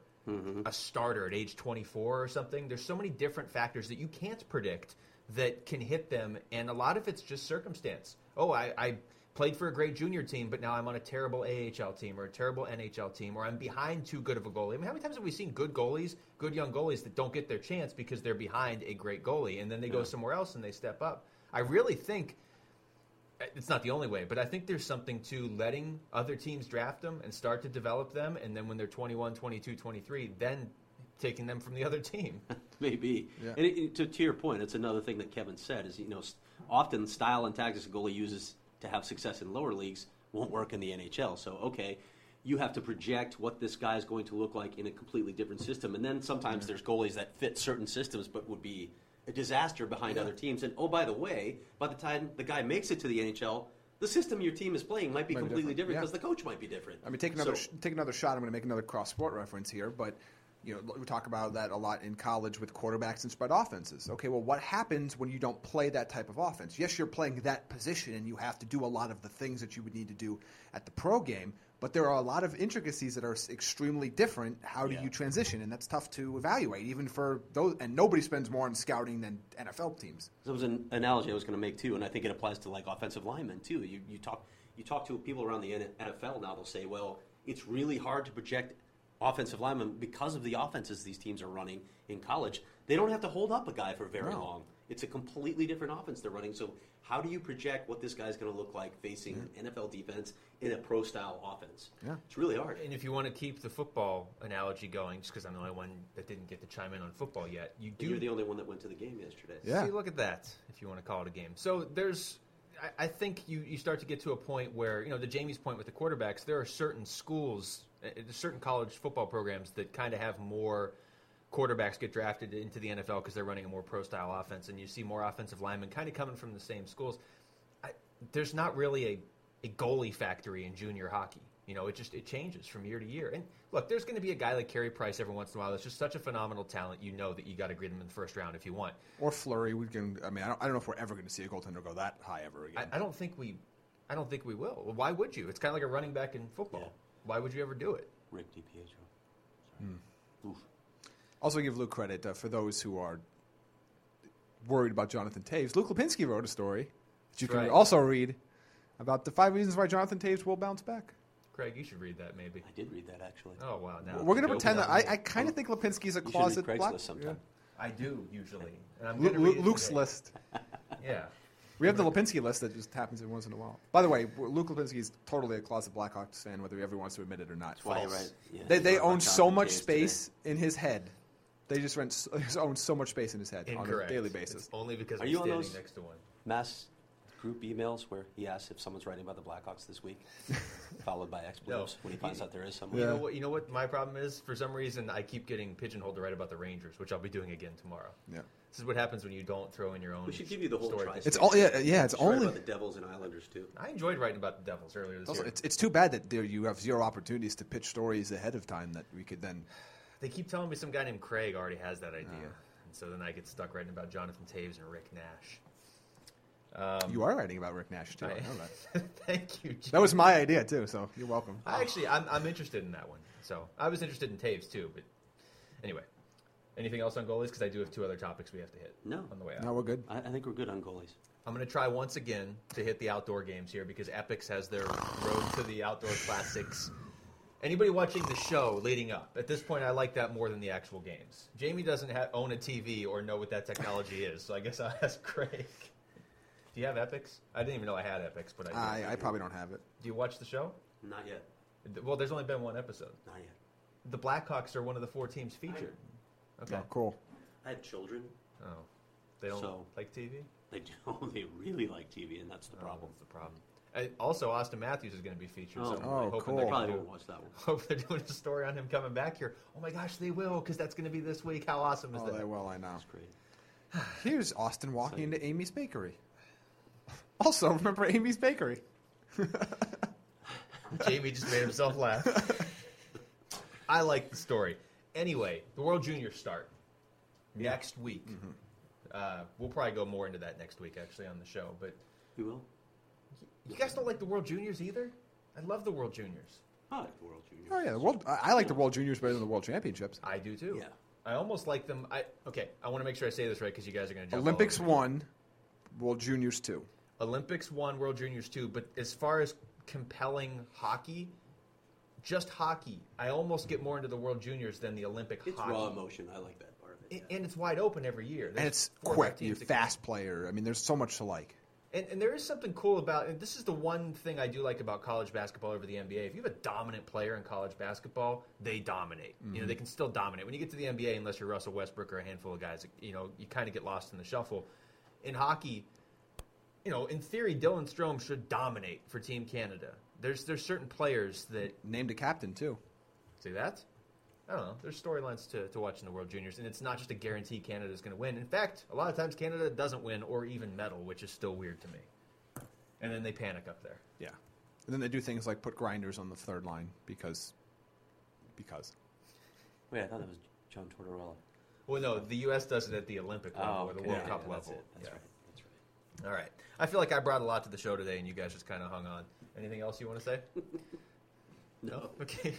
Speaker 1: a starter at age 24 or something. There's so many different factors that you can't predict that can hit them, and a lot of it's just circumstance. Oh, I, I played for a great junior team, but now I'm on a terrible AHL team or a terrible NHL team, or I'm behind too good of a goalie. I mean, how many times have we seen good goalies, good young goalies that don't get their chance because they're behind a great goalie, and then they go somewhere else and they step up? I really think it's not the only way, but I think there's something to letting other teams draft them and start to develop them, and then when they're 21, 22, 23, then taking them from the other team.
Speaker 3: Maybe.
Speaker 2: Yeah.
Speaker 3: And it, it- to, to your point, it's another thing that Kevin said is you know s- often style and tactics a goalie uses to have success in lower leagues won't work in the NHL. So okay, you have to project what this guy is going to look like in a completely different system, and then sometimes there's goalies that fit certain systems but would be a disaster behind other teams. And oh by the way, by the time the guy makes it to the NHL, the system your team is playing might be
Speaker 2: Might be
Speaker 3: completely different
Speaker 2: different,
Speaker 3: because the coach might be different.
Speaker 2: I mean, take another
Speaker 3: So-
Speaker 2: sh- take another shot. I'm going to make another cross sport reference here, but you know we talk about that a lot in college with quarterbacks and spread offenses. Okay, well, what happens when you don't play that type of offense? Yes, you're playing that position, and you have to do a lot of the things that you would need to do at the pro game. But there are a lot of intricacies that are s- extremely different. How do
Speaker 3: Yeah.
Speaker 2: you transition? And that's tough to evaluate, even for those. And nobody spends more on scouting than NFL teams.
Speaker 3: There was an analogy I was going to make too, and I think it applies to like offensive linemen too. You, you talk you talk to people around the N- NFL now, they'll say, "Well, it's really hard to project offensive linemen because of the offenses these teams are running in college. They don't have to hold up a guy for very
Speaker 2: No.
Speaker 3: long. It's a completely different offense they're running. So, how do you project what this guy's going to look like facing an NFL defense in a pro style offense?
Speaker 2: Yeah.
Speaker 3: it's really hard.
Speaker 1: And if you want to keep the football analogy going, just because I'm the only one that didn't get to chime in on football yet, you do
Speaker 3: You're the only one that went to the game yesterday.
Speaker 2: Yeah.
Speaker 1: See, look at that, if you want to call it a game. So there's, I, I think you, you start to get to a point where, you know, the Jamie's point with the quarterbacks, there are certain schools, uh, uh, certain college football programs that kind of have more quarterbacks get drafted into the NFL because they're running a more pro style offense, and you see more offensive linemen kind of coming from the same schools. I, there's not really a, a goalie factory in junior hockey. You know, it just it changes from year to year. And look, there's going to be a guy like Carey Price every once in a while that's just such a phenomenal talent. You know that you got to grade him in the first round if you want.
Speaker 2: Or Flurry, we can. I mean, I don't, I don't know if we're ever going to see a goaltender go that high ever again.
Speaker 1: I, I don't think we, I don't think we will. Well, Why would you? It's kind of like a running back in football.
Speaker 3: Yeah.
Speaker 1: Why would you ever do it?
Speaker 3: Rick DiPietro.
Speaker 2: Hmm.
Speaker 3: Sorry. Oof.
Speaker 2: Also, give Luke credit uh, for those who are worried about Jonathan Taves. Luke Lipinski wrote a story that you
Speaker 1: That's
Speaker 2: can
Speaker 1: right.
Speaker 2: also read about the five reasons why Jonathan Taves will bounce back.
Speaker 1: Craig, you should read that maybe.
Speaker 3: I did read that actually.
Speaker 1: Oh wow, now
Speaker 2: We're going to
Speaker 1: Joke
Speaker 2: pretend that
Speaker 1: without
Speaker 2: I,
Speaker 1: me.
Speaker 2: I kind of think Lipinski's a
Speaker 3: You should
Speaker 2: closet
Speaker 3: read
Speaker 2: black.
Speaker 3: Craigslist sometime.
Speaker 1: I do usually, and I'm
Speaker 2: Lu-
Speaker 1: gonna read
Speaker 2: Lu-
Speaker 1: it
Speaker 2: Luke's
Speaker 1: today.
Speaker 2: list.
Speaker 1: Yeah,
Speaker 2: We have the Lipinski list that just happens every once in a while. By the way, w- Luke Lipinski is totally a closet Blackhawks fan, whether he ever wants to admit it or not.
Speaker 3: why I
Speaker 2: False.
Speaker 3: read- yeah,
Speaker 2: they
Speaker 3: he
Speaker 2: they
Speaker 3: wrote about
Speaker 2: own so
Speaker 3: Jonathan
Speaker 2: much
Speaker 3: Taves
Speaker 2: space in his head. They just rent, so, own so much space in his head on a
Speaker 1: incorrect.
Speaker 2: daily basis.
Speaker 1: It's only because
Speaker 3: Are
Speaker 1: I'm
Speaker 3: you on
Speaker 1: standing
Speaker 3: those-
Speaker 1: next to one.
Speaker 3: mass group emails where he asks if someone's writing about the Blackhawks this week, followed by expletives
Speaker 1: No.
Speaker 3: when he finds out there is someone.
Speaker 1: You
Speaker 2: Yeah.
Speaker 1: know what? You know what? My problem is for some reason I keep getting pigeonholed to write about the Rangers, which I'll be doing again tomorrow.
Speaker 2: Yeah.
Speaker 1: This is what happens when you don't throw in your own.
Speaker 3: We should give you the whole
Speaker 1: story.
Speaker 3: try.
Speaker 2: It's all yeah yeah. It's
Speaker 3: Sorry
Speaker 2: only
Speaker 3: about the Devils and Islanders too.
Speaker 1: I enjoyed writing about the Devils earlier this
Speaker 2: Also,
Speaker 1: year.
Speaker 2: it's, it's too bad that there you have zero opportunities to pitch stories ahead of time that we could then.
Speaker 1: They keep telling me some guy named Craig already has that idea,
Speaker 2: Ah.
Speaker 1: and so then I get stuck writing about Jonathan Taves and Rick Nash.
Speaker 2: you are writing about Rick Nash too. Oh, I,
Speaker 1: Um, I-
Speaker 2: know that.
Speaker 1: Thank you. Jim.
Speaker 2: That was my idea too. So you're welcome.
Speaker 1: I actually, I'm, I'm interested in that one. So I was interested in Taves too, but anyway. Anything else on goalies? Because I do have two other topics we have to hit.
Speaker 3: No.
Speaker 1: On the way out.
Speaker 2: Now we're good.
Speaker 3: I, I think we're good on goalies.
Speaker 1: I'm going to try once again to hit the outdoor games here because Epix has their road to the outdoor classics. Anybody watching the show leading up, at this point, I like that more than the actual games. Jamie doesn't ha- own a TV or know what that technology is, so I guess I'll ask Craig. Do you have Epix? I didn't even know I had Epix, but I do.
Speaker 2: I, I probably don't have it.
Speaker 1: do you watch the show?
Speaker 3: Not yet.
Speaker 1: Th- Well, there's only been one episode.
Speaker 3: Not yet.
Speaker 1: The Blackhawks are one of the four teams featured. Okay.
Speaker 2: Oh, cool.
Speaker 3: I have children.
Speaker 1: Oh, they don't
Speaker 3: So-
Speaker 1: like TV.
Speaker 3: They do. They really like TV, and that's the problem.
Speaker 1: That's the problem. Uh, also, Austin Matthews is going to be featured. So
Speaker 3: Oh.
Speaker 1: I'm
Speaker 2: Oh,
Speaker 1: hoping
Speaker 2: cool.
Speaker 1: they're gonna
Speaker 3: I probably
Speaker 1: do-
Speaker 3: won't watch that one.
Speaker 1: hope they're doing a story on him coming back here. Oh my gosh, they will, because that's going to be this week. How awesome is
Speaker 2: Oh,
Speaker 1: that?
Speaker 2: they will. I know.
Speaker 3: That's great.
Speaker 2: Here's Austin walking into Amy's Bakery. Also, remember Amy's Bakery.
Speaker 1: Jamie just made himself laugh. I like the story. Anyway, the World Juniors start next week.
Speaker 2: Mm-hmm.
Speaker 1: Uh, we'll probably go more into that next week, actually, on the show. But
Speaker 3: You will?
Speaker 1: you guys don't like the World Juniors either? I love the World Juniors.
Speaker 3: I like the World Junior.
Speaker 2: Oh yeah, the world. I, I like the World Juniors better than the World Championships.
Speaker 1: I do too.
Speaker 3: Yeah.
Speaker 1: I almost like them. I okay. I want to make sure I say this right because you guys are going to
Speaker 2: Olympics one, World Juniors two.
Speaker 1: Olympics one, World Juniors two, but as far as compelling hockey, just hockey, I almost get more into the World Juniors than the Olympic
Speaker 3: It's
Speaker 1: hockey.
Speaker 3: raw emotion. I like that part of it.
Speaker 1: And-
Speaker 3: yeah.
Speaker 1: And it's wide open every year.
Speaker 2: And
Speaker 1: There's
Speaker 2: it's
Speaker 1: four
Speaker 2: quick.
Speaker 1: teams
Speaker 2: You're
Speaker 1: that-
Speaker 2: fast player. I mean, there's so much to like.
Speaker 1: And, and there is something cool about, and this is the one thing I do like about college basketball over the NBA. If you have a dominant player in college basketball, they dominate. You know, they can still dominate. When you get to the NBA, unless you're Russell Westbrook or a handful of guys, you know, you kind of get lost in the shuffle. In hockey, you know, in theory, Dylan Strom should dominate for Team Canada. There's there's certain players that
Speaker 2: Named a captain too.
Speaker 1: See that? I don't know. There's storylines to, to watch in the World Juniors, and it's not just a guarantee Canada's going to win. In fact, a lot of times Canada doesn't win or even medal, which is still weird to me. and then they panic up there.
Speaker 2: Yeah. And then they do things like put grinders on the third line because because
Speaker 3: Wait, oh, I thought that was John Tortorella.
Speaker 1: Well, no, the U.S. does it at the Olympic level
Speaker 3: Oh,
Speaker 1: or the
Speaker 3: okay.
Speaker 1: World
Speaker 3: Yeah,
Speaker 1: Cup
Speaker 3: that's
Speaker 1: level.
Speaker 3: it. That's
Speaker 1: Yeah.
Speaker 3: right. That's right.
Speaker 1: All right. I feel like I brought a lot to the show today, and you guys just kind of hung on. Anything else you want to say?
Speaker 3: No.
Speaker 1: Okay.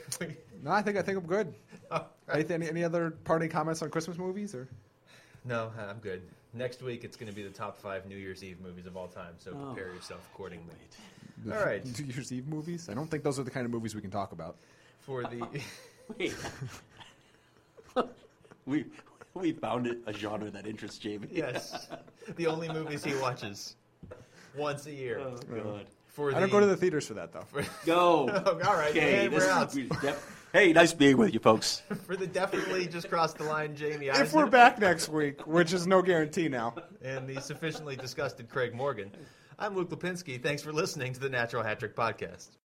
Speaker 2: No, I think I think I'm good.
Speaker 1: All right.
Speaker 2: Anything, any, any other parting comments on Christmas movies or
Speaker 1: No, I'm good. Next week, it's going to be the top five New Year's Eve movies of all time, so
Speaker 3: Oh.
Speaker 1: prepare yourself accordingly.
Speaker 3: Wait.
Speaker 1: All right.
Speaker 2: New Year's Eve movies? I don't think those are the kind of movies we can talk about.
Speaker 1: For the
Speaker 3: Wait. we we found it a genre that interests Jamie.
Speaker 1: yes, the only movies he watches once a year.
Speaker 3: Oh God.
Speaker 1: For
Speaker 2: I don't go to the theaters for that though.
Speaker 3: Go.
Speaker 1: All right,
Speaker 3: Okay.
Speaker 1: and we're
Speaker 3: this is-
Speaker 1: out.
Speaker 3: we def- hey, nice being with you, folks.
Speaker 1: for the definitely just crossed the line, Jamie.
Speaker 2: if we're
Speaker 1: Eisner.
Speaker 2: back next week, which is no guarantee now.
Speaker 1: and the sufficiently disgusted Craig Morgan. I'm Luke Lipinski. Thanks for listening to the Natural Hat Trick Podcast.